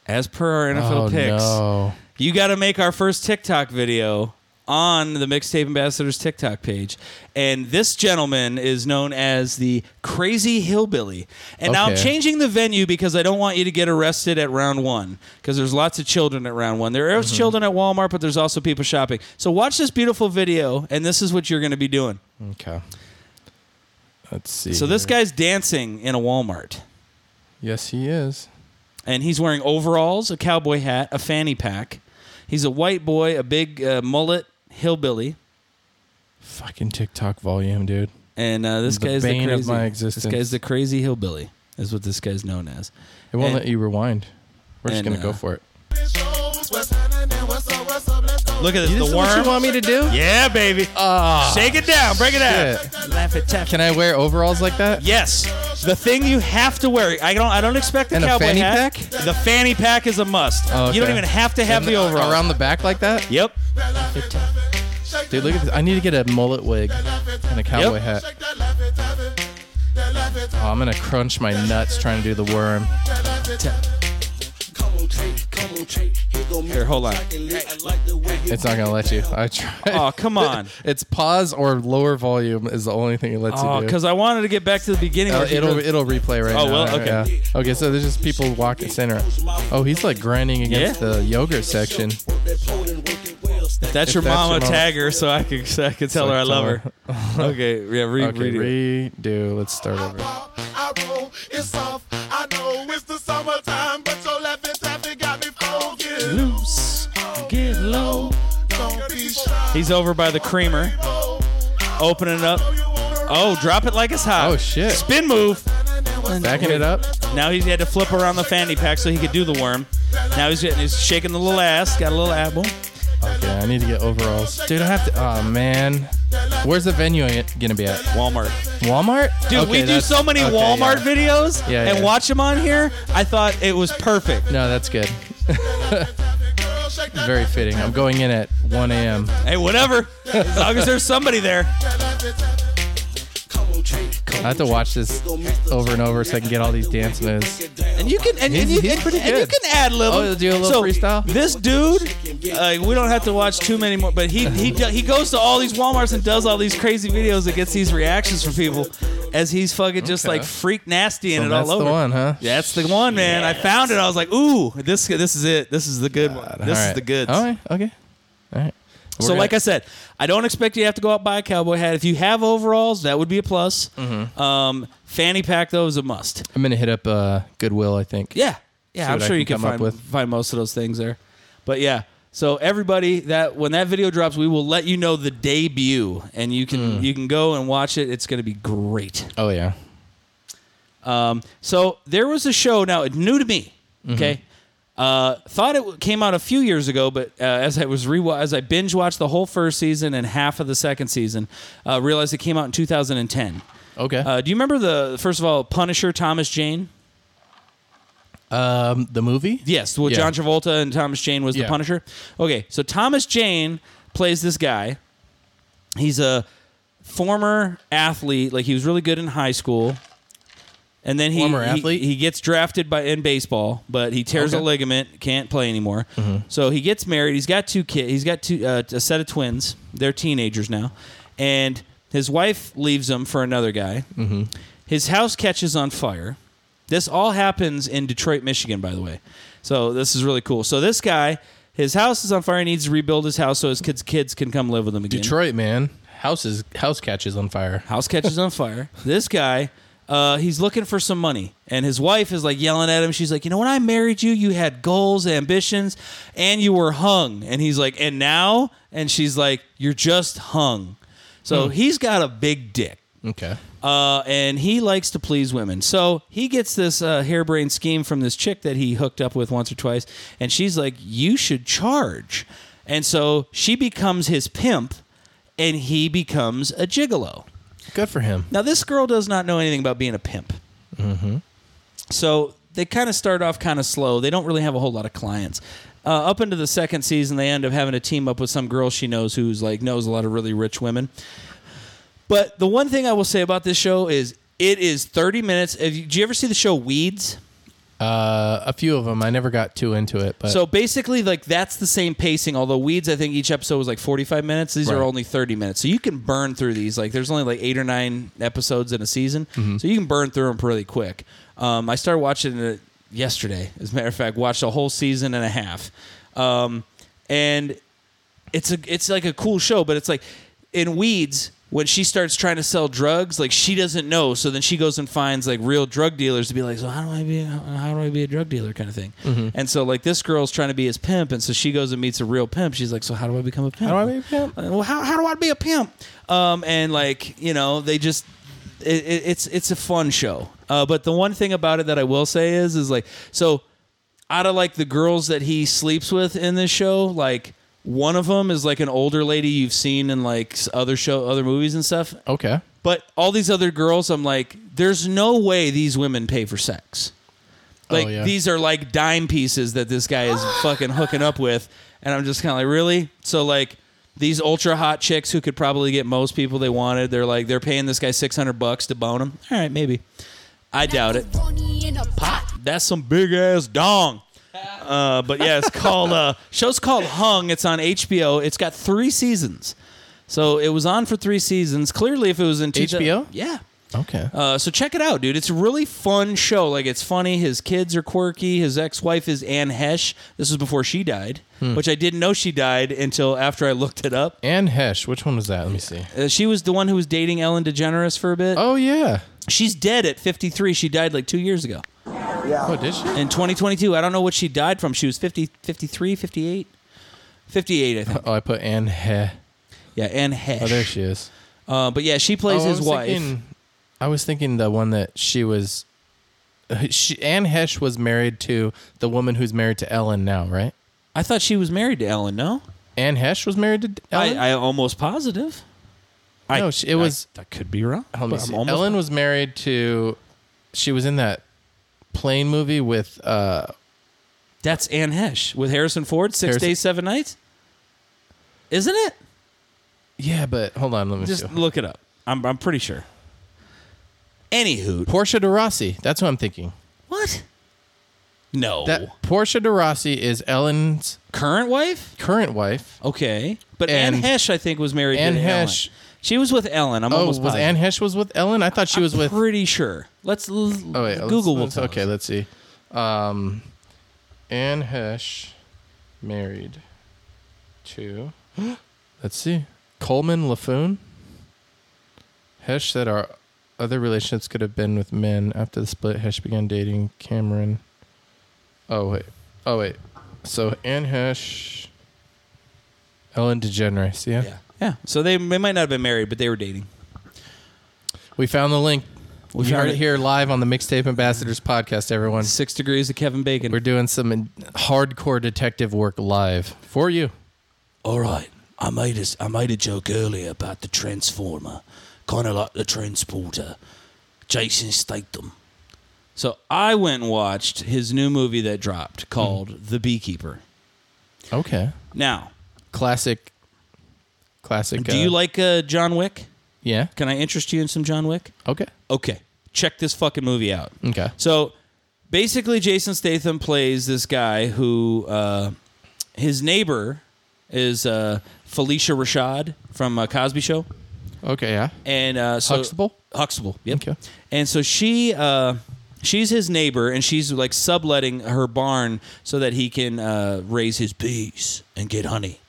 Speaker 3: as per our NFL
Speaker 2: oh
Speaker 3: picks,
Speaker 2: no.
Speaker 3: you got to make our first TikTok video on the Mixtape Ambassadors TikTok page. And this gentleman is known as the Crazy Hillbilly. And now I'm
Speaker 2: Okay.
Speaker 3: changing the venue because I don't want you to get arrested at round one because there's lots of children at round one. There is
Speaker 2: Mm-hmm.
Speaker 3: children at Walmart, but there's also people shopping. So watch this beautiful video, and this is what you're going to be doing.
Speaker 2: Okay. Let's see.
Speaker 3: So this
Speaker 2: here.
Speaker 3: guy's dancing in a Walmart.
Speaker 2: Yes, he is.
Speaker 3: and he's wearing overalls, a cowboy hat, a fanny pack. He's a white boy, a big uh, mullet, hillbilly,
Speaker 2: Fucking TikTok volume, dude.
Speaker 3: and uh, this
Speaker 2: The
Speaker 3: guy's the
Speaker 2: bane of
Speaker 3: crazy.
Speaker 2: my
Speaker 3: This
Speaker 2: existence.
Speaker 3: guy's the crazy hillbilly, is what this guy's known as.
Speaker 2: It won't
Speaker 3: And-
Speaker 2: let you rewind. We're just
Speaker 3: and,
Speaker 2: gonna go
Speaker 3: uh,
Speaker 2: for it.
Speaker 3: Look at this,
Speaker 2: This
Speaker 3: the
Speaker 2: is what
Speaker 3: worm.
Speaker 2: you want me to do? Ah.
Speaker 3: yeah, baby. Shake it down, break it down.
Speaker 2: Yeah. Can I wear overalls like that?
Speaker 3: Yes, the thing you have to wear. I don't. I don't expect the
Speaker 2: And a
Speaker 3: cowboy
Speaker 2: fanny
Speaker 3: hat.
Speaker 2: pack?
Speaker 3: The fanny pack is a must.
Speaker 2: Oh,
Speaker 3: You don't
Speaker 2: okay.
Speaker 3: even have to have
Speaker 2: And
Speaker 3: the overalls.
Speaker 2: around the back like that.
Speaker 3: yep.
Speaker 2: Dude, look at this. I need to get a mullet wig and a cowboy hat. Oh, I'm gonna crunch my nuts trying to do the worm.
Speaker 3: Here, hold on.
Speaker 2: It's not gonna let you. I tried.
Speaker 3: Oh, come on.
Speaker 2: it's pause or lower volume is the only thing it lets
Speaker 3: Oh,
Speaker 2: you do.
Speaker 3: because I wanted to get back to the beginning.
Speaker 2: Uh,
Speaker 3: of
Speaker 2: it'll it'll replay right
Speaker 3: Oh,
Speaker 2: now.
Speaker 3: well, okay.
Speaker 2: yeah. Okay, so there's just people walking center. Oh, he's like grinding against
Speaker 3: Yeah.
Speaker 2: the yogurt section.
Speaker 3: That's
Speaker 2: If
Speaker 3: your
Speaker 2: that's
Speaker 3: mama
Speaker 2: your mama-
Speaker 3: tagger, so I could so I could tell her I love her. okay, yeah, re-
Speaker 2: okay,
Speaker 3: read it.
Speaker 2: redo. Let's start over.
Speaker 1: I roll, it's soft. I know it's the summertime, but your laughing traffic got me focused.
Speaker 3: Loose, get low.
Speaker 1: Don't be shy.
Speaker 3: He's over by the creamer. Open it up. Oh, drop it like it's hot.
Speaker 2: Oh, shit.
Speaker 3: Spin move.
Speaker 2: Backing it up.
Speaker 3: Now he had to flip around the fanny pack so he could do the worm. Now he's getting, he's shaking the little ass. Got a little apple.
Speaker 2: Okay, I need to get overalls, dude. I have to. Oh man, where's the venue gonna be at?
Speaker 3: Walmart.
Speaker 2: Walmart?
Speaker 3: Dude,
Speaker 2: Okay,
Speaker 3: we do
Speaker 2: that's-
Speaker 3: so many
Speaker 2: okay,
Speaker 3: Walmart
Speaker 2: yeah.
Speaker 3: videos
Speaker 2: Yeah,
Speaker 3: and
Speaker 2: yeah.
Speaker 3: watch them on here. I thought it was perfect.
Speaker 2: No, that's good. Very fitting. I'm going in at 1 a.m.
Speaker 3: Hey, whatever. As long as there's somebody there.
Speaker 2: I have to watch this over and over so I can get all these dance moves.
Speaker 3: And you can and, and
Speaker 2: He's-
Speaker 3: you,
Speaker 2: he's
Speaker 3: and-
Speaker 2: pretty
Speaker 3: and
Speaker 2: good.
Speaker 3: you can add lib.
Speaker 2: Oh, he'll do a little
Speaker 3: so
Speaker 2: freestyle?
Speaker 3: This dude, uh, we don't have to watch too many more, but he he do- he goes to all these WalMarts and does all these crazy videos that gets these reactions from people as he's fucking just
Speaker 2: Okay.
Speaker 3: like freak nasty and
Speaker 2: So
Speaker 3: it
Speaker 2: that's
Speaker 3: all over.
Speaker 2: the one, huh?
Speaker 3: That's the one, man. I found it. I was like, ooh, this this is it. This is the good one. This
Speaker 2: All
Speaker 3: is
Speaker 2: right.
Speaker 3: the goods.
Speaker 2: All right. Okay. All right.
Speaker 3: So, like I said, I don't expect you to have to go out and buy a cowboy hat. If you have overalls, that would be a plus.
Speaker 2: Mm-hmm.
Speaker 3: Um, fanny pack though is a must.
Speaker 2: I'm gonna hit up uh, Goodwill. I think.
Speaker 3: Yeah,
Speaker 2: See
Speaker 3: yeah. I'm
Speaker 2: what I
Speaker 3: sure
Speaker 2: can
Speaker 3: you can
Speaker 2: come up
Speaker 3: find
Speaker 2: with.
Speaker 3: find most of those things there. But yeah, so everybody that when that video drops, we will let you know the debut, and you can
Speaker 2: Mm.
Speaker 3: you can go and watch it. It's going to be great.
Speaker 2: Oh yeah.
Speaker 3: Um, so there was a show now it's new to me.
Speaker 2: Mm-hmm.
Speaker 3: Okay. Uh, thought it came out a few years ago, but uh, as I was re as I binge watched the whole first season and half of the second season, uh, realized it came out in 2010.
Speaker 2: Okay.
Speaker 3: Uh, do you remember the first of all Punisher Thomas Jane?
Speaker 2: um, the movie.
Speaker 3: Yes, well,
Speaker 2: Yeah.
Speaker 3: John Travolta and Thomas Jane was
Speaker 2: Yeah.
Speaker 3: the Punisher. Okay, so Thomas Jane plays this guy. He's a former athlete, like he was really good in high school, and then he
Speaker 2: Former
Speaker 3: he-
Speaker 2: athlete?
Speaker 3: He, gets drafted by in baseball, but he tears
Speaker 2: Okay. Mm-hmm.
Speaker 3: a ligament, can't play anymore. So he gets married. He's got two kids. He's got two uh, a set of twins. They're teenagers now, and his wife leaves him for another guy. His house catches on fire. This all happens in Detroit, Michigan, by the way. So this is really cool. So this guy, his house is on fire. He needs to rebuild his house so his kids' kids can come live with him again.
Speaker 2: Detroit man. Houses house catches on fire.
Speaker 3: House catches on fire. This guy, uh, he's looking for some money, and his wife is like yelling at him. She's like, "You know, when I married you, you had goals, ambitions, and you were hung." And he's like, "And now?" And she's like, "You're just hung." So he's got a big dick.
Speaker 2: Okay.
Speaker 3: Uh, and he likes to please women. So he gets this uh, harebrained scheme from this chick that he hooked up with once or twice, and she's like, "You should charge." And so she becomes his pimp, and he becomes a gigolo.
Speaker 2: Good for him.
Speaker 3: Now, this girl does not know anything about being a pimp. Mm-hmm. So they kind of start off kind of slow. They don't really have a whole lot of clients. Uh, up into the second season, they end up having to team up with some girl she knows who's like knows a lot of really rich women. But the one thing I will say about this show is it is 30 minutes. Have you, do you ever see the show Weeds?
Speaker 2: Uh, a few of them. I never got too into it, but
Speaker 3: So basically, like that's the same pacing. Although Weeds, I think each episode was like forty-five minutes. These are
Speaker 2: Right.
Speaker 3: only thirty minutes, so you can burn through these. Like there's only like eight or nine episodes in a season,
Speaker 2: Mm-hmm.
Speaker 3: so you can burn through them pretty quick. Um, I started watching it yesterday, as a matter of fact. Watched a whole season and a half, um, and it's a it's like a cool show, but it's like in Weeds when she starts trying to sell drugs, like she doesn't know. So then she goes and finds like real drug dealers to be like, so how do I be how, how do I be a drug dealer kind of thing.
Speaker 2: Mm-hmm.
Speaker 3: And so like this girl's trying to be his pimp, and so she goes and meets a real pimp. She's like, so how do I become a pimp?
Speaker 2: How do I be a pimp?
Speaker 3: Uh, Well, how how do I be a pimp? Um, and like you know they just. It, it, it's it's a fun show, uh, but the one thing about it that I will say is is like so out of like the girls that he sleeps with in this show, like one of them is like an older lady you've seen in like s- other show, other movies and stuff.
Speaker 2: okay.
Speaker 3: But all these other girls, I'm like, there's no way these women pay for sex. Like
Speaker 2: yeah.
Speaker 3: these are like dime pieces that this guy is fucking hooking up with, and I'm just kind of like, really? So like these ultra hot chicks who could probably get most people they wanted, they're like they're paying this guy 600 bucks to bone him. All right, maybe. I doubt it. That's some big ass dong. Uh, but yeah, it's called uh, show's called Hung. It's on HBO. It's got three seasons, so it was on for three seasons. Clearly, if it was in two
Speaker 2: HBO?
Speaker 3: yeah.
Speaker 2: Okay.
Speaker 3: Uh, so check it out, dude. It's a really fun show. Like it's funny. His kids are quirky. His ex-wife is Anne Hesh. This was before she died,
Speaker 2: Hmm.
Speaker 3: which I didn't know she died until after I looked it up.
Speaker 2: Anne Hesh, which one was that? Let me see.
Speaker 3: Uh, she was the one who was dating Ellen DeGeneres for a bit.
Speaker 2: Oh yeah.
Speaker 3: She's dead at 53. She died like 2 years ago.
Speaker 2: Yeah. Oh, did she?
Speaker 3: In 2022. I don't know what she died from. She was 50 53, 58. 58, I think.
Speaker 2: Oh, I put Anne Hesh.
Speaker 3: Yeah, Anne Hesh.
Speaker 2: Oh, there she is.
Speaker 3: Uh, but yeah, she plays
Speaker 2: Oh, I
Speaker 3: his
Speaker 2: was
Speaker 3: wife.
Speaker 2: thinking- I was thinking the one that she was. uh, She, Anne Hesh was married to the woman who's married to Ellen now, right?
Speaker 3: I thought she was married to Ellen. No,
Speaker 2: Anne Hesh was married to Ellen.
Speaker 3: I, I almost positive.
Speaker 2: no, she, it was.
Speaker 3: I could be wrong.
Speaker 2: Hold on,
Speaker 3: but
Speaker 2: see.
Speaker 3: I'm almost-
Speaker 2: Ellen was married to. She was in that plane movie with. uh
Speaker 3: That's Anne Hesh with Harrison Ford, six
Speaker 2: Harrison-
Speaker 3: days, seven nights. Isn't it?
Speaker 2: Yeah, but hold on, let me
Speaker 3: Just
Speaker 2: see.
Speaker 3: look it up. I'm, I'm pretty sure. Anywho,
Speaker 2: Portia de Rossi. That's what I'm thinking.
Speaker 3: what? No.
Speaker 2: That Portia de Rossi is Ellen's
Speaker 3: Current wife?
Speaker 2: current wife.
Speaker 3: Okay. But Anne
Speaker 2: And-
Speaker 3: Hesh, I think, was married
Speaker 2: Anne
Speaker 3: to
Speaker 2: Hesh-
Speaker 3: Ellen. She was with Ellen. I'm
Speaker 2: oh, was
Speaker 3: almost positive.
Speaker 2: Anne Hesh was with Ellen? I thought she was with.
Speaker 3: Pretty sure. Let's l-
Speaker 2: Oh wait, let's-
Speaker 3: Google will
Speaker 2: let's-
Speaker 3: tell
Speaker 2: Okay, let's see. Um, Anne Hesh, married to. Let's see, Coleman LaFoon. Hesh said our other relationships could have been with men. After the split, Hesh began dating Cameron. Oh wait, oh wait. So Anne Hesh, Ellen DeGeneres. Yeah,
Speaker 3: Yeah. Yeah. So they, they might not have been married, but they were dating.
Speaker 2: we found the link. We
Speaker 3: found
Speaker 2: heard
Speaker 3: it.
Speaker 2: it here live on the Mixtape Ambassadors podcast. Everyone,
Speaker 3: Six degrees of Kevin Bacon.
Speaker 2: We're doing some in- hardcore detective work live for you.
Speaker 6: All right, I made a, I made a joke earlier about the Transformer, kind of like the Transporter, Jason Statham.
Speaker 3: So I went and watched his new movie that dropped called
Speaker 2: Mm-hmm.
Speaker 3: The Beekeeper.
Speaker 2: Okay.
Speaker 3: Now,
Speaker 2: Classic. Classic.
Speaker 3: do you
Speaker 2: uh,
Speaker 3: like uh, John Wick?
Speaker 2: Yeah.
Speaker 3: Can I interest you in some John Wick?
Speaker 2: Okay.
Speaker 3: Okay. Check this fucking movie out.
Speaker 2: Okay.
Speaker 3: So basically, Jason Statham plays this guy who uh, his neighbor is uh, Felicia Rashad from uh, Cosby Show.
Speaker 2: Okay. Yeah.
Speaker 3: and uh, so
Speaker 2: Huxtable?
Speaker 3: Huxtable, yep.
Speaker 2: Okay.
Speaker 3: And so she, uh, she's his neighbor, and she's like subletting her barn so that he can uh, raise his bees and get honey.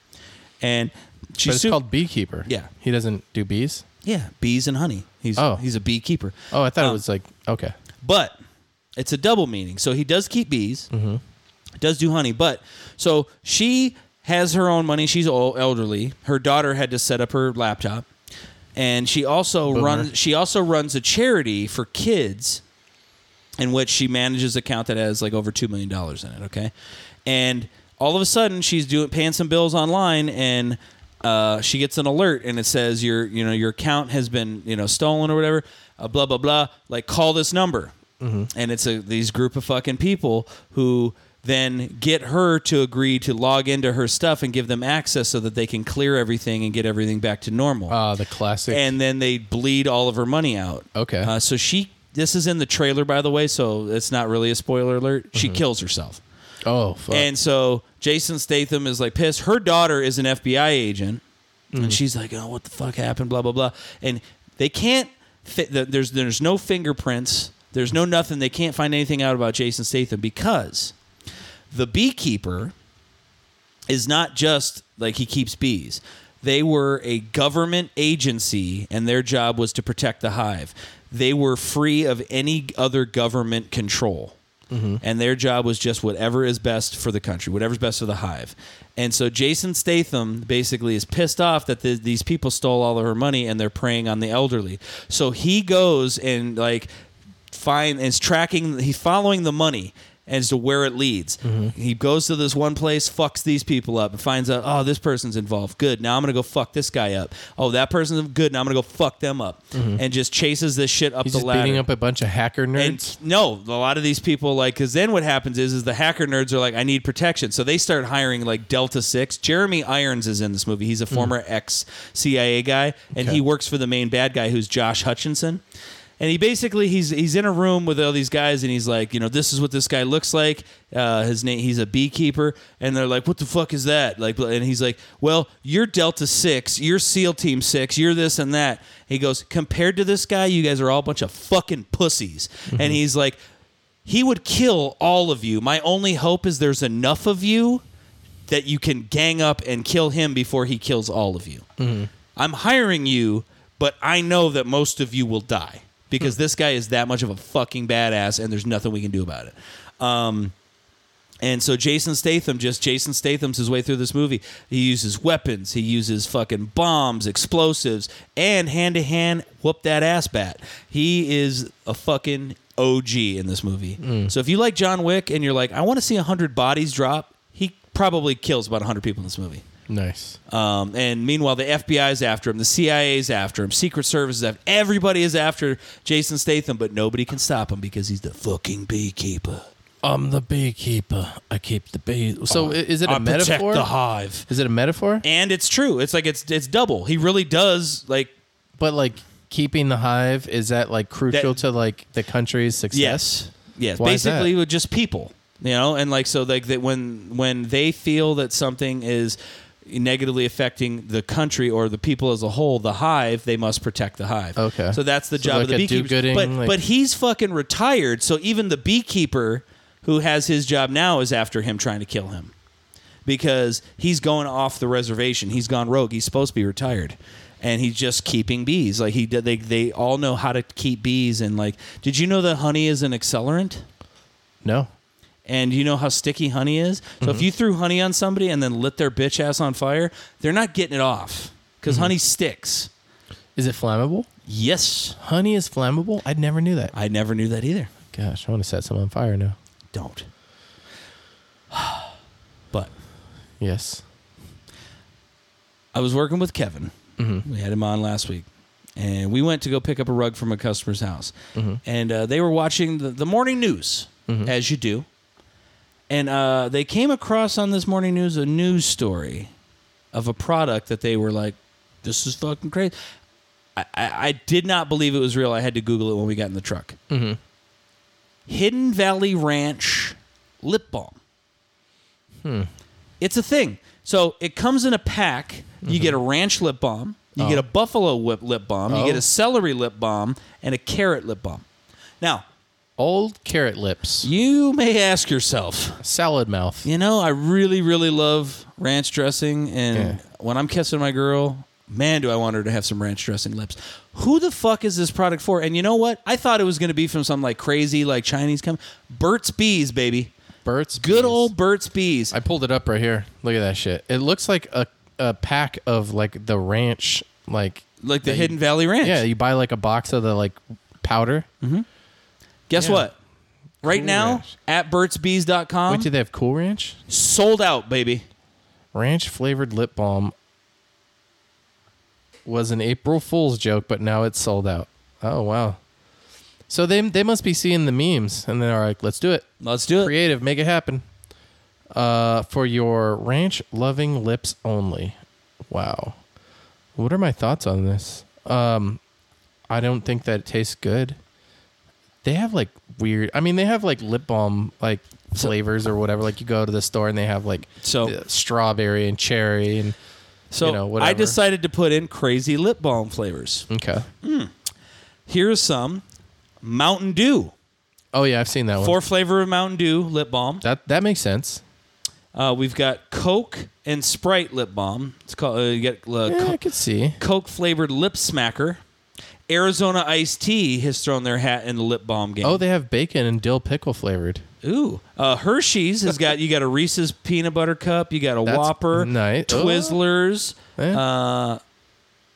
Speaker 3: And she's
Speaker 2: But it's
Speaker 3: su-
Speaker 2: called beekeeper.
Speaker 3: Yeah.
Speaker 2: He doesn't do bees.
Speaker 3: yeah, bees and honey. He's
Speaker 2: Oh.
Speaker 3: he's a beekeeper.
Speaker 2: Oh, I thought
Speaker 3: Um,
Speaker 2: it was like okay.
Speaker 3: but it's a double meaning. So he does keep bees, does do honey, but so she has her own money. She's el- elderly. Her daughter had to set up her laptop, and she also runs. She also runs a charity for kids, in which she manages an account that has like over two million dollars in it. Okay, and all of a sudden she's doing paying some bills online and. Uh, she gets an alert and it says your you know your account has been you know stolen or whatever uh, blah blah blah like call this number and it's a, these group of fucking people who then get her to agree to log into her stuff and give them access so that they can clear everything and get everything back to normal
Speaker 2: Uh the classic.
Speaker 3: and then they bleed all of her money out
Speaker 2: Okay.
Speaker 3: uh, so she this is in the trailer by the way so it's not really a spoiler alert she kills herself
Speaker 2: oh fuck.
Speaker 3: and so Jason Statham is like pissed. Her daughter is an FBI agent, and she's like, "Oh, what the fuck happened?" Blah blah blah. And they can't fit. The, there's there's no fingerprints. There's no nothing. They can't find anything out about Jason Statham because the beekeeper is not just like he keeps bees. They were a government agency, and their job was to protect the hive. They were free of any other government control.
Speaker 2: Mm-hmm.
Speaker 3: And their job was just whatever is best for the country, whatever's best for the hive. And so Jason Statham basically is pissed off that the, these people stole all of her money and they're preying on the elderly. So he goes and like find is tracking he's following the money as to where it leads.
Speaker 2: Mm-hmm.
Speaker 3: He goes to this one place, fucks these people up, and finds out, oh, this person's involved. Good. Now I'm gonna go fuck this guy up. Oh, that person's good. Now I'm gonna go fuck them up, and just chases this shit up
Speaker 2: Mm-hmm. He's
Speaker 3: the
Speaker 2: just
Speaker 3: ladder.
Speaker 2: beating up a bunch of hacker nerds.
Speaker 3: And no, a lot of these people like because then what happens is is the hacker nerds are like, I need protection, so they start hiring like Delta Six. Jeremy Irons is in this movie. He's a former ex CIA guy, and
Speaker 2: Mm-hmm. Okay.
Speaker 3: he works for the main bad guy who's Josh Hutchinson. and he basically he's he's in a room with all these guys, and he's like, you know, this is what this guy looks like. Uh, his name, he's a beekeeper, and they're like, what the fuck is that? Like, and he's like, well, you're Delta Six, you're SEAL Team Six, you're this and that. He goes, compared to this guy, you guys are all a bunch of fucking pussies, and he's like. He would kill all of you. My only hope is there's enough of you that you can gang up and kill him before he kills all of you. I'm hiring you, but I know that most of you will die because this guy is that much of a fucking badass and there's nothing we can do about it. Um, and so Jason Statham, just Jason Statham's his way through this movie. He uses weapons, he uses fucking bombs, explosives, and hand to hand whoop that ass bat. He is a fucking OG in this movie. So if you like John Wick and you're like, I want to see 100 bodies drop, he probably kills about 100 people in this movie.
Speaker 2: Nice.
Speaker 3: Um, and meanwhile, the FBI is after him, the CIA is after him, Secret Service is after everybody is after Jason Statham, but nobody can stop him because he's the fucking beekeeper.
Speaker 2: I'm the beekeeper. I keep the bees. So i- is it a
Speaker 3: Oh, I protect
Speaker 2: metaphor?
Speaker 3: the hive.
Speaker 2: Is it a metaphor?
Speaker 3: And it's true. It's like it's it's double. He really does like
Speaker 2: But like keeping the hive is that like crucial to like the country's success?
Speaker 3: Yes. Yes.
Speaker 2: Why is that?
Speaker 3: Basically, with just people, you know, and like so, like that when when they feel that something is negatively affecting the country or the people as a whole, the hive, they must protect the hive.
Speaker 2: Okay.
Speaker 3: So that's the
Speaker 2: So
Speaker 3: job
Speaker 2: like
Speaker 3: of the
Speaker 2: a
Speaker 3: beekeeper.
Speaker 2: do-gooding,
Speaker 3: But
Speaker 2: like-
Speaker 3: but he's fucking retired, so even the beekeeper who has his job now is after him trying to kill him. Because he's going off the reservation. He's gone rogue. He's supposed to be retired. And he's just keeping bees. Like he did they they all know how to keep bees and like did you know that honey is an accelerant?
Speaker 2: No.
Speaker 3: and you know how sticky honey is. So
Speaker 2: Mm-hmm.
Speaker 3: if you threw honey on somebody and then lit their bitch ass on fire, they're not getting it off because
Speaker 2: Mm-hmm.
Speaker 3: honey sticks.
Speaker 2: Is it flammable?
Speaker 3: Yes,
Speaker 2: Honey is flammable. I never knew that.
Speaker 3: I never knew that either.
Speaker 2: Gosh, I want to set some on fire now.
Speaker 3: Don't. But
Speaker 2: Yes.
Speaker 3: I was working with Kevin. We had him on last week, and we went to go pick up a rug from a customer's house, and uh, they were watching the, the morning news, as you do. And uh, they came across on this morning news a news story of a product that they were like, "This is fucking crazy." I, I, I did not believe it was real. I had to Google it when we got in the truck. Hidden Valley Ranch lip balm. It's a thing. So it comes in a pack. You get a ranch lip balm, you get a buffalo whip lip balm, you
Speaker 2: Mm-hmm. Oh.
Speaker 3: get a celery lip balm, and a carrot lip balm. Now,
Speaker 2: Old carrot lips.
Speaker 3: you may ask yourself,
Speaker 2: Salad mouth.
Speaker 3: you know, I really, really love ranch dressing, and
Speaker 2: Yeah.
Speaker 3: when I'm kissing my girl, man, do I want her to have some ranch dressing lips. Who the fuck is this product for? And you know what? I thought it was going to be from some like crazy like Chinese company. Burt's Bees, baby.
Speaker 2: Burt's
Speaker 3: Good
Speaker 2: Bees.
Speaker 3: old Burt's Bees.
Speaker 2: I pulled it up right here. Look at that shit. It looks like a, a pack of like the ranch, like
Speaker 3: like the
Speaker 2: that
Speaker 3: Hidden
Speaker 2: you-
Speaker 3: Valley Ranch.
Speaker 2: Yeah, you buy like a box of the like powder.
Speaker 3: Guess
Speaker 2: Yeah.
Speaker 3: what? Right
Speaker 2: Cool
Speaker 3: now
Speaker 2: Ranch.
Speaker 3: at burtsbees.com,
Speaker 2: Wait, do they have Cool Ranch?
Speaker 3: sold out, baby.
Speaker 2: Ranch flavored lip balm was an April Fool's joke, but now it's sold out. Oh wow! So they they must be seeing the memes, and they're like, "Let's do it,
Speaker 3: Let's do it.
Speaker 2: creative, make it happen." Uh, for your ranch loving lips only. Wow, what are my thoughts on this? Um, I don't think that it tastes good. They have like weird. I mean, they have like lip balm like flavors or whatever. Like you go to the store and they have like
Speaker 3: So-
Speaker 2: the strawberry and cherry and
Speaker 3: So
Speaker 2: you know, whatever.
Speaker 3: I decided to put in crazy lip balm flavors.
Speaker 2: okay.
Speaker 3: Here's some Mountain Dew.
Speaker 2: Oh yeah, I've seen that one.
Speaker 3: Four flavor of Mountain Dew lip balm.
Speaker 2: that that makes sense.
Speaker 3: Uh, we've got Coke and Sprite lip balm. It's called uh, you got uh,
Speaker 2: Yeah,
Speaker 3: Co-
Speaker 2: I could see.
Speaker 3: Coke flavored lip smacker. Arizona Iced Tea has thrown their hat in the lip balm game.
Speaker 2: Oh, they have bacon and dill pickle flavored.
Speaker 3: Ooh, uh, Hershey's has got you got a Reese's peanut butter cup, you got a
Speaker 2: That's
Speaker 3: Whopper,
Speaker 2: nice. Oh.
Speaker 3: Twizzlers,
Speaker 2: Yeah.
Speaker 3: uh,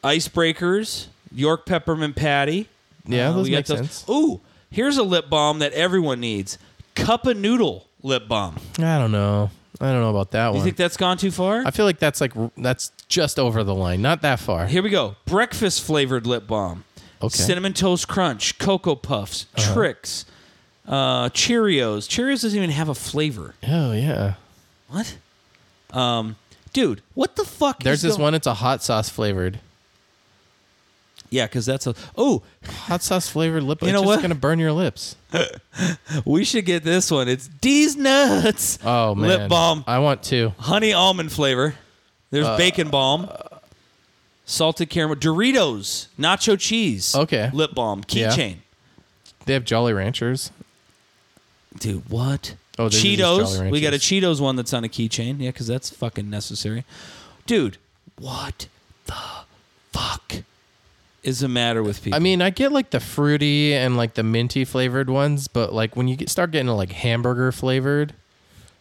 Speaker 3: Icebreakers, York peppermint patty.
Speaker 2: Yeah,
Speaker 3: Uh,
Speaker 2: those
Speaker 3: we got
Speaker 2: make sense.
Speaker 3: Ooh, here's a lip balm that everyone needs: cup of noodle lip balm.
Speaker 2: I don't know. I don't know about that
Speaker 3: You
Speaker 2: one.
Speaker 3: think that's gone too far?
Speaker 2: I feel like that's like r- that's just over the line. Not that far.
Speaker 3: Here we go: breakfast flavored lip balm,
Speaker 2: Okay. Uh-huh.
Speaker 3: cinnamon toast crunch, cocoa puffs, tricks, uh, Cheerios. Cheerios doesn't even have a flavor.
Speaker 2: Oh yeah.
Speaker 3: What? Um, dude, what the fuck?
Speaker 2: There's
Speaker 3: is
Speaker 2: this
Speaker 3: go-
Speaker 2: one. It's a hot sauce flavored.
Speaker 3: Yeah, because that's a oh
Speaker 2: hot sauce flavored lip.
Speaker 3: You
Speaker 2: it's
Speaker 3: know
Speaker 2: just
Speaker 3: what?
Speaker 2: gonna burn your lips.
Speaker 3: we should get this one. It's D's nuts.
Speaker 2: Oh man,
Speaker 3: lip balm,
Speaker 2: I Uh, want two.
Speaker 3: honey almond flavor. There's bacon balm, salted caramel, Doritos, nacho cheese.
Speaker 2: Okay.
Speaker 3: lip balm,
Speaker 2: Yeah.
Speaker 3: keychain.
Speaker 2: They have Jolly Ranchers.
Speaker 3: Dude, what?
Speaker 2: Oh, these are just Jolly
Speaker 3: Cheetos.
Speaker 2: Ranchers.
Speaker 3: We got a Cheetos one that's on a keychain. Yeah, because that's fucking necessary. Dude, what the fuck is the matter with people?
Speaker 2: I mean, I get like the fruity and like the minty flavored ones, but like when you get, start getting like hamburger flavored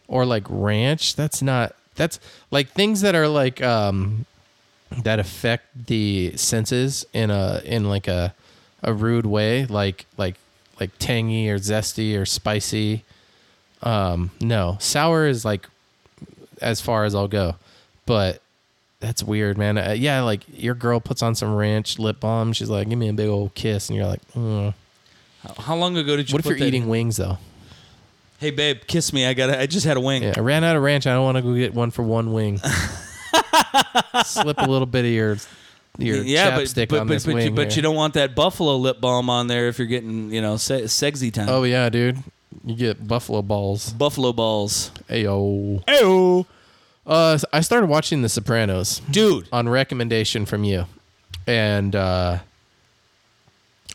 Speaker 2: or like ranch, that's not that's like things that are like um that affect the senses in a in like a a rude way, like like like tangy or zesty or spicy. Um no, sour is like as far as I'll go. But that's weird, man. Uh, yeah, like your girl puts on some ranch lip balm. She's like, give me a big old kiss. And you're like, mm.
Speaker 3: how long ago did you?
Speaker 2: what if
Speaker 3: put
Speaker 2: you're
Speaker 3: that-
Speaker 2: eating wings, though?
Speaker 3: Hey, babe, kiss me. I got. I just had a wing.
Speaker 2: Yeah, I ran out of ranch. I don't want to go get one for one wing. Slip a little bit of your your
Speaker 3: yeah, but
Speaker 2: chapstick
Speaker 3: but
Speaker 2: on
Speaker 3: but,
Speaker 2: this
Speaker 3: but, you,
Speaker 2: wing.
Speaker 3: but
Speaker 2: here.
Speaker 3: you don't want that buffalo lip balm on there if you're getting you know se- sexy time.
Speaker 2: Oh, yeah, dude. You get buffalo balls.
Speaker 3: buffalo balls.
Speaker 2: Ayo.
Speaker 3: Oh,
Speaker 2: Uh, I started watching The Sopranos.
Speaker 3: dude.
Speaker 2: on recommendation from you. And uh,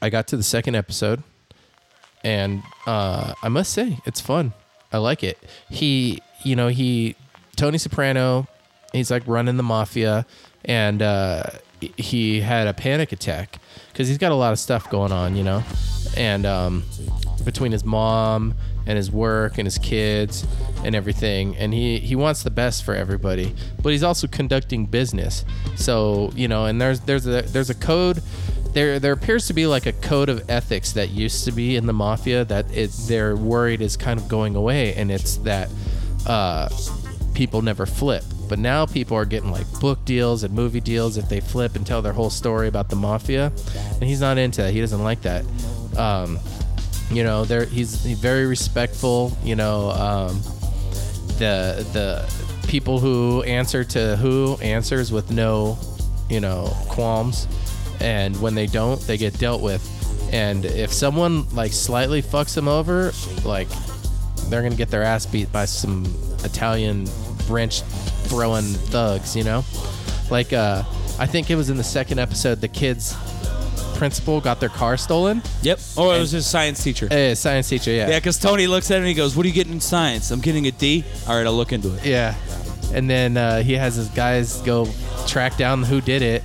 Speaker 2: I got to the second episode, and uh, I must say it's fun. I like it. He, you know, he Tony Soprano. He's like running the mafia, and uh, he had a panic attack because he's got a lot of stuff going on, you know, and um, between his mom and his work and his kids and everything and he he wants the best for everybody but he's also conducting business so you know and there's there's a there's a code there there appears to be like a code of ethics that used to be in the mafia that it they're worried is kind of going away and it's that uh people never flip but now people are getting like book deals and movie deals if they flip and tell their whole story about the mafia and he's not into that he doesn't like that um you know there he's very respectful you know um, the the people who answer to who answers with no you know qualms and when they don't they get dealt with and if someone like slightly fucks them over like they're gonna get their ass beat by some italian wrench throwing thugs you know like uh i think it was in the second episode the kids principal got their car stolen
Speaker 3: Yep. Oh, it was his science teacher.
Speaker 2: Eh, science teacher
Speaker 3: Yeah, because Tony looks at him and he goes, "What are you getting in science? I'm getting a D. All right, I'll look into it.
Speaker 2: Yeah. And then uh, he has his guys go track down who did it.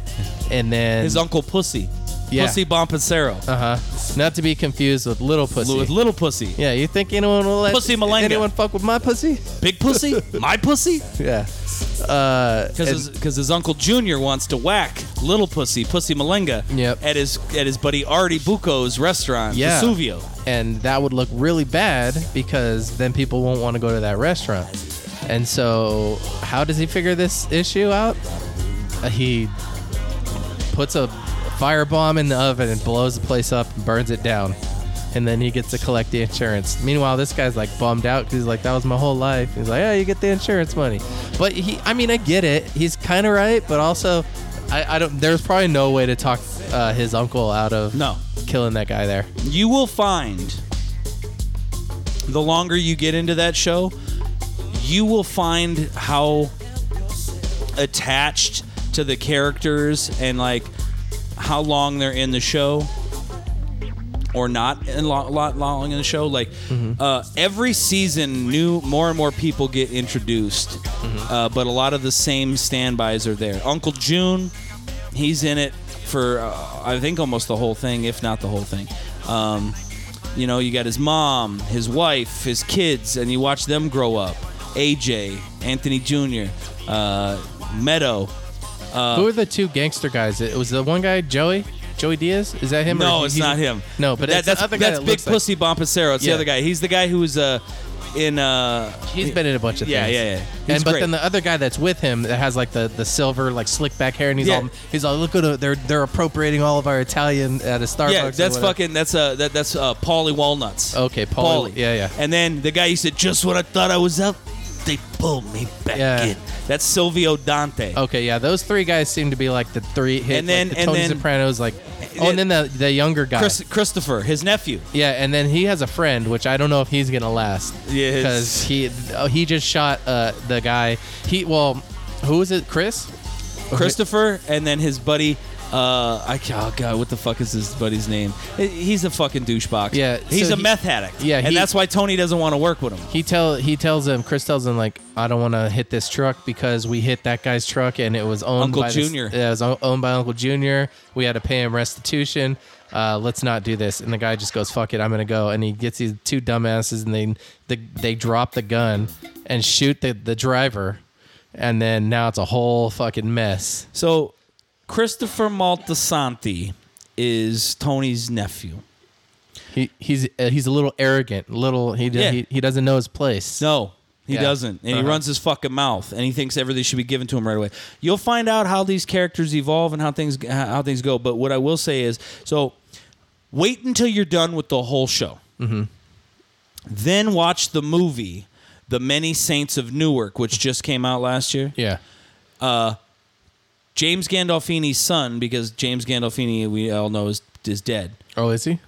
Speaker 2: And then.
Speaker 3: His uncle Pussy,
Speaker 2: Yeah.
Speaker 3: Pussy Bompancero,
Speaker 2: Uh huh. Not to be confused with Little Pussy.
Speaker 3: with little Pussy,
Speaker 2: yeah, you think anyone will let
Speaker 3: Pussy Malanga.
Speaker 2: anyone fuck with my pussy?
Speaker 3: big Pussy, my Pussy,
Speaker 2: Yeah. Uh,
Speaker 3: because
Speaker 2: and-
Speaker 3: his, 'cause his uncle Junior wants to whack little Pussy, Pussy Malenga,
Speaker 2: Yep.
Speaker 3: at his at his buddy Artie Bucco's restaurant,
Speaker 2: Yeah.
Speaker 3: Vesuvio.
Speaker 2: and that would look really bad because then people won't want to go to that restaurant. And so, how does he figure this issue out? Uh, He puts a firebomb in the oven and blows the place up and burns it down. And then he gets to collect the insurance. Meanwhile, this guy's like bummed out because he's like, that was my whole life. He's like, oh, you get the insurance money. But he, I mean, I get it. He's kind of right, but also, I, I don't, there's probably no way to talk uh, his uncle out of
Speaker 3: No.
Speaker 2: killing that guy there.
Speaker 3: you will find the longer you get into that show, you will find how attached to the characters and like how long they're in the show or not in lo- lot long in the show like uh, every season new more and more people get introduced uh, but a lot of the same standbys are there uncle june he's in it for uh, I think almost the whole thing, if not the whole thing. Um, you know, you got his mom, his wife, his kids, and you watch them grow up. AJ, Anthony Jr., uh, Meadow.
Speaker 2: Who are the two gangster guys? It was the one guy, Joey. Joey Diaz. Is that him? or
Speaker 3: No,
Speaker 2: he-
Speaker 3: it's
Speaker 2: he's-
Speaker 3: not him.
Speaker 2: No, but
Speaker 3: That-
Speaker 2: it's
Speaker 3: that's
Speaker 2: the other guy
Speaker 3: that's
Speaker 2: that
Speaker 3: Big
Speaker 2: looks like-
Speaker 3: Pussy Bompassero. It's
Speaker 2: Yeah.
Speaker 3: the other guy. He's the guy who's uh, in. Uh,
Speaker 2: he's been in a bunch of
Speaker 3: Yeah,
Speaker 2: things.
Speaker 3: yeah, yeah. He's
Speaker 2: And but
Speaker 3: great.
Speaker 2: then the other guy that's with him that has like the, the silver like slick back hair and he's
Speaker 3: Yeah.
Speaker 2: all he's all look at they're they're appropriating all of our Italian at a Starbucks.
Speaker 3: yeah,
Speaker 2: or
Speaker 3: that's
Speaker 2: whatever."
Speaker 3: fucking. That's uh, that, that's uh, Paulie Walnuts.
Speaker 2: Okay, Paulie- yeah, yeah.
Speaker 3: And then the guy who said, "Just when I thought I was out, they pulled me back
Speaker 2: Yeah. Oh,
Speaker 3: in." That's Silvio Dante.
Speaker 2: Okay, yeah, those three guys seem to be like the three hit
Speaker 3: And then-
Speaker 2: like the
Speaker 3: and
Speaker 2: Tony
Speaker 3: then-
Speaker 2: Sopranos like oh, and then the, the younger guy,
Speaker 3: Chris, Christopher, his nephew.
Speaker 2: Yeah, and then he has a friend, which I don't know if he's gonna last.
Speaker 3: Yeah, his-
Speaker 2: because he oh, he just shot uh, the guy. He well, who is it? Chris.
Speaker 3: Christopher, and then his buddy. Uh, I ca- oh god, what the fuck is his buddy's name? He- He's a fucking douchebox.
Speaker 2: Yeah,
Speaker 3: he's
Speaker 2: so
Speaker 3: a
Speaker 2: he-
Speaker 3: meth addict.
Speaker 2: yeah,
Speaker 3: and
Speaker 2: he-
Speaker 3: that's why Tony doesn't want to work with him.
Speaker 2: He tell he tells him Chris tells him like I don't want to hit this truck because we hit that guy's truck and it was owned
Speaker 3: Uncle
Speaker 2: by this-
Speaker 3: Junior.
Speaker 2: yeah, it was o- owned by Uncle Junior. We had to pay him restitution. Uh, let's not do this. And the guy just goes fuck it, I'm gonna go. And he gets these two dumbasses and they they, they drop the gun and shoot the, the driver. And then now it's a whole fucking mess.
Speaker 3: So Christopher Maltasanti is Tony's nephew.
Speaker 2: He he's uh, he's a little arrogant. Little he do-
Speaker 3: Yeah.
Speaker 2: he, he doesn't know his place.
Speaker 3: No, he
Speaker 2: Yeah.
Speaker 3: doesn't. And he
Speaker 2: Uh-huh.
Speaker 3: runs his fucking mouth, and he thinks everything should be given to him right away. You'll find out how these characters evolve and how things how things go. But what I will say is, so wait until you're done with the whole show,
Speaker 2: Mm-hmm.
Speaker 3: then watch the movie, The Many Saints of Newark, which just came out last year.
Speaker 2: Yeah.
Speaker 3: Uh, James Gandolfini's son, because James Gandolfini, we all know, is is dead.
Speaker 2: Oh, is he?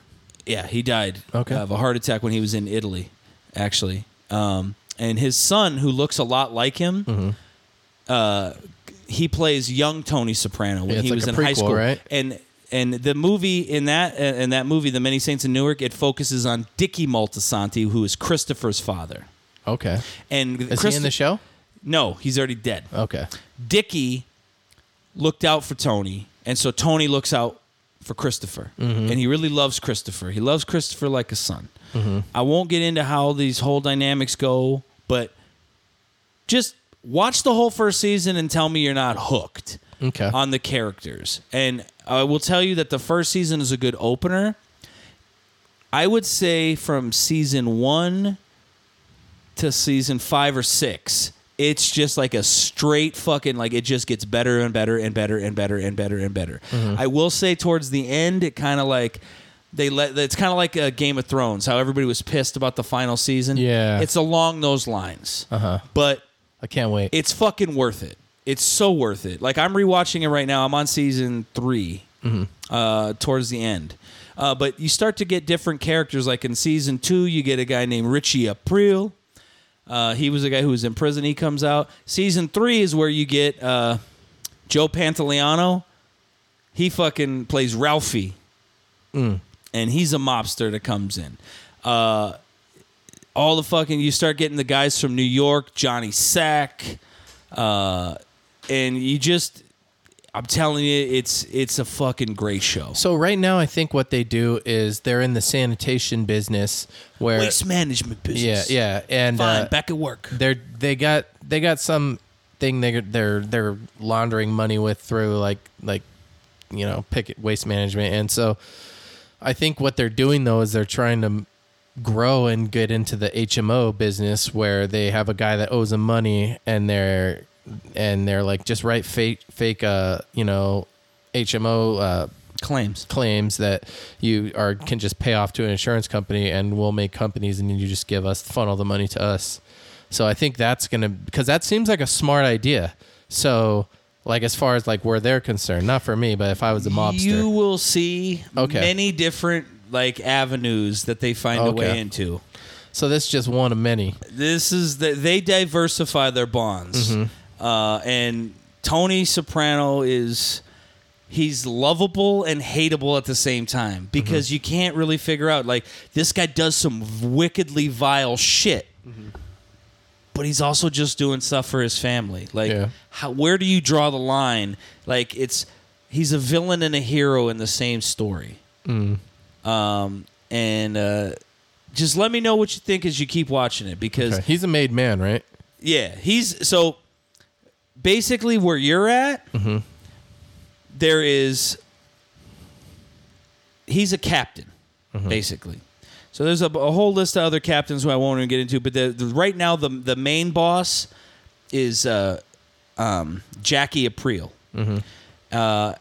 Speaker 3: Yeah, he died of a heart attack when he was in Italy, actually. Um, and his son, who looks a lot like him,
Speaker 2: Mm-hmm.
Speaker 3: uh, he plays young Tony Soprano when
Speaker 2: Yeah, it's
Speaker 3: he
Speaker 2: like
Speaker 3: was
Speaker 2: a
Speaker 3: in high
Speaker 2: prequel,
Speaker 3: school,
Speaker 2: right?
Speaker 3: And and the movie in that uh, in that movie, The Many Saints in Newark, it focuses on Dickie Maltasanti, who is Christopher's father.
Speaker 2: Okay.
Speaker 3: And
Speaker 2: Is he in the show? Oh.
Speaker 3: No, he's already dead.
Speaker 2: Okay.
Speaker 3: Dickie looked out for Tony, and so Tony looks out for Christopher,
Speaker 2: Mhm.
Speaker 3: and he really loves Christopher. He loves Christopher like a son.
Speaker 2: Mhm.
Speaker 3: I won't get into how these whole dynamics go, but just watch the whole first season and tell me you're not hooked
Speaker 2: Okay.
Speaker 3: on the characters. And I will tell you that the first season is a good opener. I would say from season one to season five or six, it's just like a straight fucking like it just gets better and better and better and better and better and better.
Speaker 2: Mhm.
Speaker 3: I will say towards the end, it kind of like they let it's kind of like a Game of Thrones, how everybody was pissed about the final season.
Speaker 2: Yeah.
Speaker 3: it's along those lines.
Speaker 2: Uh huh.
Speaker 3: But
Speaker 2: I can't wait.
Speaker 3: It's fucking worth it. It's so worth it. Like I'm rewatching it right now. I'm on season 3 uh, towards the end. Uh, but you start to get different characters. Like in season two, you get a guy named Richie April. Uh, he was a guy who was in prison. He comes out. Season three is where you get uh, Joe Pantoliano. He fucking plays Ralphie,
Speaker 2: Mm.
Speaker 3: and he's a mobster that comes in. Uh, all the fucking you start getting the guys from New York, Johnny Sack, uh, and you just I'm telling you, it's it's a fucking great show.
Speaker 2: So right now, I think what they do is they're in the sanitation business where
Speaker 3: Waste management business.
Speaker 2: Yeah, yeah, and
Speaker 3: Fine,
Speaker 2: uh,
Speaker 3: back at work.
Speaker 2: They're they got they got some thing they they're they're laundering money with through like like you know picket waste management, and so I think what they're doing though is they're trying to grow and get into the HMO business where they have a guy that owes them money and they're and they're like just write fake fake uh you know HMO uh
Speaker 3: claims
Speaker 2: claims that you are can just pay off to an insurance company and we'll make companies and you just give us funnel the money to us. So I think that's going to because that seems like a smart idea. So like as far as like where they're concerned, not for me, but if I was a mobster.
Speaker 3: You will see
Speaker 2: Okay.
Speaker 3: many different like avenues that they find a way
Speaker 2: Okay.
Speaker 3: into.
Speaker 2: so this is just one of many.
Speaker 3: This is the, they diversify their bonds,
Speaker 2: Mhm.
Speaker 3: uh, and Tony Soprano is he's lovable and hateable at the same time because you can't really figure out like this guy does some wickedly vile shit. But he's also just doing stuff for his family. Like, how, where do you draw the line? Like, it's he's a villain and a hero in the same story.
Speaker 2: Mm.
Speaker 3: Um, and uh, just let me know what you think as you keep watching it because
Speaker 2: Okay. He's a made man, right?
Speaker 3: yeah, he's so basically where you're at.
Speaker 2: Mhm.
Speaker 3: there is he's a captain
Speaker 2: Mm-hmm.
Speaker 3: basically. So there's a, a whole list of other captains who I won't even get into, but the, the, right now the the main boss is uh, um, Jackie Aprile.
Speaker 2: Mhm.
Speaker 3: Uh,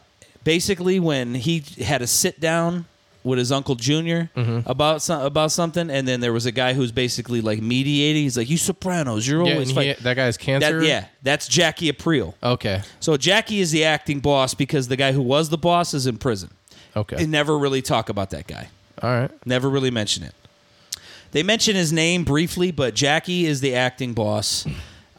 Speaker 3: basically, when he had a sit down with his uncle Junior
Speaker 2: Mm-hmm.
Speaker 3: about some, about something, and then there was a guy who's basically like mediating. He's like, "You Sopranos, you're
Speaker 2: Yeah,
Speaker 3: always
Speaker 2: and he-
Speaker 3: fighting."
Speaker 2: that guy's cancer.
Speaker 3: yeah, that's Jackie Aprile.
Speaker 2: Okay.
Speaker 3: So Jackie is the acting boss because the guy who was the boss is in prison.
Speaker 2: Okay.
Speaker 3: They never really talk about that guy.
Speaker 2: All right.
Speaker 3: Never really mention it. They mention his name briefly, but Jackie is the acting boss,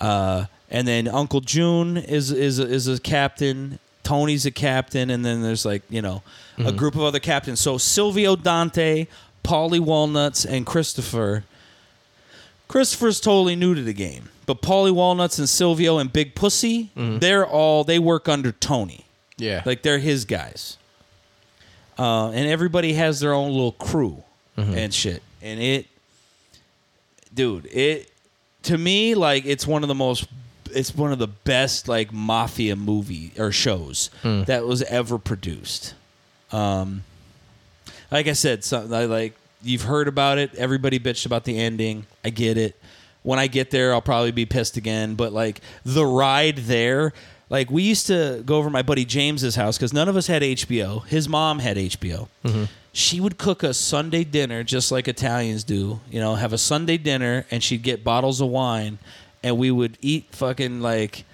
Speaker 3: uh, and then Uncle June is is is a captain. Tony's a captain, and then there's like you know a
Speaker 6: Mhm.
Speaker 3: group of other captains. So Silvio Dante, Paulie Walnuts, and Christopher. Christopher's totally new to the game, but Paulie Walnuts and Silvio and Big Pussy, they're all they work under Tony.
Speaker 2: Yeah.
Speaker 3: Like they're his guys. Uh, and everybody has their own little crew and shit. And it, dude, it, to me, like it's one of the most, it's one of the best like mafia movie or shows
Speaker 6: Mm.
Speaker 3: that was ever produced. Um, like I said, something I like you've heard about it. Everybody bitched about the ending. I get it. When I get there, I'll probably be pissed again. But like the ride there, like we used to go over to my buddy James's house because none of us had HBO. His mom had HBO.
Speaker 2: Mm-hmm.
Speaker 3: She would cook us Sunday dinner just like Italians do. You know, have a Sunday dinner, and she'd get bottles of wine, and we would eat fucking like.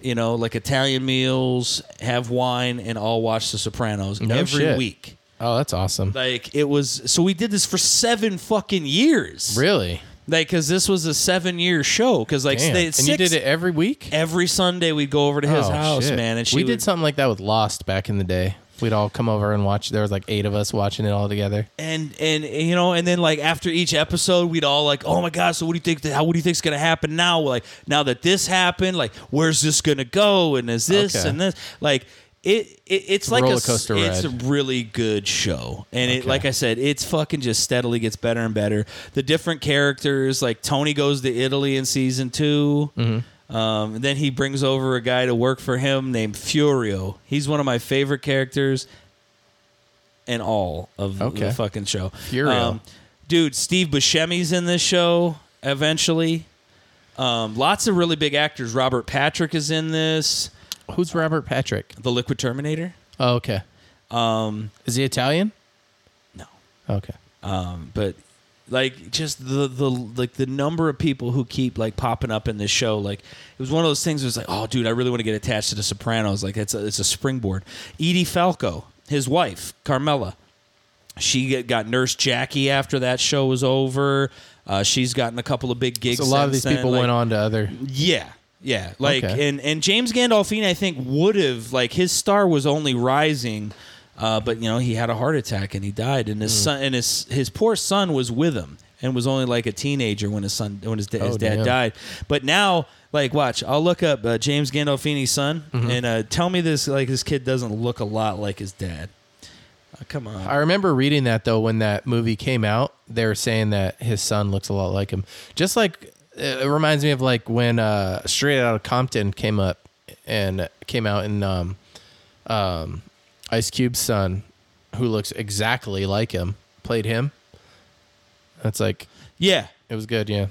Speaker 3: You know, like Italian meals, have wine, and all watch The Sopranos
Speaker 2: No
Speaker 3: every
Speaker 2: shit.
Speaker 3: week.
Speaker 2: Oh, that's awesome.
Speaker 3: Like it was. So we did this for seven fucking years.
Speaker 2: Really?
Speaker 3: Like, cause this was a seven-year show. Cause like,
Speaker 2: Damn.
Speaker 3: they,
Speaker 2: And you did it every week.
Speaker 3: Every Sunday we'd go over to his
Speaker 2: Oh,
Speaker 3: house,
Speaker 2: shit.
Speaker 3: man. And she
Speaker 2: we
Speaker 3: would-
Speaker 2: did something like that with Lost back in the day. We'd all come over and watch. There was like eight of us watching it all together.
Speaker 3: and and you know, and then like after each episode, we'd all like, oh my god, so what do you think? That, how what do you think's gonna happen now? Like now that this happened, like where's this gonna go? And is this
Speaker 2: Okay.
Speaker 3: and this like it? it it's like
Speaker 2: Roller
Speaker 3: a s-
Speaker 2: coaster
Speaker 3: It's a
Speaker 2: ride.
Speaker 3: really good show, and it like I said, it's fucking just steadily gets better and better. The different characters, like Tony goes to Italy in season 2
Speaker 2: Mm-hmm.
Speaker 3: Um, and then he brings over a guy to work for him named Furio. He's one of my favorite characters and all of
Speaker 2: Okay.
Speaker 3: the fucking show. Um,
Speaker 2: Furio.
Speaker 3: dude, Steve Buscemi's in this show eventually. Um, lots of really big actors. Robert Patrick is in this.
Speaker 2: Who's Robert Patrick?
Speaker 3: The Liquid Terminator.
Speaker 2: Oh, okay.
Speaker 3: Um,
Speaker 2: is he Italian? Okay.
Speaker 3: Um, but like just the the like the number of people who keep like popping up in this show, like it was one of those things. Where it's like, oh, dude, I really want to get attached to The Sopranos. Like it's a, it's a springboard. Edie Falco, his wife Carmela, she get, got Nurse Jackie after that show was over. Uh, she's gotten a couple of big gigs.
Speaker 2: So a lot of
Speaker 3: since
Speaker 2: these
Speaker 3: then,
Speaker 2: people
Speaker 3: like-
Speaker 2: went on to other.
Speaker 3: yeah, yeah. Like
Speaker 2: Okay.
Speaker 3: and and James Gandolfini, I think would have like his star was only rising, uh, but you know he had a heart attack and he died, and
Speaker 6: Mm.
Speaker 3: his son and his his poor son was with him and was only like a teenager when his son when his, da- his
Speaker 6: Oh,
Speaker 3: dad
Speaker 6: damn.
Speaker 3: died. But now, like, watch, I'll look up uh, James Gandolfini's son
Speaker 6: Mm-hmm.
Speaker 2: Mhm.
Speaker 3: and uh, tell me this like this kid doesn't look a lot like his dad. Uh, come on.
Speaker 2: I remember reading that though when that movie came out, they were saying that his son looks a lot like him. Just like it reminds me of like when uh, Straight Out of Compton came up and came out in um, um, Ice Cube's son, who looks exactly like him, played him. That's like
Speaker 3: yeah,
Speaker 2: it was good, yeah.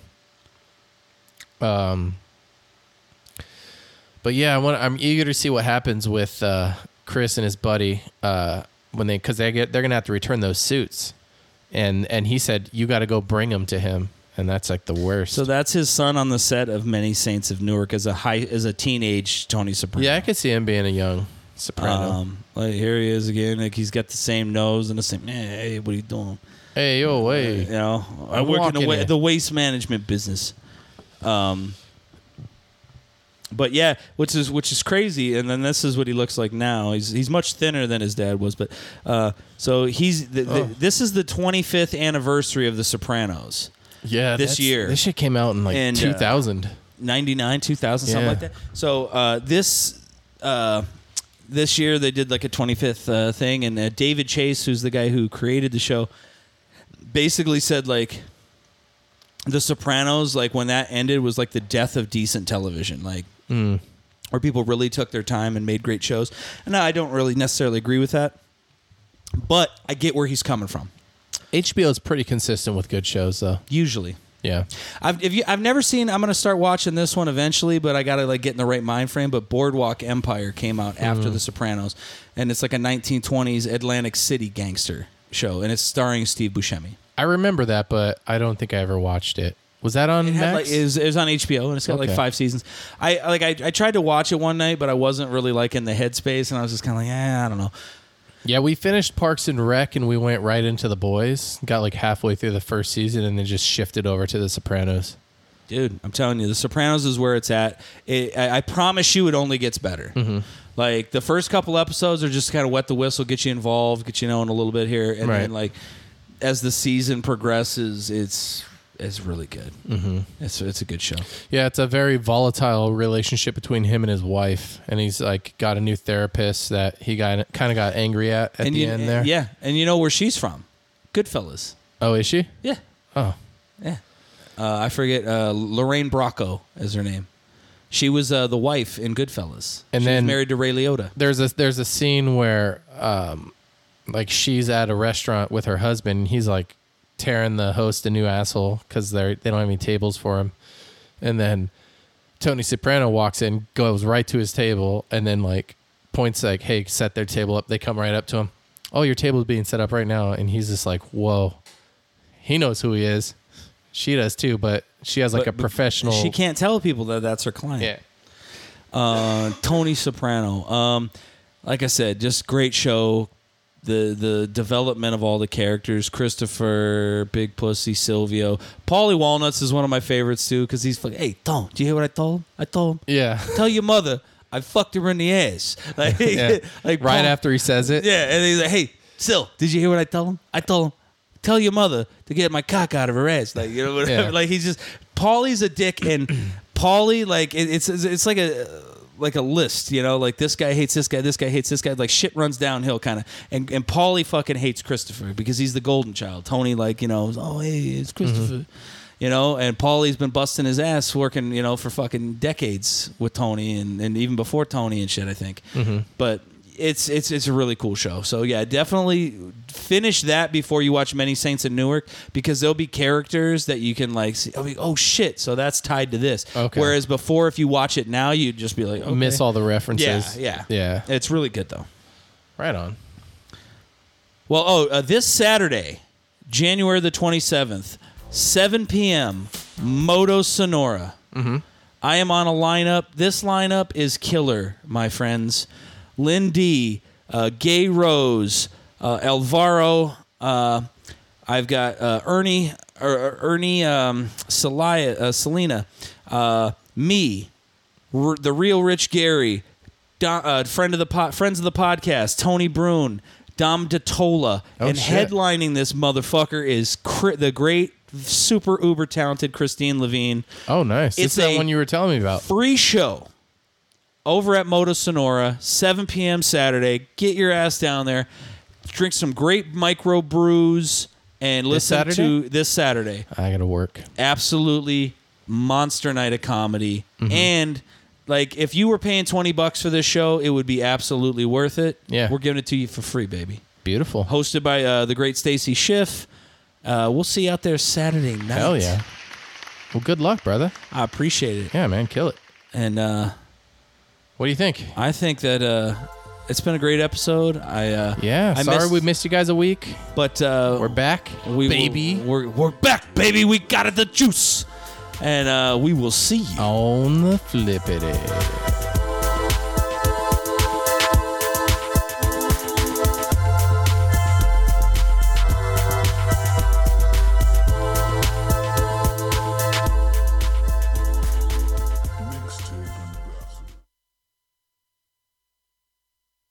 Speaker 2: Um, but yeah, I want. I'm eager to see what happens with uh, Chris and his buddy uh, when they because they get they're gonna have to return those suits, and and he said you got to go bring them to him, and that's like the worst.
Speaker 3: So that's his son on the set of Many Saints of Newark as a high as a teenage Tony Soprano.
Speaker 2: yeah, I could see him being a young soprano.
Speaker 3: Um, like here he is again. Like he's got the same nose and the same. Hey, what are you doing?
Speaker 2: Hey,
Speaker 3: uh,
Speaker 2: yo, hey.
Speaker 3: you know, i
Speaker 2: I'm
Speaker 3: work in the,
Speaker 2: walking
Speaker 3: wa-
Speaker 2: it.
Speaker 3: the waste management business. Um, but yeah, which is which is crazy. And then this is what he looks like now. He's he's much thinner than his dad was. But uh, so he's the, the,
Speaker 2: Oh.
Speaker 3: this is the 25th anniversary of The Sopranos.
Speaker 2: yeah,
Speaker 3: this
Speaker 2: that's-
Speaker 3: year.
Speaker 2: this shit came out in like
Speaker 3: And, uh,
Speaker 2: 2000.
Speaker 3: 99 2000 something
Speaker 2: Yeah.
Speaker 3: like that so uh, this uh, this year they did like a 25th uh, thing and uh, david chase who's the guy who created the show basically said like the sopranos like when that ended was like the death of decent television like
Speaker 2: Mm.
Speaker 3: where people really took their time and made great shows and i don't really necessarily agree with that but i get where he's coming from
Speaker 2: HBO is pretty consistent with good shows though.
Speaker 3: usually
Speaker 2: Yeah.
Speaker 3: I've if you, I've never seen. I'm gonna start watching this one eventually, but I gotta like get in the right mind frame. But Boardwalk Empire came out after
Speaker 2: Mhm.
Speaker 3: The Sopranos, and it's like a 1920s Atlantic City gangster show, and it's starring Steve Buscemi.
Speaker 2: I remember that, but I don't think I ever watched it. Was that on
Speaker 3: It, had, like,
Speaker 2: Max?
Speaker 3: it, was, it was on HBO, and it's got like
Speaker 2: Okay.
Speaker 3: five seasons. I like I, I tried to watch it one night, but I wasn't really like in the headspace, and I was just kind of like, eh, I don't know.
Speaker 2: Yeah, we finished Parks and Rec and we went right into The Boys. Got like halfway through the first season and then just shifted over to The Sopranos.
Speaker 3: dude. I'm telling you, The Sopranos is where it's at. It, I, I promise you, it only gets better.
Speaker 2: Mm-hmm.
Speaker 3: Like the first couple episodes are just kind of wet the whistle, get you involved, get you knowing a little bit here, and
Speaker 2: Right.
Speaker 3: then like as the season progresses, it's it's really good. Mm-hmm. It's it's a good show.
Speaker 2: Yeah, it's a very volatile relationship between him and his wife, and he's like got a new therapist that he got kind of got angry at at
Speaker 3: and
Speaker 2: the
Speaker 3: you,
Speaker 2: end there.
Speaker 3: yeah, and you know where she's from? Goodfellas.
Speaker 2: Oh, is she?
Speaker 3: Yeah.
Speaker 2: Oh,
Speaker 3: Yeah. Uh, I forget. Uh, Lorraine Bracco is her name. She was uh, the wife in Goodfellas.
Speaker 2: And
Speaker 3: she
Speaker 2: then-
Speaker 3: was married to Ray Liotta.
Speaker 2: there's a there's a scene where um like she's at a restaurant with her husband and he's like tearing the host a new asshole because they they don't have any tables for him and then tony soprano walks in goes right to his table and then like points like hey set their table up they come right up to him oh your table's being set up right now and he's just like whoa he knows who he is she does too but she has like
Speaker 3: But-
Speaker 2: a
Speaker 3: but
Speaker 2: professional
Speaker 3: She can't tell people that that's her client.
Speaker 2: yeah
Speaker 3: Uh, Tony Soprano. Um, like I said, just great show. The the development of all the characters: Christopher, Big Pussy, Silvio, Paulie Walnuts is one of my favorites too because he's like, "Hey, Tone, do you hear what I told him? I told him,
Speaker 2: yeah
Speaker 3: tell your mother I fucked her in the ass." Like,
Speaker 2: yeah
Speaker 3: like
Speaker 2: right
Speaker 3: Paul-
Speaker 2: after he says it
Speaker 3: Yeah, and he's like, "Hey, Sil, did you hear what I told him? I told him, tell your mother to get my cock out of her ass." Like you know, whatever.
Speaker 2: Yeah.
Speaker 3: Like he's just Paulie's a dick, and Paulie like it, it's it's like a like a list, you know, like this guy hates this guy, this guy hates this guy. Like shit runs downhill, kind of. And and Paulie fucking hates Christopher because he's the golden child. Tony like you know, oh hey, it's Christopher. You know, and Paulie's been busting his ass working, you know, for fucking decades with Tony and, and even before Tony and shit, I think. But it's it's it's a really cool show. So yeah, definitely finish that before you watch Many Saints in Newark because there'll be characters that you can like see. I mean, oh shit! So that's tied to this.
Speaker 2: Okay.
Speaker 3: Whereas before, if you watch it now, you'd just be like, okay.
Speaker 2: miss all the
Speaker 3: Yeah,
Speaker 2: references
Speaker 3: yeah,
Speaker 2: yeah
Speaker 3: It's really good though.
Speaker 2: Right on.
Speaker 3: Well, oh, uh, this Saturday, January the 27th, 7 p.m., Moto Sonora. Mm-hmm. I am on a lineup. This lineup is killer, my friends. Lynn D, uh, Gay Rose, uh, Alvaro. Uh, I've got uh, Ernie, er, er- Ernie um, Celia, uh, Selena, uh, me, R- the real Rich Gary, Don, uh, friend of the po- friends of the podcast, Tony Brune, Dom Datola, and
Speaker 2: shit.
Speaker 3: headlining this motherfucker is Cri- the great, super uber talented Christine Levine.
Speaker 2: Oh, nice.
Speaker 3: It's
Speaker 2: It's that
Speaker 3: a-
Speaker 2: one you were telling me about.
Speaker 3: Free show over at Moto Sonora, 7 p.m. Saturday. Get your ass down there, drink some great micro brews, and listen
Speaker 2: Saturday?
Speaker 3: to this Saturday
Speaker 2: I gotta work.
Speaker 3: absolutely monster night of comedy
Speaker 2: Mm-hmm.
Speaker 3: and like if you were paying 20 bucks for this show it would be absolutely worth it
Speaker 2: Yeah.
Speaker 3: we're giving it to you for free baby
Speaker 2: Beautiful.
Speaker 3: hosted by uh, the great stacy schiff uh, we'll see you out there saturday night
Speaker 2: Hell yeah. Well, good luck, brother.
Speaker 3: i appreciate it
Speaker 2: Yeah, man, kill it.
Speaker 3: and uh,
Speaker 2: What do you think?
Speaker 3: i think that uh, it's been a great episode i uh,
Speaker 2: Yeah.
Speaker 3: I
Speaker 2: sorry
Speaker 3: missed-
Speaker 2: we missed you guys a week.
Speaker 3: but uh,
Speaker 2: We're back,
Speaker 3: we will-
Speaker 2: baby.
Speaker 3: we're, we're back baby we got it the juice and uh, we will see you
Speaker 2: on the flippity.